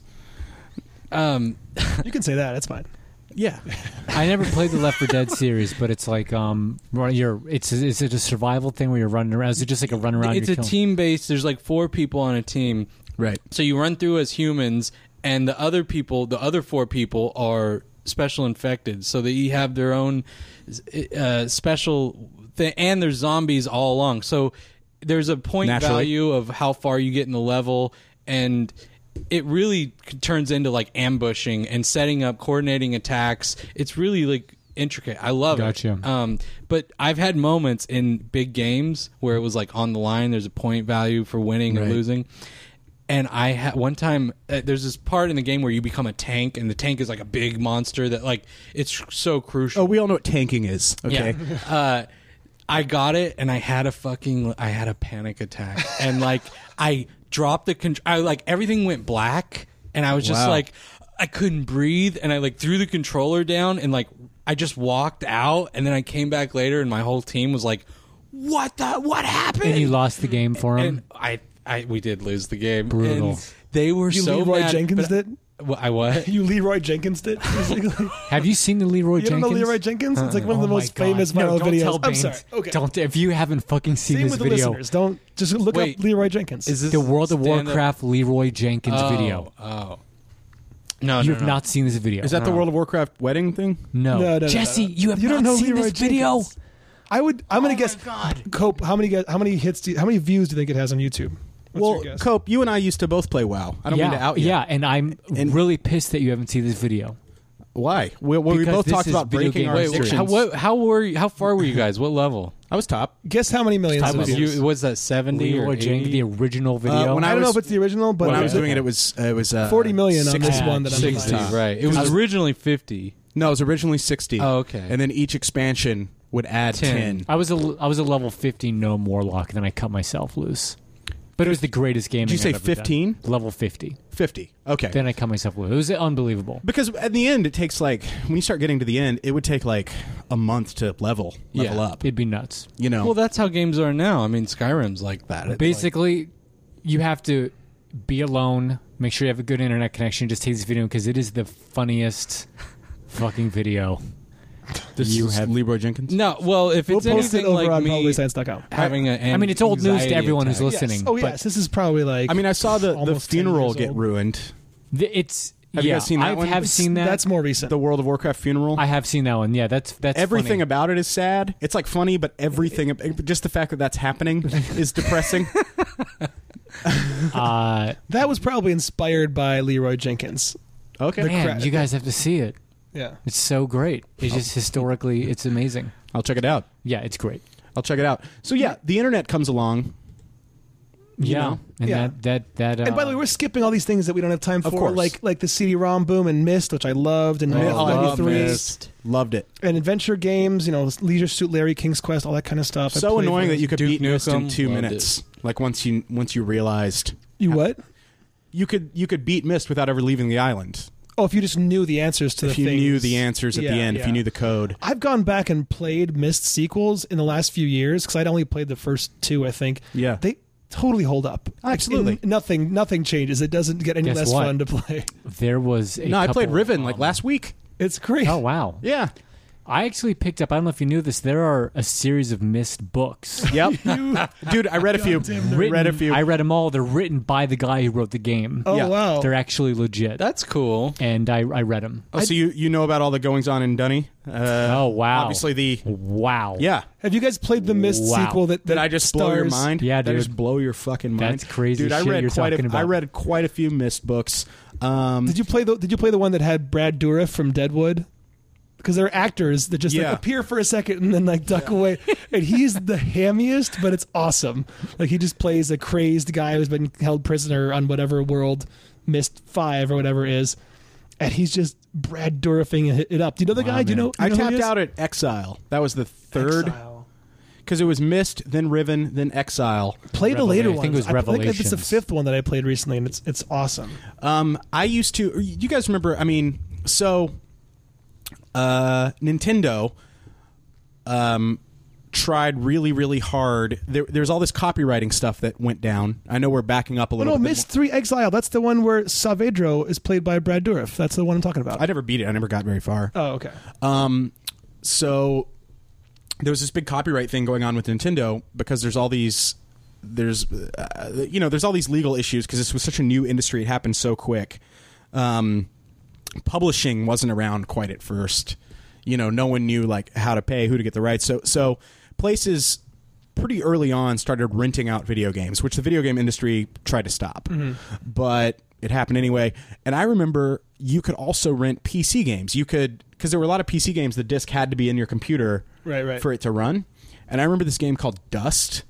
C: Um,
E: You can say that. That's fine.
C: [laughs]
D: Yeah.
A: I never played the Left 4 Dead series, but it's like um, run- you're it's is it a survival thing where you're running around? Is it just like a run around?
C: it's
A: you're
C: a
A: killing-
C: team based. There's like four people on a team.
D: Right.
C: So you run through as humans, and the other people, the other four people, are special infected. So they have their own uh, special thing, and there's zombies all along. So there's a point
D: Naturally.
C: value of how far you get in the level. and it really c- turns into like ambushing and setting up, coordinating attacks. It's really like intricate. I love it.
A: Gotcha.
C: Um, but I've had moments in big games where it was like on the line. There's a point value for winning and
D: Right.
C: losing. And I ha- one time uh, there's this part in the game where you become a tank, and the tank is like a big monster that like it's so crucial.
D: Oh, we all know what tanking is. Okay.
C: Yeah. [laughs] Uh, I got it, and I had a fucking, I had a panic attack, and like [laughs] I dropped the control. I like everything went black, and I was just
D: Wow.
C: like, I couldn't breathe, and I like threw the controller down, and like I just walked out, and then I came back later, and my whole team was like, "What the? What happened?"
A: And you lost the game for him.
C: And I, I, we did lose the game.
A: Brutal.
C: And they were
E: You
C: so
E: Leroy
C: mad,
E: Jenkins
C: but-
E: did?
C: Wha-
A: [laughs]
C: I what?
E: You Leroy Jenkins did. Basically.
A: Have you seen the Leroy
E: You don't
A: Jenkins?
E: know Leroy Jenkins? It's like one of the
A: Oh my
E: most
A: God.
E: famous
A: No,
E: viral
A: don't
E: videos.
A: Tell
E: I'm
A: Baines.
E: sorry. Okay.
A: Don't if you haven't fucking seen
E: Same
A: this
E: with the
A: video.
E: listeners. Don't just look
C: Wait.
E: up Leroy Jenkins.
C: Is this
A: the World of
C: stand-up-
A: Warcraft Leroy Jenkins
C: Oh,
A: video.
C: Oh, no,
A: You
C: no,
A: have
C: no.
A: not seen this video.
D: Is that
C: Oh.
D: the World of Warcraft wedding thing?
A: No.
E: No, no, no, no,
A: Jesse,
E: no.
A: you have
E: You
A: not
E: don't know
A: seen
E: Leroy
A: this video.
E: Jenkins. I would. I'm gonna
A: Oh my
E: guess.
A: God.
E: Cope. How many? guys- How many hits? Do you, how many views do you think it has on YouTube? What's your
D: well,
E: guess?
D: Cope, you and I used to both play WoW. I don't
A: yeah,
D: mean to out you.
A: yeah, and I'm
D: And-
A: really pissed that you haven't seen this video.
D: Why? We, well, we
A: Because
D: both
A: this
D: talked
A: is
D: about
A: video
D: breaking
A: game
D: our
C: Wait,
A: restrictions.
C: how,
D: restrictions.
C: what, how were you, how far were you guys? What level?
D: I was top.
E: guess how many millions?
A: That
E: it
A: was
E: is.
A: you-
C: You, was that seventy
A: Leroy
C: or
A: Jenkins, the
C: 80?
A: original video.
D: Uh, when
E: I don't know if
D: was-
E: it's the original, but
D: When I
E: it
D: was
E: was-
D: doing it, it was it was uh,
E: 40 million on this
A: Yeah,
E: one that I'm
C: sixty?
E: buying.
C: Right. It was originally fifty.
D: No, it was originally sixty.
C: Oh, okay.
D: And then each expansion would add
C: 10.
D: ten.
A: I was a I was a level 50 no Morlock, then I cut myself loose. But it was the greatest game.
D: Did you say 15?
A: Level 50.
D: Fifty. Okay.
A: Then I cut myself loose. It was unbelievable.
D: because at the end, it takes like when you start getting to the end, it would take like a month to level level
C: Yeah.
D: up.
A: It'd be nuts.
D: you know.
C: Well, that's how games are now. I mean, Skyrim's like that. It's
A: Basically, you have to be alone. Make sure you have a good internet connection. Just take this video because it is the
D: [laughs]
A: funniest fucking video.
D: this
A: you
D: is
A: have-
D: Leroy Jenkins.
C: like- no. Well, if
E: We'll
C: it's
E: post it
C: anything
E: over
C: like
E: on
C: me
E: probablyscience.com.
C: having a,
A: I mean, it's old news to everyone who's
E: Yes.
A: listening.
E: Oh yes, this is probably like.
D: I mean, I saw the the
E: Almost 10
D: funeral
E: years
D: get
E: old.
D: ruined.
A: Th- It's
D: Have you
A: yeah,
D: guys seen that
A: I
D: one?
A: have seen that.
E: That's more recent.
D: The World of Warcraft funeral.
A: I have seen that one. Yeah, that's that's
D: everything
A: funny.
D: about it is sad. It's like funny, but everything, just the fact that that's happening, is depressing.
A: Uh,
E: that was probably inspired by Leroy Jenkins.
D: Okay,
A: man,
E: cra-
A: you guys have to see it.
E: Yeah.
A: It's so great. It's just historically, it's amazing.
D: I'll check it out.
A: Yeah, it's great.
D: I'll check it out. So yeah, the internet comes along.
A: Yeah,
D: know?
A: and
E: Yeah.
A: that that that. Uh,
E: And by the way, we're skipping all these things that we don't have time for,
D: Um, course. Oh,
E: like like the CD-ROM boom and Mist, which I loved, and Myth
D: love
E: '93,
D: Myst. Loved it.
E: and adventure games, you know, Leisure Suit Larry, King's Quest, all that kind of stuff. I
D: so
E: played
D: annoying
E: those.
D: that you could
C: Duke
D: beat Myst in
C: Nukem,
D: two
C: loved
D: minutes. Like once you once you realized
E: you what?
D: you could you could beat Mist without ever leaving the island.
E: Oh, if you just knew the answers to
D: If
E: the
D: you
E: things.
D: knew the answers at
E: Yeah,
D: the end, if
E: yeah.
D: you knew the code.
E: I've gone back and played Myst sequels in the last few years because I'd only played the first two, I think.
D: Yeah.
E: They totally hold up.
D: Absolutely.
E: N- nothing nothing changes. It doesn't get any
A: Guess
E: less
A: what?
E: fun to play. [laughs]
A: there was a
D: no, I played
A: couple,
D: Riven
A: um,
D: like last week.
E: It's great.
A: Oh wow!
E: [laughs]
D: Yeah.
A: I actually picked up. I don't know if you knew this. There are a series of missed books.
D: Yep. [laughs] Dude, I read a few.
A: Written,
D: read a few.
A: I read them all. They're written by the guy who wrote the game.
E: Oh,
D: Yeah.
E: wow.
A: They're actually legit,
C: That's cool.
A: and I, I read them.
D: oh, so you you know about all the goings on in Dunny? Uh,
A: oh wow!
D: Obviously the
A: wow.
D: yeah.
E: Have you guys played the Mist
A: Wow.
E: sequel that, that
D: Did I just blow your
E: stars-
D: mind?
A: Yeah,
D: Did I
A: dude.
D: just blow your fucking mind.
A: That's crazy
D: dude. I
A: shit
D: read
A: you're
D: quite
A: talking
D: a,
A: about.
D: I read quite a few Mist books. Um,
E: Did you play the Did you play the one that had Brad Dourif from Deadwood? Because there are actors that just
D: Yeah.
E: like appear for a second and then like
D: [laughs]
E: duck away, and he's the hammiest, but it's awesome. Like he just plays a crazed guy who's been held prisoner on whatever world, missed five or whatever it is, and he's just Brad Dourifing it up. Do you know the guy? Do you know?
D: I
E: you know who he
D: tapped
E: is?
D: out at Exile. That was the third
E: Exile.
D: because it was Mist, then Riven, then Exile.
E: Play the later
A: Revelation. I
E: one.
A: think it was
E: think it's the
A: Revelations.
E: fifth one that I played recently, and it's it's awesome.
D: Um, I used to. You guys remember? I mean, so uh, Nintendo um, tried really, really hard. There, there's all this copywriting stuff that went down. I know we're backing up a little.
E: Oh, No,
D: bit more.
E: Mist Three Exile. That's the one where Saavedro is played by Brad Dourif. That's the one I'm talking about.
D: I never beat it. I never got very far.
E: oh, okay.
D: Um, so there was this big copyright thing going on with Nintendo because there's all these there's uh, you know there's all these legal issues because this was such a new industry it happened so quick um, publishing wasn't around quite at first you know no one knew like how to pay who to get the rights so so places pretty early on started renting out video games, which the video game industry tried to stop.
E: Mm-hmm.
D: But it happened anyway. And I remember you could also rent PC games. You could, because there were a lot of PC games, the disc had to be in your computer
E: Right, right.
D: for it to run. And I remember this game called Dust,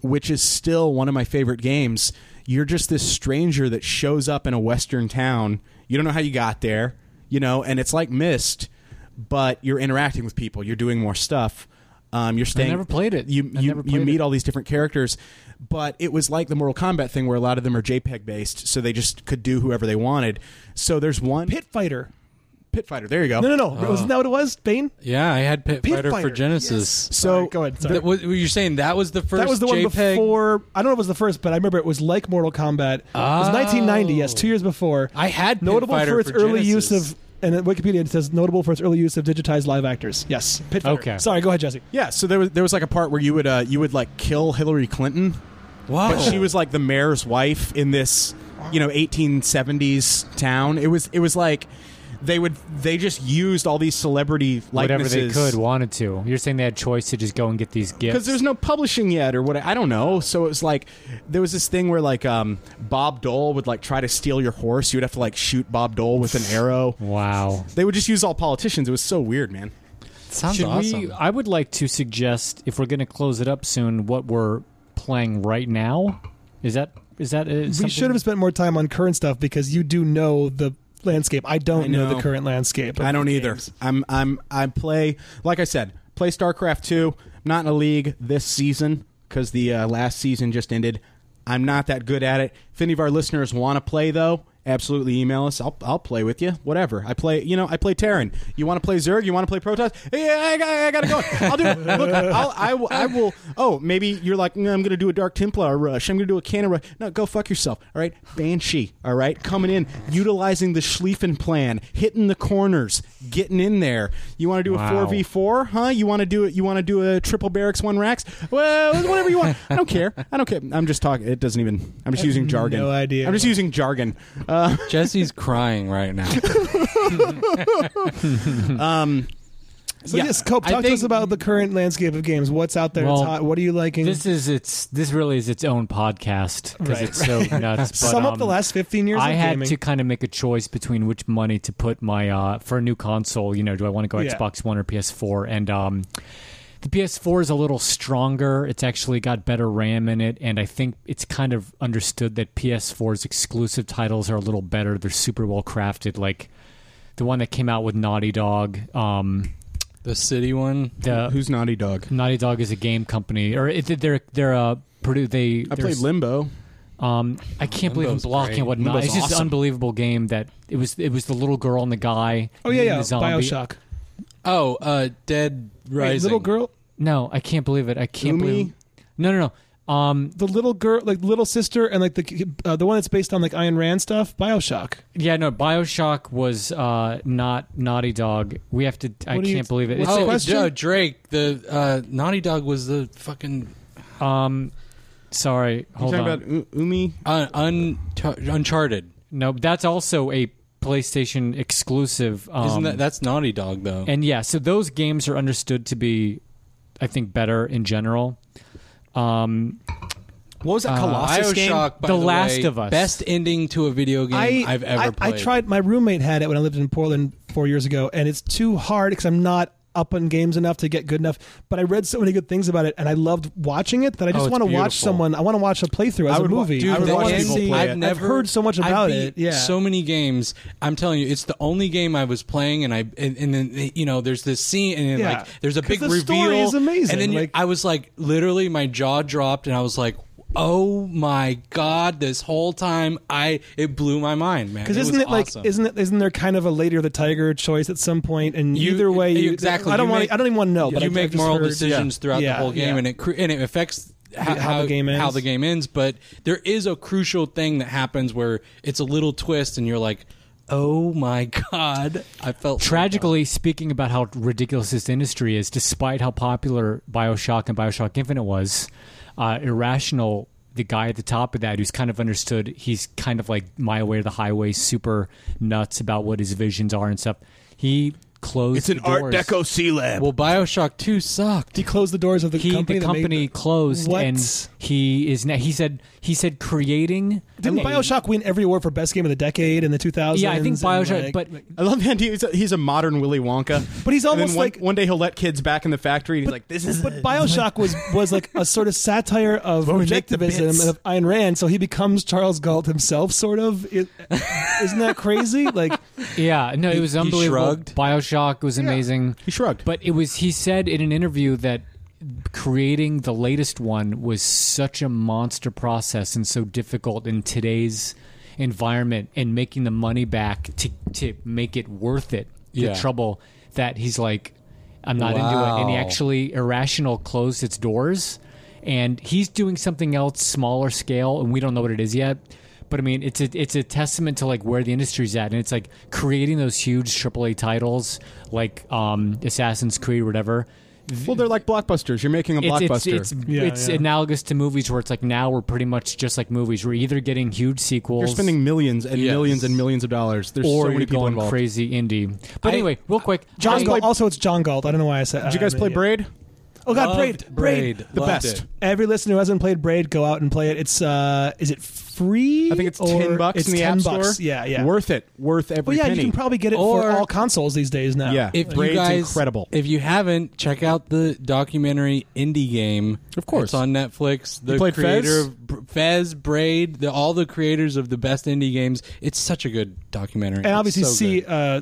D: which is still one of my favorite games. You're just this stranger that shows up in a Western town. You don't know how you got there, you know, and it's like Mist, but you're interacting with people. You're doing more stuff. Um, you're staying.
A: never played it.
D: You
A: I
D: you,
A: never
D: you
A: played
D: meet
A: it.
D: all these different characters, but it was like the Mortal Kombat thing where a lot of them are JPEG based, so they just could do whoever they wanted. So there's one
E: Pit Fighter.
D: Pit Fighter. There you go.
E: No, no, no. Wasn't that what it was, Bane?
C: Yeah, I had Pit,
E: Pit
C: Fighter,
E: Fighter,
C: for Genesis.
D: So
E: Sorry, go ahead. Sorry.
C: That, what, you're saying that was the first
E: that was the one
C: JPEG?
E: before. I don't know if it was the first, but I remember it was like Mortal Kombat. It was 1990, yes, two years before.
C: I had Pit
E: notable
C: Fighter
E: for its
C: for
E: early
C: Genesis.
E: use of, and then Wikipedia it says notable for its early use of digitized live actors. Yes, Pit Fighter.
A: Okay.
E: Sorry, go ahead, Jesse.
D: Yeah, so there was there was like a part where you would uh, you would like kill Hillary Clinton,
C: Wow.
D: but
A: Oh.
D: she was like the mayor's wife in this you know 1870s town. It was it was like they would they just used all these celebrity
A: Whatever they
D: likenesses
A: could, wanted to. You're saying they had choice to just go and get these gifts.
D: because there's no publishing yet or what I don't know. So it was like there was this thing where like um, Bob Dole would like try to steal your horse. You would have to like shoot Bob
A: [sighs]
D: Dole with an arrow.
A: wow.
D: They would just use all politicians. It was so weird, man.
C: Sounds
A: Should
C: awesome.
A: we? I would like to suggest if we're going to close it up soon, what we're playing right now. Is that is that uh,
E: We should have spent more time on current stuff because you do know the landscape. I don't
D: I
E: know.
D: know.
E: the current landscape.
D: I don't either. I'm I'm I play like I said, play StarCraft 2. Not in a league this season cuz the uh, last season just ended. I'm not that good at it. If any of our listeners want to play though, absolutely email us. I'll I'll play with you. Whatever. I play, you know, I play Terran. You want to play Zerg? You want to play Protoss? Yeah, I got I got to go. I'll do it. Look, I'll, I will I will Oh, maybe you're like, "Mm, "I'm going to do a Dark Templar rush. I'm going to do a Cannon rush." No, go fuck yourself. All right? Banshee, all right? Coming in, utilizing the Schlieffen plan, hitting the corners, getting in there. You want to do a
A: Wow.
D: 4v4? four, huh? You want to do it? You want to do a triple barracks, one racks? Well, whatever you want. I don't care. I don't care. I'm just talking. It doesn't even. I'm just using jargon.
E: no idea.
D: I'm just using jargon. Uh,
C: [laughs] Jesse's crying right now.
E: So
A: Hmm.
D: um, Yeah,
E: yes, Cope,
C: I
E: talk to
C: think-
E: us about the current landscape of games. What's out there?
A: Well,
E: it's hot. What are you liking?
A: This is its. This really is its own podcast because
E: Right,
A: it's so nuts. But,
E: Sum up
A: um,
E: the last 15 years
A: I
E: of
A: had
E: gaming.
A: to kind of make a choice between which money to put my uh, for a new console. You know, do I want to go
E: Yeah.
A: Xbox One or PS4? And um, the PS4 is a little stronger. It's actually got better RAM in it, and I think it's kind of understood that PS4's exclusive titles are a little better. They're super well crafted, like the one that came out with Naughty Dog. Um,
C: the city one.
A: the
D: Who's Naughty Dog?
A: Uh, Naughty Dog is a game company, or it, they're they're uh, produ- they.
D: I played
A: there's-
D: Limbo.
A: um, I can't believe I'm
C: Limbo's
A: blocking
C: great.
A: what not.
D: Limbo's
A: It's just an
D: awesome.
A: unbelievable game that it was. It was the little girl and the guy.
E: oh yeah,
A: and
E: yeah.
A: The zombie.
E: Bioshock.
C: Oh, uh, Dead Rising.
E: Wait, little girl,
A: No, I can't believe it. I can't
D: Umi?
A: believe. No, no, no. Um,
E: the little girl, like little sister, and like the uh, the one that's based on like Ayn Rand stuff. Bioshock.
A: yeah, no. Bioshock was uh, not Naughty Dog. We have to. I
E: What do
A: can't
E: you-
A: believe it.
E: what's
A: It's-
E: the
C: oh,
E: question?
C: Joe Drake. The uh, Naughty Dog was the fucking
A: um, sorry.
D: You
A: Hold
D: talking
A: on.
D: about U- Umi?
C: uh, un- Uncharted.
A: no, that's also a PlayStation exclusive. Um,
C: Isn't that that's Naughty Dog though?
A: And yeah, so those games are understood to be, I think, better in general. Um,
D: What was that
A: Uh,
D: Colossus game?
C: Bioshock, by
A: The
C: the,
A: Last
C: way,
A: of Us.
C: best ending to a video game I, have ever
E: I,
C: played.
E: I tried. My roommate had it when I lived in Portland four years ago, and it's too hard because I'm not up on games enough to get good enough. But I read so many good things about it, and I loved watching it that I
C: Oh,
E: just
C: it's
E: want to watch
C: beautiful.
E: someone. I want to watch a playthrough as
D: I
E: a
D: would wa-
E: movie.
D: dude,
E: I would
D: the
E: watch
D: end-
E: people-
D: people play
C: I've
D: it. I've
C: never
E: heard so much about
C: I beat
E: it, yeah.
C: so many games. I'm telling you, it's the only game I was playing, and I and, and then you know, there's this scene, and then,
E: Yeah.
C: like there's a
E: 'Cause
C: big
E: the
C: reveal.
E: story is amazing,
C: And then you-
E: like-
C: I was like, literally, my jaw dropped, and I was like. Oh my god! This whole time, I it blew my mind, man.
E: Because
C: It
E: isn't
C: was
E: it like
C: awesome.
E: isn't it isn't there kind of a lady or the tiger choice at some point? And
C: You-
E: either way, you,
C: exactly.
E: I don't
C: You
E: want.
C: make-
E: I don't even want to know. But
C: you
E: I,
C: make
E: I've just
C: moral
E: heard-
C: decisions throughout
E: Yeah,
C: the whole game,
E: yeah.
C: and it cr- and it affects how,
E: How the game
C: how
E: ends.
C: the game ends. But there is a crucial thing that happens where it's a little twist, and you're like, "Oh my god!" I felt
A: Tragically, speaking about how ridiculous this industry is, despite how popular Bioshock and Bioshock Infinite was, uh, Irrational, the guy at the top of that, who's kind of understood, he's kind of like my way or the highway, super nuts about what his visions are and stuff. He closed.
D: It's an
A: the
D: Art
A: doors.
D: Deco C lab.
C: Well, Bioshock Two sucked.
E: He closed the doors of the
A: He
E: company.
A: the
E: that made
A: company closed
E: What?
A: and he is now. He said he said creating.
E: Didn't
A: a-
E: Bioshock win every award for best game of the decade in the 2000s?
A: Yeah, I think
E: and,
A: Bioshock.
E: like-
A: but
D: I love that he's a, he's a modern Willy Wonka.
E: But he's
D: And then
E: almost
D: one,
E: like-
D: one day he'll let kids back in the factory. And he's
E: But-
D: like, "This is [laughs]
E: but Bioshock was was like a sort of satire of
D: we make the
E: objectivism
D: bits.
E: and of Ayn Rand, so he becomes Charles Galt himself, sort of. is isn't that crazy?
D: [laughs]
E: Like,
A: yeah, no, it
C: He-
A: was
C: he
A: unbelievable.
C: shrugged.
A: Bioshock was amazing.
D: he shrugged."
A: But it was he said in an interview that creating the latest one was such a monster process and so difficult in today's environment and making the money back to to make it worth it
C: Yeah.
A: the trouble that he's like I'm not into it and he
C: Wow.
A: actually irrational closed its doors and he's doing something else smaller scale and we don't know what it is yet but I mean it's a it's a testament to like where the industry's at and it's like creating those huge AAA titles like um Assassin's Creed or whatever
D: well, they're like blockbusters. You're making a
A: it's
D: blockbuster.
A: it's, it's,
E: Yeah,
A: it's
E: yeah.
A: analogous to movies where it's like now we're pretty much just like movies we're either getting huge sequels
D: you're spending millions and
C: Yes.
D: millions and millions of dollars. There's
A: or
D: so
A: you're
D: many people
A: going
D: involved.
A: crazy indie but anyway real quick
E: John
A: I-
E: Galt, also, it's John Galt. I don't know why I said. uh,
D: Did you guys play Braid?
E: Oh God, Braid,
C: Loved
E: Braid,
C: Braid.
D: The
C: Loved
D: best.
C: it.
E: Every listener who hasn't played Braid, go out and play it. It's uh, is it free?
D: I think it's
E: or-
D: ten bucks
E: it's
D: in the
E: 10
D: app
E: bucks.
D: store.
E: Yeah, yeah.
D: Worth it. Worth every
E: well, yeah,
D: penny.
E: you can probably get it for
C: Or-
E: all consoles these days now.
D: Yeah.
C: If
D: Braid's
C: you guys,
D: incredible.
C: If you haven't, check out the documentary Indie Game.
D: Of course.
C: it's on Netflix. The
D: played
C: creator
D: Fez?
C: of Br- Fez, Braid, the, all the creators of the best indie games. It's such a good documentary.
E: and
C: It's
E: obviously
C: so
E: see
C: good.
E: uh,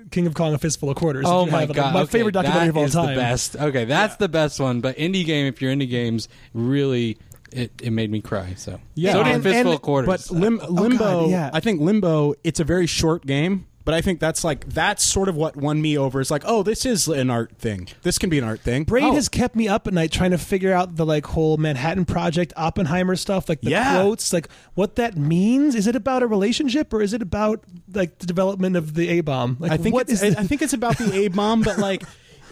E: [laughs] King of Kong: A Fistful of Quarters. if
C: Oh
E: you
C: my
E: have it.
C: god!
E: my
C: okay,
E: favorite documentary
C: that
E: of all
C: is
E: time.
C: The best. Okay, that's the best one. But indie game, if you're into games, really, it, it made me cry. So
D: Yeah.
C: so did
D: And-
C: Fistful
E: and- Oh,
C: of Quarters.
D: But lim- Limbo,
E: God, yeah.
D: I think Limbo, it's a very short game, but I think that's like that's sort of what won me over. It's like, oh, this is an art thing. This can be an art thing.
E: Braid
D: Oh.
E: has kept me up at night trying to figure out the like whole Manhattan Project, Oppenheimer stuff, like the
D: Yeah.
E: quotes, like what that means. Is it about a relationship or is it about like the development of the A bomb? Like
D: I think
E: what
D: it's,
E: is
D: I, I think it's about the A bomb, but
E: [laughs]
D: like,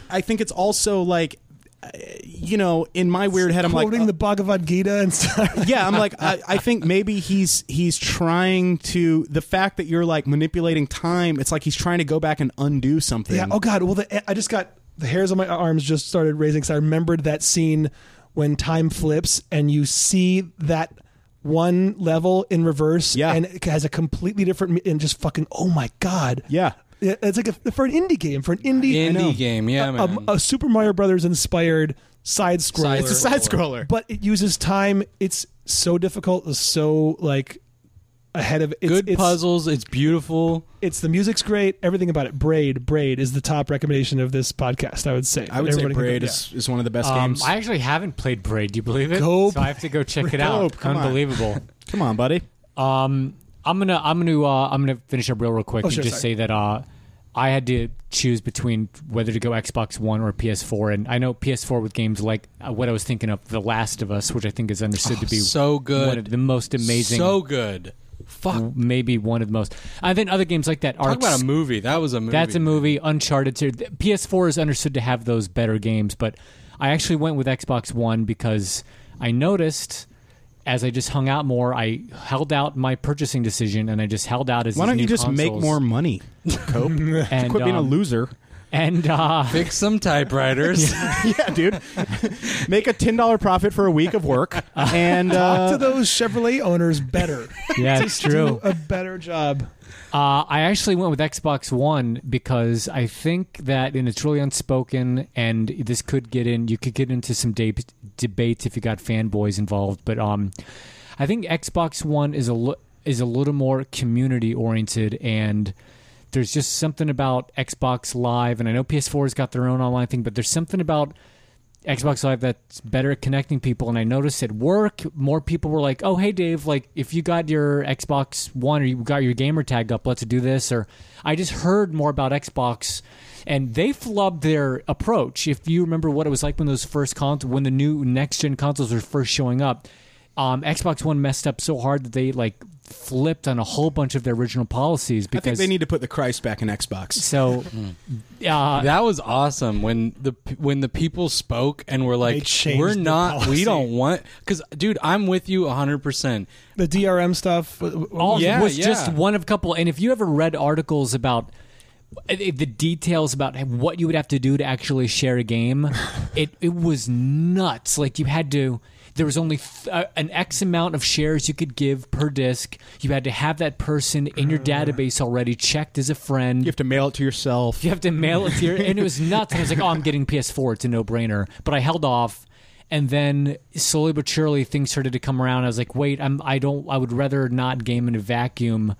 D: I think it's also like, uh, you know, in my weird head, I'm like,
E: quoting
D: uh,
E: the Bhagavad Gita and [laughs] stuff.
D: yeah, I'm like, I, I think maybe he's he's trying to the fact that you're like manipulating time. It's like he's trying to go back and undo something.
E: Yeah. Oh God. Well, the, I just got the hairs on my arms just started raising because I remembered that scene when time flips and you see that one level in reverse.
D: Yeah.
E: And it has a completely different me- and just fucking. Oh my God.
D: Yeah.
E: It- It's like a, for an indie game, for an indie
C: indie game, yeah,
E: a,
C: man.
E: a, a Super Mario Brothers inspired side scroller.
D: It's a side scroller.
E: but it uses time. It's so difficult. It's so like ahead of it's,
C: good
E: it's,
C: puzzles. It's beautiful.
E: It's the music's great. Everything about it. Braid, Braid is the top recommendation of this podcast. I would say.
D: I would
E: Everybody
D: say
E: can go-
D: Braid
E: yeah.
D: is, is one of the best
A: um,
D: games.
A: I actually haven't played Braid. Do you believe it?
E: Go
A: so I have to go check it
D: Go,
A: out.
D: come on.
A: Unbelievable.
D: Come on, buddy.
A: Um, I'm gonna I'm gonna uh, I'm gonna finish up real real quick
E: Oh,
A: and
E: sure,
A: just
E: sorry.
A: say that uh, I had to choose between whether to go Xbox One or PS4, and I know PS4 with games like uh, what I was thinking of, The Last of Us, which I think is understood to be
C: so good.
A: one of the most amazing,
C: So good. Fuck.
A: maybe one of the most. And then other games like that are
C: Talk about a movie. That was a movie.
A: that's a movie. Uncharted. too. The PS4 is understood to have those better games, but I actually went with Xbox One because I noticed as I just hung out more, I held out my purchasing decision and I just held out as
D: Why
A: these
D: don't you
A: new
D: just make
A: consoles.
D: more money,
A: [laughs]
D: Cope?
A: and,
D: Quit being a
A: um, [laughs]
D: loser.
A: And
D: [laughs]
A: uh,
C: Fix
A: [laughs]
C: some typewriters.
D: yeah, dude. [laughs] Make a ten dollar profit for a week
A: [laughs]
D: of work, and
E: Talk to
D: uh,
E: those Chevrolet owners better.
A: yeah, it's true.
E: [laughs] a better job.
A: Uh, I actually went with Xbox One because I think that, and it's really unspoken, and this could get in. You could get into some de- debates if you got fanboys involved, but um, I think Xbox One is a li- is a little more community oriented, and there's just something about Xbox Live, and I know PS4 has got their own online thing, but there's something about Xbox Live that's better at connecting people. And I noticed at work, more people were like, "Oh, hey, Dave, like if you got your Xbox One or you got your gamer tag up, let's do this." Or I just heard more about Xbox, and they flubbed their approach. If you remember what it was like when those first cons, when the new next gen consoles were first showing up, um, Xbox One messed up so hard that they like flipped on a whole bunch of their original policies
D: I think
A: because
D: they need to put the Christ back in Xbox.
A: so. Uh,
C: that was awesome when the when the people spoke and were
E: They
C: like,
E: changed
C: "We're
E: the
C: not.
E: policy.
C: We don't want." Because, dude, I'm with you 100. percent
E: The DRM stuff. w- w-
A: all
C: Yeah,
A: was
C: yeah.
A: just one of a couple. And if you ever read articles about it- it- the details about what you would have to do to actually share a
C: [laughs]
A: game, it it was nuts. Like you had to. There was only th- uh, an X amount of shares you could give per disc. You had to have that person in your
C: Mm.
A: database already checked as a friend.
D: You have to mail it to yourself.
A: [laughs] You have to mail it to your, and it was nuts. And I was like, oh, I'm getting PS4. It's a no brainer. But I held off, and then slowly but surely things started to come around. I was like, wait, I'm, I don't. I would rather not game in a vacuum.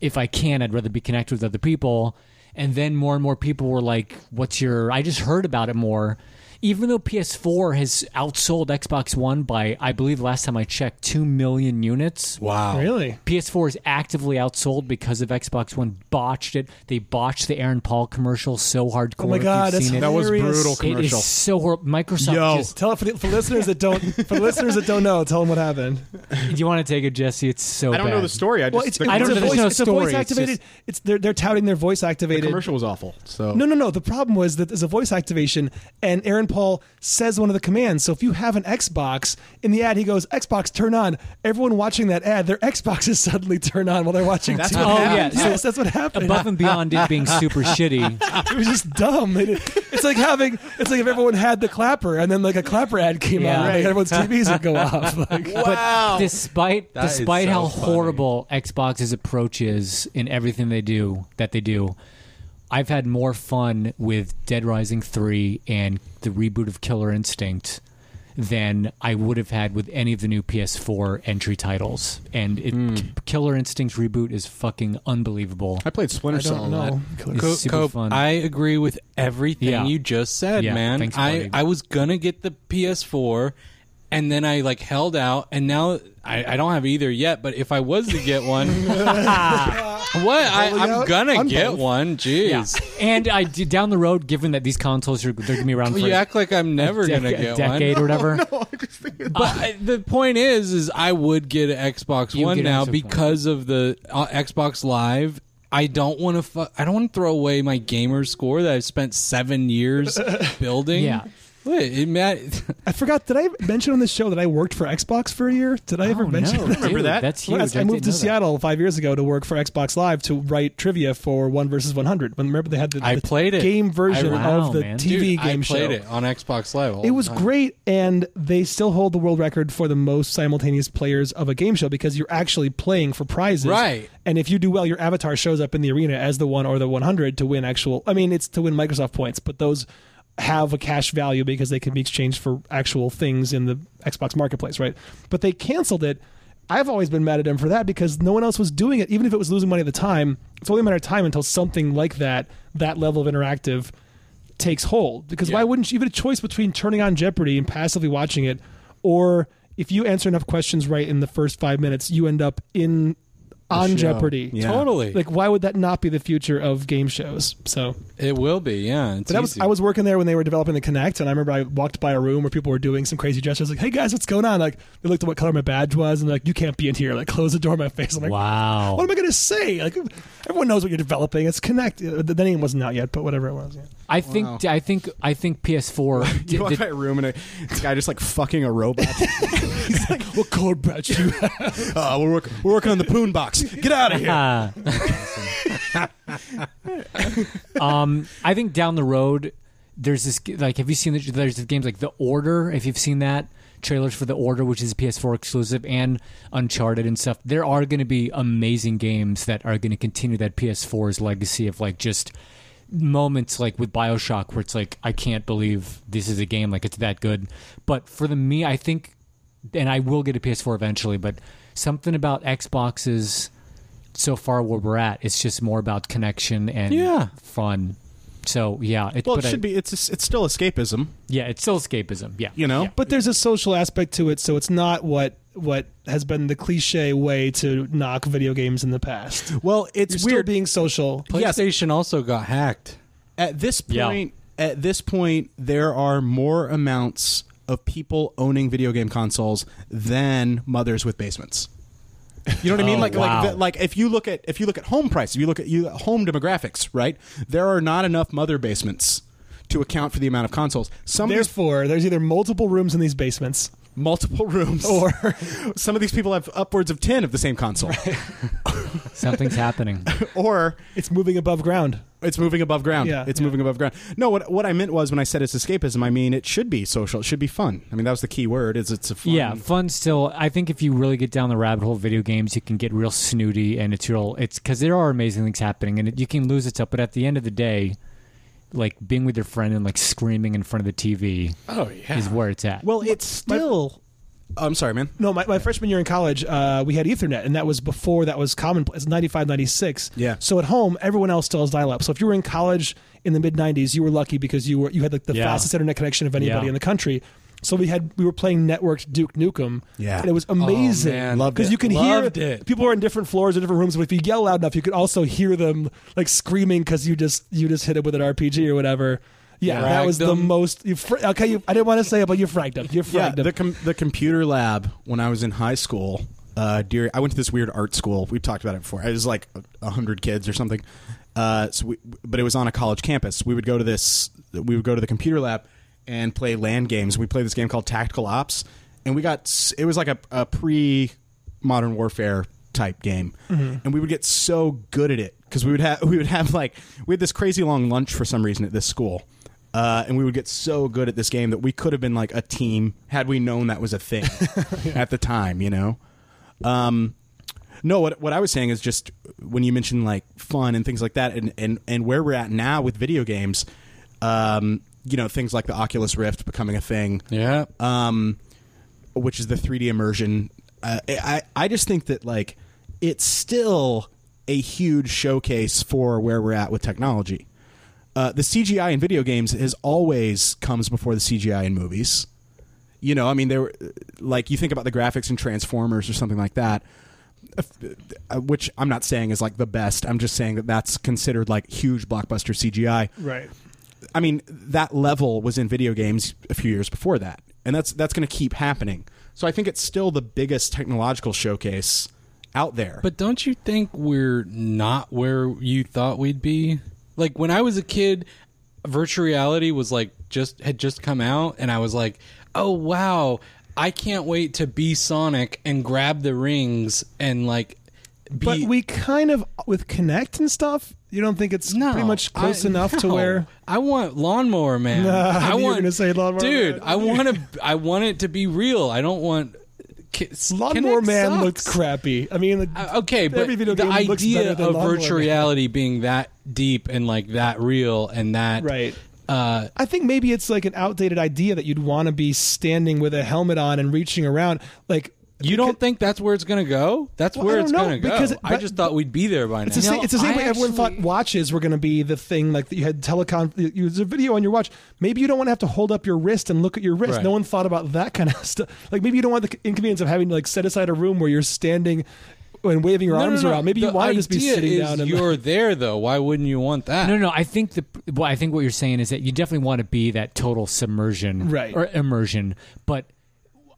A: If I can, I'd rather be connected with other people. And then more and more people were like, what's your? I just heard about it more. Even though PS4 has outsold Xbox One by, I believe last time I checked, two million units.
D: Wow.
E: Really?
A: PS4 is actively outsold because of Xbox One botched it. They botched the Aaron Paul commercial so hardcore.
E: Oh my
A: If
E: god,
A: you've
E: that's
A: seen it.
D: That was
E: hilarious.
D: brutal.
A: It
D: commercial.
A: is so horrible. Microsoft.
D: Yo.
A: Just,
E: Tell it for, the, for listeners that don't for listeners that don't know. Tell them what happened.
A: do you want to take it, Jesse? It's so.
D: I don't know
A: bad.
D: the story. I just
E: Well, it's,
D: the,
E: it's
A: I don't
E: a
A: know
E: voice,
A: there's no
E: it's a
A: story,
E: voice
A: it's
E: activated.
A: just-
E: It's, they're they're touting their voice
D: the
E: activated.
D: commercial was awful. So
E: No, no, no. The problem was that there's a voice activation, and Aaron Paul says one of the commands. So if you have an Xbox in the ad, he goes Xbox turn on. Everyone watching that ad, their [laughs] Xboxes suddenly turn on while they're watching.
D: That's
E: TV.
D: what Oh,
A: happened. yeah.
E: yes, that's what happened.
A: Above and beyond it being
D: [laughs]
A: super shitty,
E: [laughs] it was just dumb. It- it's like having it's like if everyone had the clapper, and then like a clapper ad came
A: Yeah.
E: on, like
A: Right. [laughs]
E: everyone's TVs would go off. Like,
A: but despite
C: Oh, That is
A: despite
C: so
A: how
C: funny.
A: horrible Xbox's approach is in everything they do that they do, I've had more fun with Dead Rising three and the reboot of Killer Instinct than I would have had with any of the new PS4 entry titles. And it,
C: Hmm.
A: Killer Instinct reboot is fucking unbelievable.
D: I played Splinter
E: I
D: Cell.
E: don't know.
A: It's super
C: Cope,
A: fun.
C: I agree with everything
A: Yeah.
C: you just said,
A: Yeah,
C: man.
A: thanks,
C: I,
A: buddy.
C: I was gonna get the PS4 and then I like held out and now I, I don't have either yet, but if I was to
A: [laughs]
C: get one What? I,
E: Holding
C: I'm
E: out
C: gonna
E: on
C: get
E: both.
C: one.
A: yeah.
C: Jeez.
A: [laughs] and I did- down the road, given that these consoles are they're gonna be around for
C: You act like I'm never
A: a dec-
C: gonna get
A: a decade
C: one. Oh,
A: or
C: [laughs]
A: whatever.
C: But I- the point is, is I would get an Xbox
A: You
C: One
A: get an
C: now
A: Xbox One.
C: because of the uh, Xbox Live. I don't want to. Fu- I don't want to throw away my gamer score that I've spent seven years building.
A: Yeah.
C: Wait, it [laughs] mat-
E: I forgot. Did I mention on this show that I worked for Xbox for a year? Did I ever
A: Oh,
E: mention?
A: no,
E: that?
A: dude,
D: that?
A: That's
E: Well,
A: huge.
E: that's- I
A: didn't
E: moved to
A: know that.
E: Seattle five years ago to work for Xbox Live to write trivia for One versus One Hundred. When remember they had the,
C: I
E: the
C: played it.
E: game version
A: wow,
E: of the
A: man.
E: TV
C: Dude,
E: game
C: I played
E: show.
C: it on Xbox Live. all
E: It was
C: the time.
E: great, and they still hold the world record for the most simultaneous players of a game show because you're actually playing for prizes,
C: Right.
E: And if you do well, your avatar shows up in the arena as the one or the 100 to win actual. I mean, it's to win Microsoft points, but those have a cash value because they can be exchanged for actual things in the Xbox Marketplace, right? But they canceled it. I've always been mad at them for that because no one else was doing it, even if it was losing money at the time. It's only a matter of time until something like that, that level of interactive, takes hold. Because why wouldn't you you have a choice between turning on Jeopardy and passively watching it, or if you answer enough questions right in the first five minutes, you end up in on
D: show.
E: Jeopardy.
D: Yeah.
C: Totally.
E: Like, why would that not be the future of game shows? So,
C: it will be. Yeah. It's
E: but I was
C: easy.
E: I was working there when they were developing the Connect, and I remember I walked by a room where people were doing some crazy gestures, like, "Hey guys, what's going on?" Like, they looked at what color my badge was, and like, "You can't be in here." Like, close the door in my face. I'm like,
A: Wow.
E: What am I gonna say? Like, everyone knows what you're developing. It's Connect. Uh, The the name wasn't out yet, but whatever it was. Yeah.
A: I think I think I think
C: [laughs]
A: PS4
D: You
A: did,
D: walk
A: did-
D: by a room and a this guy just like fucking a robot. [laughs] He's like, "What code badge you have? Uh, we're, work- we're working on the poon box. Get out of here!"
A: Ah. [laughs] um, I think down the road, there's this g- like. Have you seen the, there's the games like The Order? If you've seen that trailers for The Order, which is PS4 exclusive, and Uncharted and stuff, there are going to be amazing games that are going to continue that PS4's legacy of like just moments like with Bioshock, where it's like I can't believe this is a game like it's that good. But for the me, I think, and I will get a PS4 eventually, but something about Xboxes so far where we're at, it's just more about connection and
C: Yeah.
A: fun. So yeah, it,
D: Well, it
A: but I-
D: should be. It's it's still escapism,
A: Yeah, it's still escapism. Yeah,
D: you know.
E: but there's a social aspect to it so it's not what what has been the cliche way to knock video games in the past
D: Well,
E: it's
D: it's
E: still
D: weird.
E: being social
D: Yes.
C: PlayStation also got hacked.
D: at this
A: Yeah.
D: point, at this point, there are more amounts of people owning video game consoles than mothers with basements. You know what I mean?
A: Oh,
D: Like,
A: wow.
D: like, the, like if you look at if you look at home price, if you look at you home demographics, right? There are not enough mother basements to account for the amount of consoles. Some of these
E: therefore there's either multiple rooms in these basements
D: multiple [laughs] rooms, or some of these people have upwards of ten of the same console, [laughs]
A: something's happening.
D: or
E: it's moving above ground
D: It's moving above ground.
E: Yeah,
D: it's
E: yeah.
D: moving above ground. No, what what I meant was when I said it's escapism, I mean it should be social. It should be fun. I mean that was the key word. Is it's a fun.
A: Yeah, fun still. I think if you really get down the rabbit hole of video games, you can get real snooty and it's real. It's because there are amazing things happening and it, you can lose it up. But at the end of the day, like being with your friend and like screaming in front of the TV
C: Oh yeah.
A: is where it's at.
D: Well, it's still. I'm sorry, man.
E: No, my, my freshman year in college, uh, we had Ethernet, and that was before that was commonplace, 95, 96.
D: Yeah.
E: So at home, everyone else still has dial up. So if you were in college in the mid 90s, you were lucky because you were you had like the
A: Yeah.
E: fastest internet connection of anybody
A: Yeah.
E: in the country. So we had we were playing networked Duke Nukem.
D: Yeah.
E: And it was amazing.
C: man. Loved
E: Because
D: it.
E: you can
C: Loved
E: hear
C: it.
E: people are in different floors or different rooms, but if you yell loud enough, you could also hear them like screaming because you just you just hit it with an RPG or whatever. Yeah, that
C: Fragged
E: was the
C: them.
E: most. You fr- okay, you, I didn't want to say it, but you fragged them. You fragged
D: Yeah,
E: them.
D: the com- the computer lab when I was in high school. Uh, dear, I went to this weird art school. We talked about it before. It was like a hundred kids or something. Uh, so we, but it was on a college campus. We would go to this. We would go to the computer lab and play land games. We played this game called Tactical Ops, and we got. s- It was like a, a pre Modern Warfare type game, and we would get so good at it because we would have we would have like we had this crazy long lunch for some reason at this school, uh, and we would get so good at this game that we could have been like a team had we known that was a thing at the time, you know. Um, no, what what I was saying is just when you mentioned like fun and things like that, and and and where we're at now with video games, um, you know, things like the Oculus Rift becoming a thing,
C: Yeah.
D: um, which is the 3D immersion. Uh, I I just think that like it's still a huge showcase for where we're at with technology. Uh, the CGI in video games has always comes before the CGI in movies. You know, I mean, they were like you think about the graphics in Transformers or something like that, uh, which I'm not saying is like the best. I'm just saying that that's considered like huge blockbuster CGI.
E: right.
D: I mean, that level was in video games a few years before that, and that's that's going to keep happening. So I think it's still the biggest technological showcase out there.
C: But don't you think we're not where you thought we'd be? Like when I was a kid, virtual reality was like just had just come out and I was like, "Oh wow, I can't wait to be Sonic and grab the rings and like be
E: But we kind of with Connect and stuff. You don't think it's
C: No,
E: pretty much
C: I-
E: close enough to
C: no.
E: where?
C: I want lawnmower man.
E: [laughs] Nah,
C: I
E: I knew you were
C: want
E: gonna say Lawnmower
C: dude.
E: Man.
C: I want to. I want it to be real. I don't want. Ki-
E: Lawnmower
C: Kinect
E: Man
C: sucks.
E: looked crappy. I mean, like,
C: Uh, okay, but
E: Every video
C: the
E: game looks
C: idea
E: better than
C: of
E: Lawnmower
C: virtual
E: Man.
C: reality being that deep and like that real and that
E: right.
C: uh,
E: I think maybe it's like an outdated idea that you'd want to be standing with a helmet on and reaching around. Like
C: you don't think that's where it's gonna go? That's
E: Well, I
C: where
E: don't
C: it's
E: know,
C: gonna go.
E: because-
C: I
E: but-
C: just thought we'd be there by now.
E: It's the same, it's the same
A: I
E: way everyone thought
A: actually-
E: watches were going to be the thing. Like that you had telecom, you was a video on your watch. Maybe you don't want to have to hold up your wrist and look at your wrist.
C: Right.
E: No one thought about that kind of [laughs] stuff. Like maybe you don't want the inconvenience of having to like set aside a room where you're standing and waving your
C: No, no,
E: arms
C: no.
E: around. Maybe
C: The
E: you want to just be
C: idea
E: sitting
C: is
E: down and
C: you're there though. Why wouldn't you want that?
A: No, no, no. I think the well, I think what you're saying is that you definitely want to be that total submersion,
E: Right.
A: or immersion. But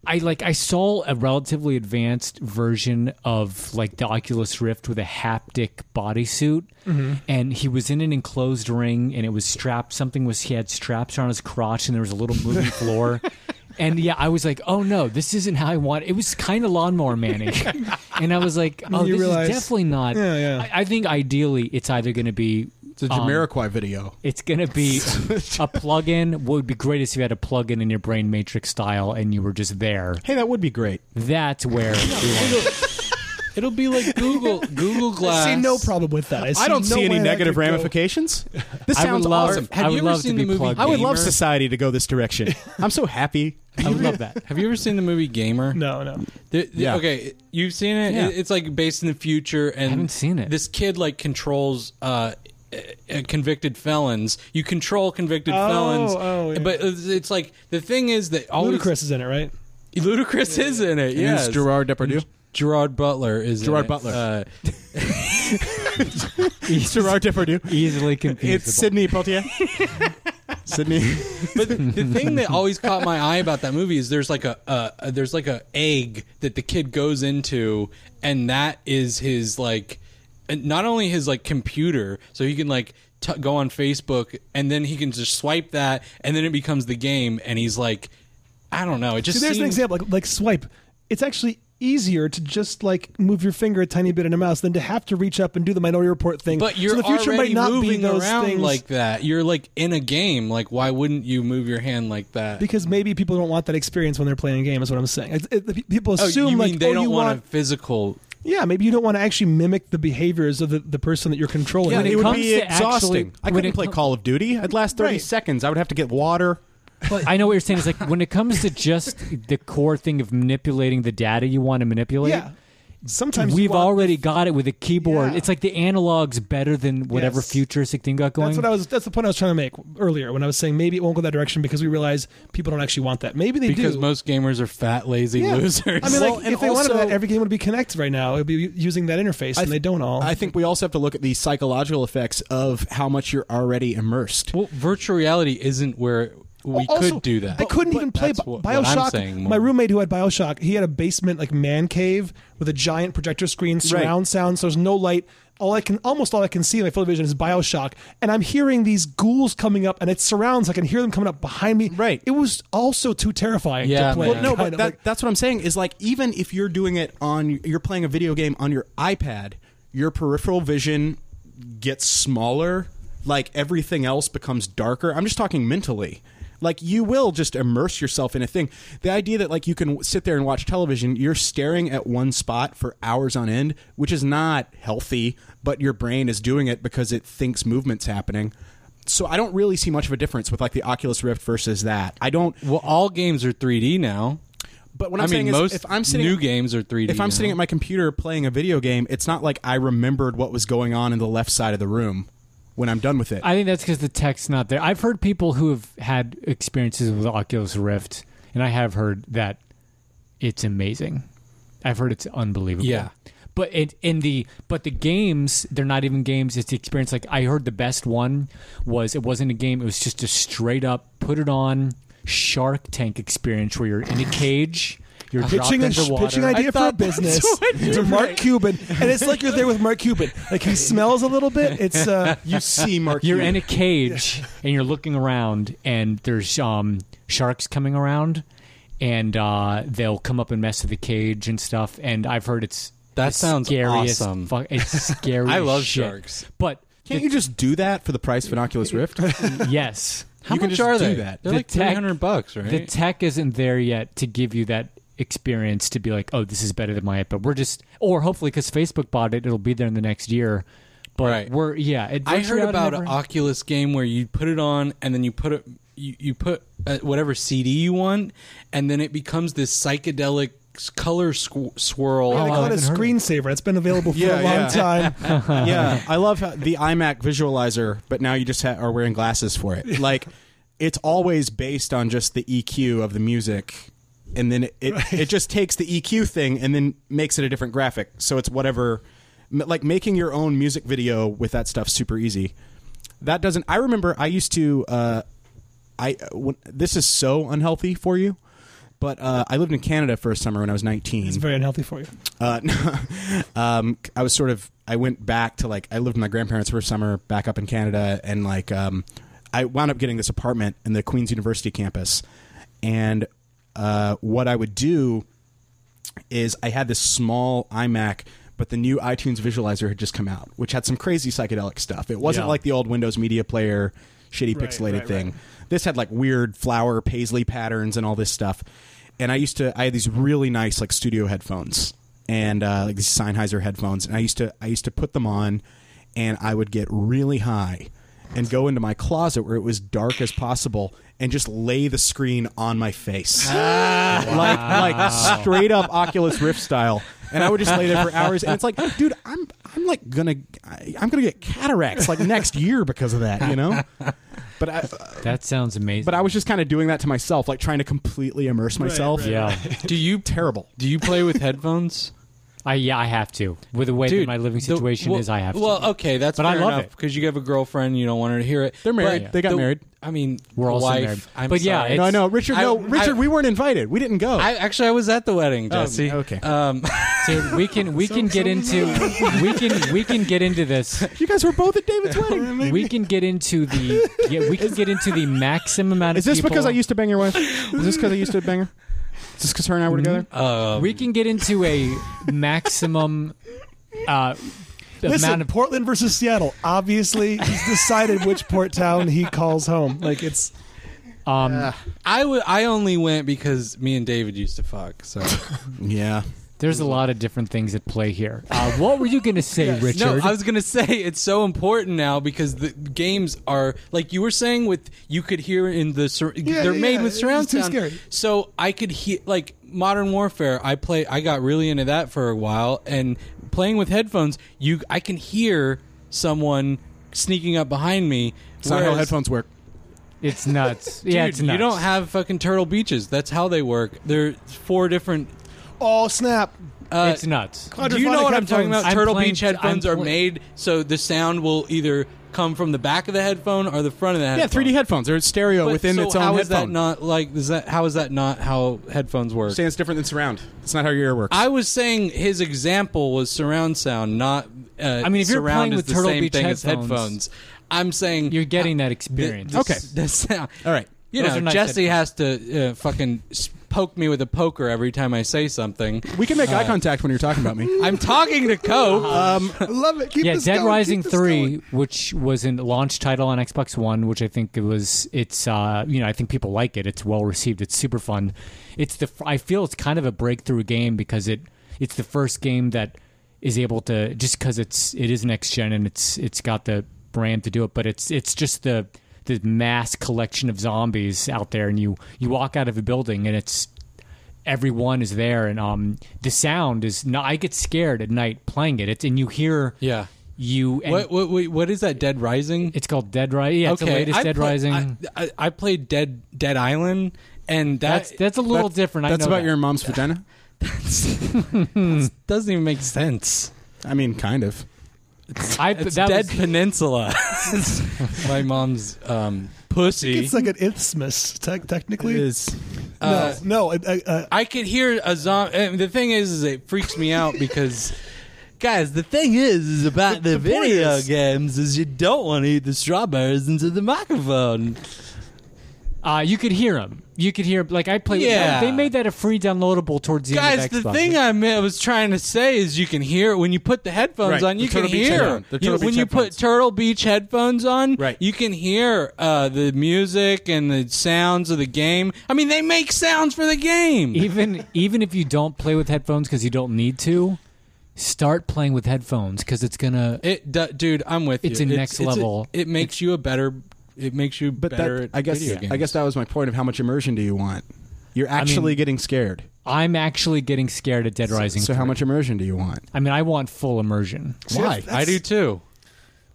A: I like I saw a relatively advanced version of like the Oculus Rift with a haptic bodysuit,
E: Mm-hmm.
A: and he was in an enclosed ring, and it was strapped. Something was he had straps on his crotch, and there was a little
E: [laughs]
A: moving floor. And yeah, I was like, "Oh no, this isn't how I want." It was kind of lawnmower
E: [laughs]
A: manning, and I was like, "Oh,
E: you
A: this
E: realize-
A: is definitely not."
E: Yeah, yeah.
A: I, I think ideally, it's either going to be
D: it's a Jamiroquai video.
A: it's gonna
E: [laughs]
A: be a plug-in. What would be great is if you had a plug-in in your brain matrix style and you were just there.
D: Hey, that would be great.
A: That's
E: [laughs]
A: where we want-
C: It'll be like Google Google
E: I
C: Glass.
E: see no problem with that. I, see
D: I don't
E: no
D: see
E: way
D: any
E: that
D: negative
E: could go.
D: ramifications. This
A: I would
D: sounds
A: love-
D: awesome.
A: I
C: Have
A: would
C: you ever
A: love to
C: seen
A: be
C: the movie?
A: plugged
D: I would love
C: Gamer?
D: society to go this direction. I'm so happy.
A: I would love that.
C: Have you ever seen the movie Gamer?
E: No, no.
C: The- the-
D: Yeah.
C: Okay, you've seen it.
A: Yeah.
C: It- It's like based in the future, and
A: haven't seen it.
C: This kid like controls uh, uh, convicted felons. You control convicted
E: Oh,
C: felons,
E: oh, yeah.
C: but it's, it's like the thing is that always
E: Ludacris is in it, right?
C: [laughs] Ludacris is in it.
D: And
C: Yes,
D: it's Gerard Depardieu.
C: Gerard Butler is in
D: [laughs] Gerard
C: it. [laughs]
D: Butler. [laughs]
C: Uh,
D: It's Gerard Depardieu.
A: Easily confusable.
D: It's Sydney Peltier. Sydney.
C: but the thing that always caught my eye about that movie is there's like a uh, there's like a egg that the kid goes into, and that is his like, and not only his like computer, so he can like t- go on Facebook, and then he can just swipe that, and then it becomes the game, and he's like, I don't know, it just
E: See, there's an
C: seems-
E: example, like, like swipe. It's actually easier to just like move your finger a tiny bit in a mouse than to have to reach up and do the minority report thing.
C: But you're
E: so the future
C: already
E: might not
C: moving
E: be those
C: around
E: things
C: like that. You're like in a game. Like, why wouldn't you move your hand like that?
E: because maybe people don't want that experience when they're playing a game. Is what I'm saying. It's- it- the pe- people
C: oh,
E: assume
C: you
E: like
C: mean they
E: oh,
C: don't
E: you
C: want,
E: want
C: a physical?
E: yeah maybe you don't want to actually mimic the behaviors of the, the person that you're controlling.
D: Yeah,
A: When
D: it,
A: it
D: would
A: comes
D: be
A: to
D: exhausting.
A: actually-
D: I
A: when
D: couldn't
A: it
D: play
A: com-
D: Call of Duty. I'd last thirty
E: Right.
D: seconds. I would have to get water.
A: I know what you're saying. It's like when it comes to just the core thing of manipulating the data you want to manipulate.
E: yeah. Sometimes you
A: We've
E: want-
A: already got it with a keyboard.
E: Yeah.
A: It's like the analog's better than whatever
E: Yes.
A: futuristic thing got going.
E: That's what I was. That's the point I was trying to make earlier when I was saying maybe it won't go that direction because we realize people don't actually want that. Maybe they
C: Because
E: do.
C: most gamers are fat, lazy
E: Yeah.
C: losers.
E: I mean,
D: Well,
E: like
D: and
E: if they wanted
D: also-
E: that, every game would be Connect right now. It'd be using that interface, and
D: th-
E: they don't all.
D: I think we also have to look at the psychological effects of how much you're already immersed.
C: well, virtual reality isn't where we
E: Oh, Also,
C: could do that.
E: I couldn't
C: But
E: even play
C: that's
E: Bi-
C: what- what I'm
E: Bioshock.
C: saying
E: My
C: more.
E: roommate who had Bioshock, he had a basement like man cave with a giant projector screen, surround sound. So there's no light. All I can, almost all I can see in my field of vision is Bioshock, and I'm hearing these ghouls coming up, and it surrounds. I can hear them coming up behind me.
D: Right.
E: It was also too terrifying.
C: Yeah,
E: to play.
C: man.
D: No,
E: Kind
D: but
E: of
D: that,
E: like-
D: that's what I'm saying is like even if you're doing it on you're playing a video game on your iPad, your peripheral vision gets smaller, like everything else becomes darker. I'm just talking mentally. Like you will just immerse yourself in a thing. The idea that like you can sit there and watch television, you're staring at one spot for hours on end, which is not healthy, but your brain is doing it because it thinks movement's happening. So I don't really see much of a difference with like the Oculus Rift versus that. I don't
C: Well, all games are 3D now.
D: but what
C: I
D: I'm
C: mean,
D: saying
C: most
D: is, if I'm sitting
C: new games are 3D.
D: if I'm
C: now.
D: sitting at my computer playing a video game, it's not like I remembered what was going on in the left side of the room when I'm done with it.
A: I think that's because the tech's not there. I've heard people who have had experiences with Oculus Rift, and I have heard that it's amazing. I've heard it's unbelievable.
C: Yeah.
A: But it in the but the games they're not even games. It's the experience. Like I heard the best one was it wasn't a game. It was just a straight up put it on Shark Tank experience where you're in a cage. You're
E: pitching
A: dropped
E: a
A: into water.
E: pitching idea for a business to Mark Cuban, and it's like you're there with Mark Cuban. Like he smells a little bit. It's uh,
D: [laughs] you see, Mark,
A: You're
D: Cuban.
A: in a cage
C: [laughs]
A: and you're looking around, and there's um, sharks coming around, and uh, they'll come up and mess with the cage and stuff. And I've heard it's
C: That
A: the
C: sounds
A: scariest.
C: awesome.
A: Fuck,
C: [laughs]
A: it's scary.
C: I
A: as
C: love
A: shit.
C: sharks.
A: but
D: Can't you just do that for the price of an Oculus Rift?
A: [laughs] yes,
C: How
D: you
C: much
D: can just
C: are
D: do
C: they?
D: that.
C: They're
A: The
C: like
A: tech-
C: 300 bucks, right?
A: the tech isn't there yet to give you that experience to be like, oh, this is better than my. But we're just, or hopefully, because Facebook bought it, it'll be there in the next year. But
C: Right.
A: we're yeah. it-
C: I heard
A: virtual
C: about
A: never-
C: an Oculus game where you put it on and then you put it you, you put uh, whatever CD you want and then it becomes this psychedelic s- color squ- swirl.
E: they call it a
A: haven't heard of it.
E: screensaver. It's been available for
D: Yeah,
E: a long
D: yeah.
E: time.
D: yeah, I love how the iMac visualizer, but now you just ha- are wearing glasses for it. Like it's always based on just the EQ of the music. And then it, it, it just takes the EQ thing and then makes it a different graphic. So it's whatever, m- like making your own music video with that stuff super easy. That doesn't. I remember I used to. Uh, I uh, when, this is so unhealthy for you, but uh, I lived in Canada for a summer when I was nineteen.
E: It's very unhealthy for you.
D: Uh, [laughs] um, I was sort of I went back to like I lived with my grandparents for a summer back up in Canada, and like um, I wound up getting this apartment in the Queen's University campus, and uh, what I would do is I had this small iMac. But the new iTunes visualizer had just come out, which had some crazy psychedelic stuff. It wasn't
A: Yeah.
D: like the old Windows Media Player, shitty
E: Right,
D: pixelated
E: right, right.
D: thing. This had like weird flower paisley patterns and all this stuff. And I used to I had these really nice like studio headphones and uh, like these Sennheiser headphones. And I used to I used to put them on, and I would get really high and go into my closet where it was dark as possible and just lay the screen on my face like like straight up Oculus Rift style. And I would just lay there for hours, and it's like, dude, I'm I'm like gonna I, I'm gonna get cataracts like next year because of that, you know. But I
A: That sounds amazing.
D: but I was just kind of doing that to myself, like trying to completely immerse myself.
A: yeah.
C: do you
D: terrible.
C: do you play [laughs] with headphones?
A: I yeah, I have to. With the way that my living
C: the-
A: situation
C: well-
A: is, I have to.
C: Well, okay, that's
A: But I
C: fair
A: love
C: enough
A: it.
C: because you have a girlfriend, you don't want her to hear it.
D: They're married.
C: But
D: They got
C: the-
D: married.
C: I mean,
A: We're also
C: wife,
A: married.
C: I'm
A: But yeah,
C: sorry.
A: it's-
D: No, no, Richard,
C: I-
D: no,
C: I-
D: Richard, we weren't invited. We didn't go.
C: I actually I was at the wedding,
A: Oh,
C: Jesse.
D: okay.
C: Um, [laughs]
A: Dude, we can we can get into we can we can get into this.
D: you guys were both at David's wedding.
A: We can get into the yeah, we can get into the maximum amount of
D: Is this
A: people.
D: because I used to bang your wife? Is this because I used to bang her? Just because her and I were together.
C: Uh,
A: we can get into a maximum uh,
E: Listen,
A: amount of
E: Portland versus Seattle. Obviously, he's decided which port town he calls home. Like it's
A: um,
C: I w- I only went because me and David used to fuck. So
D: Yeah.
A: There's a lot of different things at play here. Uh, what were you
C: [laughs]
A: going to say, Richard?
C: no, I was gonna say it's so important now because the games are like you were saying with you could hear in the sur- they're
E: yeah,
C: made
E: yeah,
C: with
E: it's
C: surround
E: too
C: sound.
E: scary.
C: So I could hear like Modern Warfare. I play. I got really into that for a while, and playing with headphones, you I can hear someone sneaking up behind me.
D: It's not how
C: whereas-
D: headphones work.
A: it's nuts. yeah,
C: Dude,
A: it's nuts.
C: you don't have fucking Turtle Beaches. That's how they work. They're four different.
E: oh snap.
C: Uh,
A: it's nuts.
C: Do you know what I'm talking
E: headphones.
C: about?
A: I'm
C: Turtle
A: playing-
C: Beach headphones
A: I'm
C: are
A: pl-
C: made so the sound will either come from the back of the headphone or the front of the
D: Yeah,
C: headphone.
D: 3D headphones. They're stereo
C: But
D: within
C: so
D: its own
C: how
D: headphone.
C: is that not like? Is that how is that not how headphones work?
D: Saying it's different than surround. It's not how your ear works.
C: I was saying his example was surround sound, not. Uh,
A: I mean, if you're
C: surround
A: playing
C: is
A: with
C: the
A: Turtle
C: same
A: Beach
C: thing
A: headphones,
C: as headphones. I'm saying
A: You're getting that
C: Uh, the-
A: experience.
C: the-
D: Okay.
C: the sound.
D: All right.
C: You
A: Those
C: know,
A: are nice
C: Jesse has to uh, fucking s- poke me with a poker every time I say something.
D: we can make eye contact when you're talking about [laughs] me.
C: I'm talking to Cope.
A: Uh-huh.
D: Um,
E: Love it. Keep
A: yeah,
E: this
A: Dead
E: going. Keep
A: Rising
E: this
A: Three,
E: going.
A: which was a launch title on Xbox One, which I think it was. It's uh, you know, I think people like it. It's well received. It's super fun. It's the I feel it's kind of a breakthrough game because it it's the first game that is able to just because it's it is next gen and it's it's got the brand to do it, but it's it's just the the mass collection of zombies out there, and you you walk out of a building and it's everyone is there and um the sound is not i get scared at night playing it it's and you hear
C: yeah.
A: you and
C: What, what what what is that? Dead Rising.
A: it's called Dead Rising. Yeah, it's the latest
C: I
A: Dead
C: play-
A: Rising.
C: I, I, I played Dead Dead Island, and that
A: that's that's a little different. I
D: That's
A: know
D: about
A: that.
D: your mom's vagina.
C: doesn't even make sense.
D: I mean, kind of.
A: I,
C: It's
A: that
C: Dead
A: was- [laughs]
C: Peninsula. [laughs] My mom's um, pussy.
E: It's like an isthmus, te- technically.
D: is.
E: No, no. uh, I, I, I,
C: I could hear a zombie. The thing is, is it freaks me out because. Guys, the thing is, is about the,
E: point
C: video
E: is-
C: games is you don't want to eat the strawberries into the microphone.
A: uh, you could hear them. You could hear like I played.
C: Yeah.
A: they made that a free downloadable towards the
C: Guys,
A: end of
C: the
A: Xbox.
C: thing I meant, was trying to say is you can hear when you put the headphones
D: Right,
C: on,
D: the
C: you can
D: Turtle Beach
C: hear.
D: headphone- the
C: You-
D: Turtle
C: when
D: Beach
C: you put
D: headphones.
C: Turtle Beach headphones on,
D: Right.
C: you can hear uh, the music and the sounds of the game. I mean, they make sounds for the game.
A: even even if you don't play with headphones because you don't need to, start playing with headphones because it's gonna.
C: It, d- dude, I'm with
A: It's
C: you.
A: a next level.
C: it makes you a better. It makes you
D: But
C: better.
D: that,
C: at
D: I guess,
C: video games.
D: I guess that was my point of how much immersion do you want? You're actually
A: mean-
D: getting scared.
A: I'm actually getting scared at Dead Rising.
D: So how
A: 3.
D: much immersion do you want?
A: I mean, I want full immersion.
D: Why?
E: that's-
C: I do too.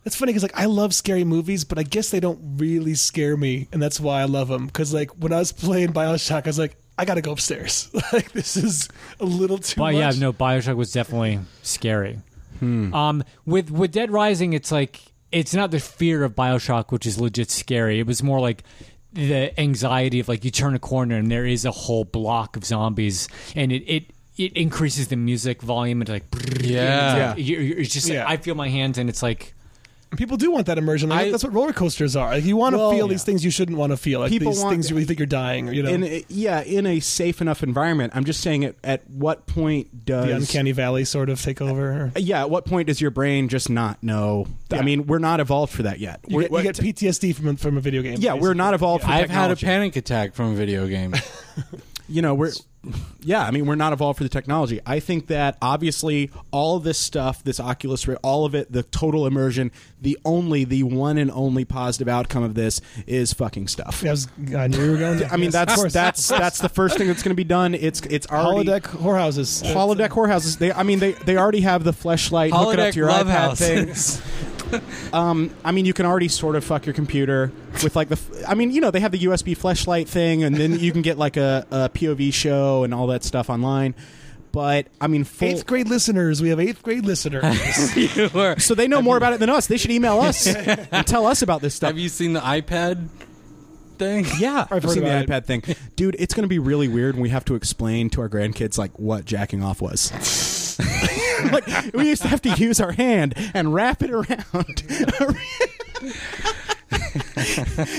E: It's funny because like I love scary movies, but I guess they don't really scare me, and that's why I love them. Because like when I was playing Bioshock, I was like, I gotta go upstairs. [laughs] like this is a little too
A: Well,
E: much.
A: yeah, no, Bioshock was definitely scary.
D: Hmm.
A: Um, with with Dead Rising, it's like it's not the fear of Bioshock, which is legit scary. It was more like the anxiety of like you turn a corner and there is a whole block of zombies, and it it, it increases the music volume and like
C: Yeah.
A: it's, like, you you it's just
E: Yeah.
A: I feel my hands and it's like
E: people do want that immersion. Like,
C: I-
E: that's what roller coasters are. Like you want to
D: Well,
E: feel
D: yeah.
E: these things you shouldn't want to feel. Like
D: People
E: these
D: want-
E: things you really think you're dying. or, You know,
D: In a, yeah, in a safe enough environment. I'm just saying, at, at what point does
E: the uncanny valley sort of take over.
D: yeah, at what point does your brain just not know? I
E: Yeah.
D: mean, we're not evolved for that yet.
E: You
D: We're-
E: get, you get PTSD from a- from a video game.
D: yeah, we're not evolved for
C: I've had a
D: technology.
C: panic attack from a video
D: [laughs]
C: game. [laughs]
D: you know we're yeah i mean we're not evolved for the technology i think that obviously all this stuff this oculus Rift, all of it the total immersion the only the one and only positive outcome of this is fucking stuff
E: basically. I, was, I knew you
D: [laughs]
E: were going. There.
D: i mean
E: Yes, of
D: that's
E: course.
D: that's that's the first thing that's going to be done it's it's already
E: holodeck whorehouses.
D: holodeck whorehouses they i mean they they already have the fleshlight hook it up
C: Holodeck
D: to your
C: love
D: ipad thing
C: houses.
D: [laughs] um, I mean, you can already sort of fuck your computer with like the. f- I mean, you know, they have the USB flashlight thing, and then you can get like a, a POV show and all that stuff online. But I mean, full,
E: Eighth grade listeners, we have eighth
D: [laughs]
E: grade listeners.
C: You were-
D: so they know more about it than us. They should email us and tell us about this stuff.
C: Have you seen the iPad thing?
D: yeah, I've,
E: heard
D: seen the
E: about it.
D: iPad thing, dude. It's going to be really weird when we have to explain to our grandkids like what jacking off was. like we used to have to use our hand and wrap it around. [laughs]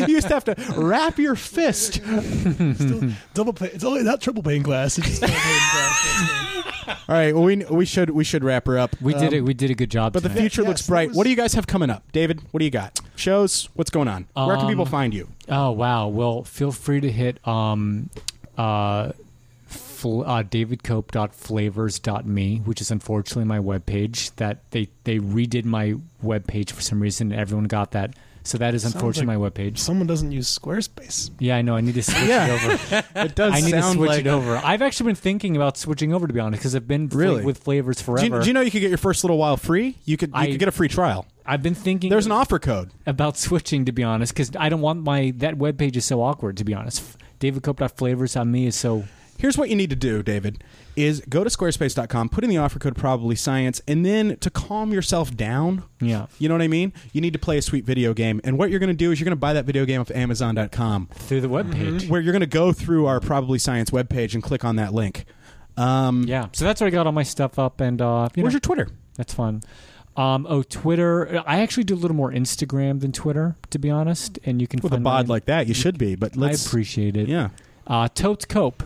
D: you just have to wrap your fist.
E: Double pay. It's only not triple paying glass. It's
D: [laughs]
E: just double pane glass.
D: All right. Well, we we should we should wrap her up.
A: We did
D: Um,
A: it. We did a good job.
D: But the
A: tonight.
D: future
E: Yes,
D: looks
E: that
D: bright.
E: was-
D: What do you guys have coming up, David? What do you got? Shows? What's going on? Where can people
A: Um,
D: find you?
A: Oh wow! Well, feel free to hit um, uh, fl- uh, davidcope.flavors.me, which is unfortunately my webpage. That they they redid my webpage for some reason. and Everyone got that, so that is unfortunately my webpage.
E: Someone doesn't use Squarespace.
A: Yeah, I know. I need
D: [laughs]
A: to switch
D: Yeah.
A: it over.
D: It does
A: I need to
D: sound
A: switch
D: like.
A: it over. I've actually been thinking about switching over to be honest, because I've been fl-
D: Really?
A: with flavors
D: Do
A: forever.
D: you, do you know you could get your first little while free? You could you
A: I-
D: could get a free trial.
A: I've been thinking
D: There's an offer code.
A: about switching to be honest, because I don't want my that webpage is so awkward to be honest. Davidcope.flavors.me is so
D: Here's what you need to do, David, is go to squarespace.com, put in the offer code probably science, and then to calm yourself down,
A: Yeah.
D: you know what I mean? You need to play a sweet video game. And what you're going to do is you're going to buy that video game off amazon.com.
A: through the webpage.
D: where you're going to go through our probably science webpage and click on that link. Um,
A: Yeah, so that's where I got all my stuff up, and uh, you know,
D: Where's your Twitter?
A: that's fun. Um, oh, Twitter. I actually do a little more Instagram than Twitter, to be honest. And you can
D: With a
A: find
D: bod
A: mine.
D: like that, you should be. But
A: I
D: let's
A: appreciate it.
D: yeah.
A: Uh, Totes Cope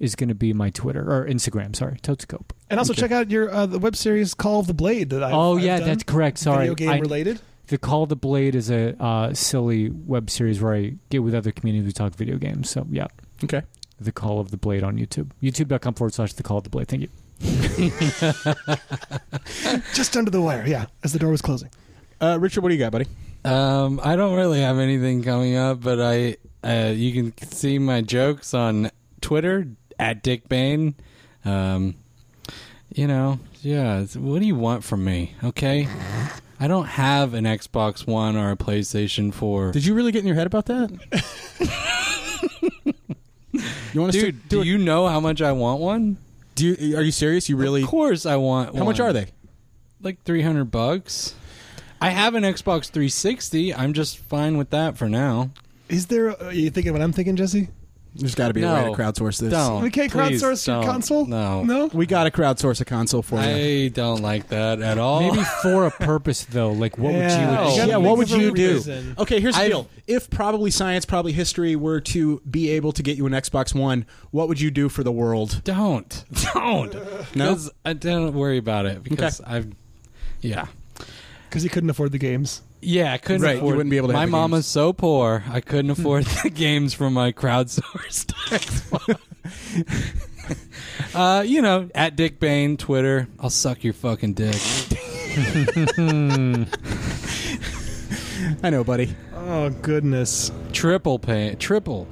A: is going to be my Twitter or Instagram. Sorry, Totes Cope.
E: And also check out your uh, the web series Call of the Blade that I
A: oh
E: I've
A: yeah,
E: done.
A: that's correct. Sorry,
E: video game
A: I-
E: related.
A: the Call of the Blade is a uh, silly web series where I get with other communities who talk video games. So yeah,
D: Okay.
A: the Call of the Blade on YouTube, YouTube.com forward slash the Call of the Blade. Thank you.
E: Just under the wire. Yeah, as the door was closing.
D: Uh, Richard, what do you got, buddy?
C: Um, I don't really have anything coming up, but I uh, you can see my jokes on Twitter at Dick Bain. Um, you know, yeah. it's- What do you want from me? Okay, I don't have an Xbox One or a PlayStation Four.
D: Did you really get in your head about [laughs] that? you want to
C: Dude, do you know how much I want one?
D: Do you, are you serious? You really?
C: Of course, I want.
D: How much
C: one.
D: are they?
C: Like three hundred bucks. I have an Xbox 360. I'm just fine with that for now.
E: Is there? Are you thinking what I'm thinking, Jesse?
D: There's got to be a way to crowdsource this.
C: Don't.
E: We can't
C: Please
E: crowdsource your
C: don't.
E: console.
C: No.
E: no.
D: We got to crowdsource a console for you.
C: I don't like that at all.
A: Maybe for a purpose though, like what
E: Yeah.
A: would you?
C: Oh.
E: gotta
D: yeah, what
E: think
D: would
E: of a
D: you do?
E: reason.
D: Okay, here's the
C: I've-
D: deal. If probably science, probably history were to be able to get you an Xbox One, what would you do for the world?
C: Don't. [laughs] Don't.
D: [laughs] No?
C: 'Cause I don't worry about it because I've. Yeah.
E: Because he couldn't afford the games.
C: Yeah, I couldn't
D: Right, you
C: afford.
D: wouldn't be able to
C: My
D: have the
C: mom
D: games. Hmm.
C: was so poor, I couldn't afford the [laughs] games from my
D: [laughs]
C: crowdsourced [laughs] Xbox. uh, you know, at Dick Bain, Twitter. I'll suck your fucking dick.
D: Mm. I know, buddy.
E: Oh goodness.
C: triple pay. Triple.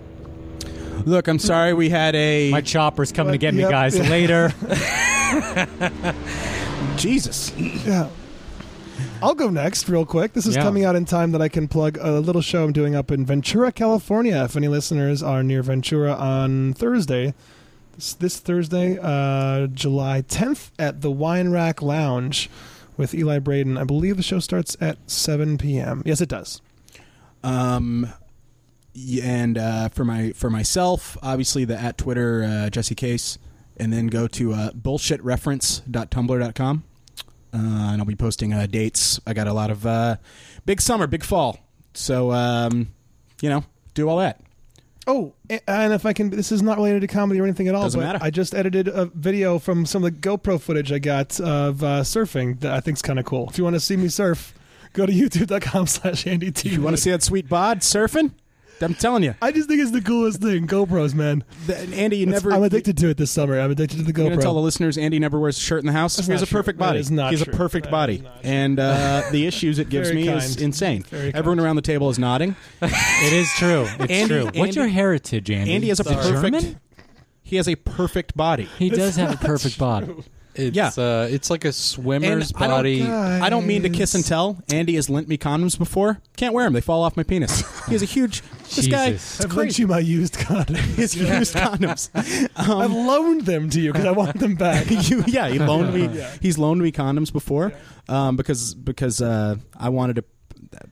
D: Look, I'm sorry we had a
A: My chopper's coming to get me,
E: Yep.
A: guys.
D: [laughs]
A: Later.
D: Jesus.
E: Yeah. I'll go next, real quick. This is
A: Yeah.
E: coming out in time that I can plug a little show I'm doing up in Ventura, California. If any listeners are near Ventura on Thursday, this, this Thursday, uh, July 10th, at the Wine Rack Lounge with Eli Braden. I believe the show starts at 7 p.m. Yes, it does.
D: Um, y- and uh, for my for myself, obviously the at Twitter uh, Jesse Case, and then go to uh, bullshitreference.tumblr.com, uh, and I'll be posting uh, dates. I got a lot of uh, big summer, big fall, so um, you know, do all that.
E: Oh, a- and if I can, this is not related to comedy or anything at all.
D: Doesn't
E: but
D: matter.
E: I just edited a video from some of the GoPro footage I got of uh, surfing that I think's kind of cool. If you want to see me surf, go to [laughs] YouTube.com/slash Andy T.
D: You want to see that sweet bod surfing? I'm telling you,
E: I just think it's the coolest thing. GoPros, man.
D: Th- Andy, you
E: It's-
D: never.
E: I'm addicted to it this summer. I'm addicted to the
D: I'm gonna
E: GoPro.
D: tell the listeners Andy never wears a shirt in the house.
E: That's
D: He has a
E: not true.
D: perfect
E: That
D: body.
E: is not
D: He's
E: true.
D: a perfect
E: That
D: body,
E: is not true.
D: and uh, the issues it gives
E: Very
D: me is
E: kind.
D: insane.
E: Very
D: Everyone
E: kind.
D: around the table is nodding.
A: It is true. It's
D: Andy-
A: true.
D: Andy-
A: What's your heritage, Andy?
D: Andy has a
A: Is it
D: perfect.
A: German?
D: He has a perfect body.
A: He does
D: [laughs]
A: have a perfect body.
C: It's
D: Yeah.
C: uh, it's like a swimmer's
D: I don't-
C: body.
E: Guys.
D: I don't mean to kiss and tell. Andy has lent me condoms before. Can't wear them; they fall off my penis. He has a huge. This guy,
A: Jesus.
D: it's
E: I've lent
D: crazy.
E: you my used
D: [laughs]
E: condoms.
D: His used condoms. [laughs]
E: I've loaned them to you because I want them back.
D: You- yeah, he loaned me.
E: Yeah.
D: He's loaned me condoms before, um, because because uh, I wanted to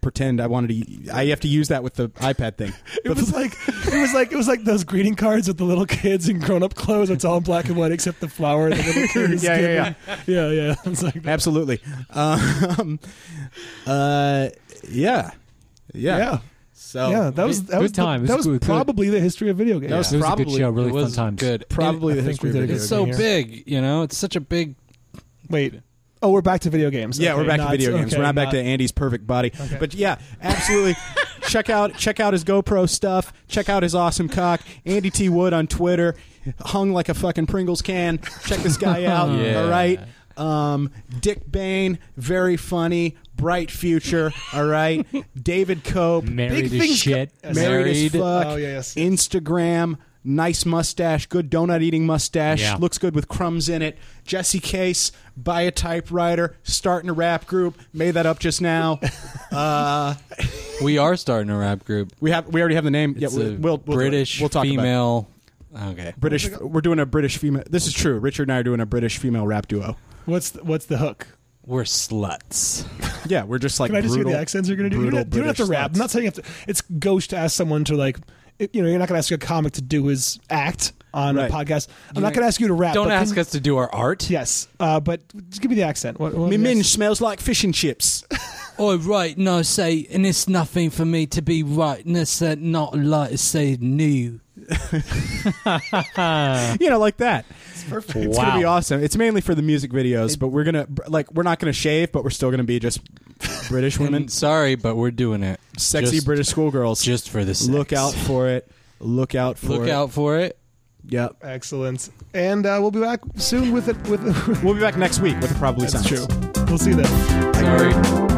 D: pretend I wanted to. I have to use that with the iPad [laughs] thing.
E: It was like it was like it was like those greeting cards with the little kids in grown up clothes. It's all in black and white except the flower. The little kid
D: [laughs]
E: is
D: Yeah, yeah,
E: given. yeah, yeah. [laughs] It's like that.
D: [laughs] Absolutely. Um, uh, yeah. Yeah.
E: yeah.
D: So
E: yeah, that was that
A: Good
E: was the-
A: time. It
E: that
A: was
E: was
A: good- good.
E: probably the history of video games.
D: That was
A: It was a good
D: Probably-
A: show. Really
C: it
A: fun
C: was
A: times.
C: Good.
D: probably
E: I
D: the
E: think
D: history
E: we
D: of
E: did
D: video
E: a good
C: It's
D: games.
C: so
E: here.
C: big, you know. It's such a big.
E: Wait. Oh, we're back to video games.
D: Yeah,
E: Okay,
D: we're back
E: not-
D: to video games.
E: okay,
D: we're not, back to Andy's perfect body.
E: Okay.
D: But yeah, [laughs] absolutely. check out check out his GoPro stuff. Check out his awesome cock. Andy T Wood on Twitter, hung like a fucking Pringles can. Check this guy [laughs] out.
C: Yeah.
D: All right. Um, Dick Bain, very funny, bright future. All [laughs] right. David Cope,
A: Married
E: Big
A: as
E: things
A: shit.
D: married, as
C: Married.
D: fuck.
E: Oh, yeah, yes.
D: Instagram, nice mustache, good donut eating mustache,
A: Yeah.
D: looks good with crumbs in it. Jesse Case, buy a typewriter, starting a rap group. Made that up just now.
C: We are starting a rap group.
D: we have we already have the name.
C: It's
D: yeah,
C: a
D: we'll, we'll, we'll
C: British
D: We'll talk about it.
C: female. Okay.
E: Oh
D: British. We're doing a British female. This is true. Richard and I are doing a British female rap duo.
E: What's the, what's the hook?
C: We're sluts.
D: Yeah, we're just like
E: Can I just
D: brutal,
E: hear the accents you're going to do? You
D: brutal
E: don't, you don't have to
D: British
E: rap. I'm
D: sluts.
E: not saying you have to. It's gauche to ask someone to like. it- You know, you're not going to ask a comic to do his act on
D: Right.
E: a podcast. I'm not going to ask you to rap.
C: Don't
E: but
C: ask
E: can-
C: us to do our art.
E: Yes, uh, but just give me the accent. What, what
D: Me
E: yes.
D: minge smells like fish and chips.
C: Oh right, no, say, and it's nothing for me to be right, and it's uh, not like say new.
D: [laughs] you know, like that. It's
E: perfect.
D: It's gonna be
A: Wow.
D: awesome. It's mainly for the music videos, but we're gonna like we're not gonna shave, but we're still gonna be just British
C: [laughs]
D: women,
C: And sorry, but we're doing it.
D: sexy
C: just,
D: British schoolgirls.
C: Just for the sex.
D: look out for it. Look out for
C: Look
D: it.
C: out for it.
D: Yep.
E: Excellent. And uh, we'll be back soon with [laughs] it. With
D: We'll be back next week with the probably
E: that's
D: sounds.
E: true. We'll see you then.
C: Sorry.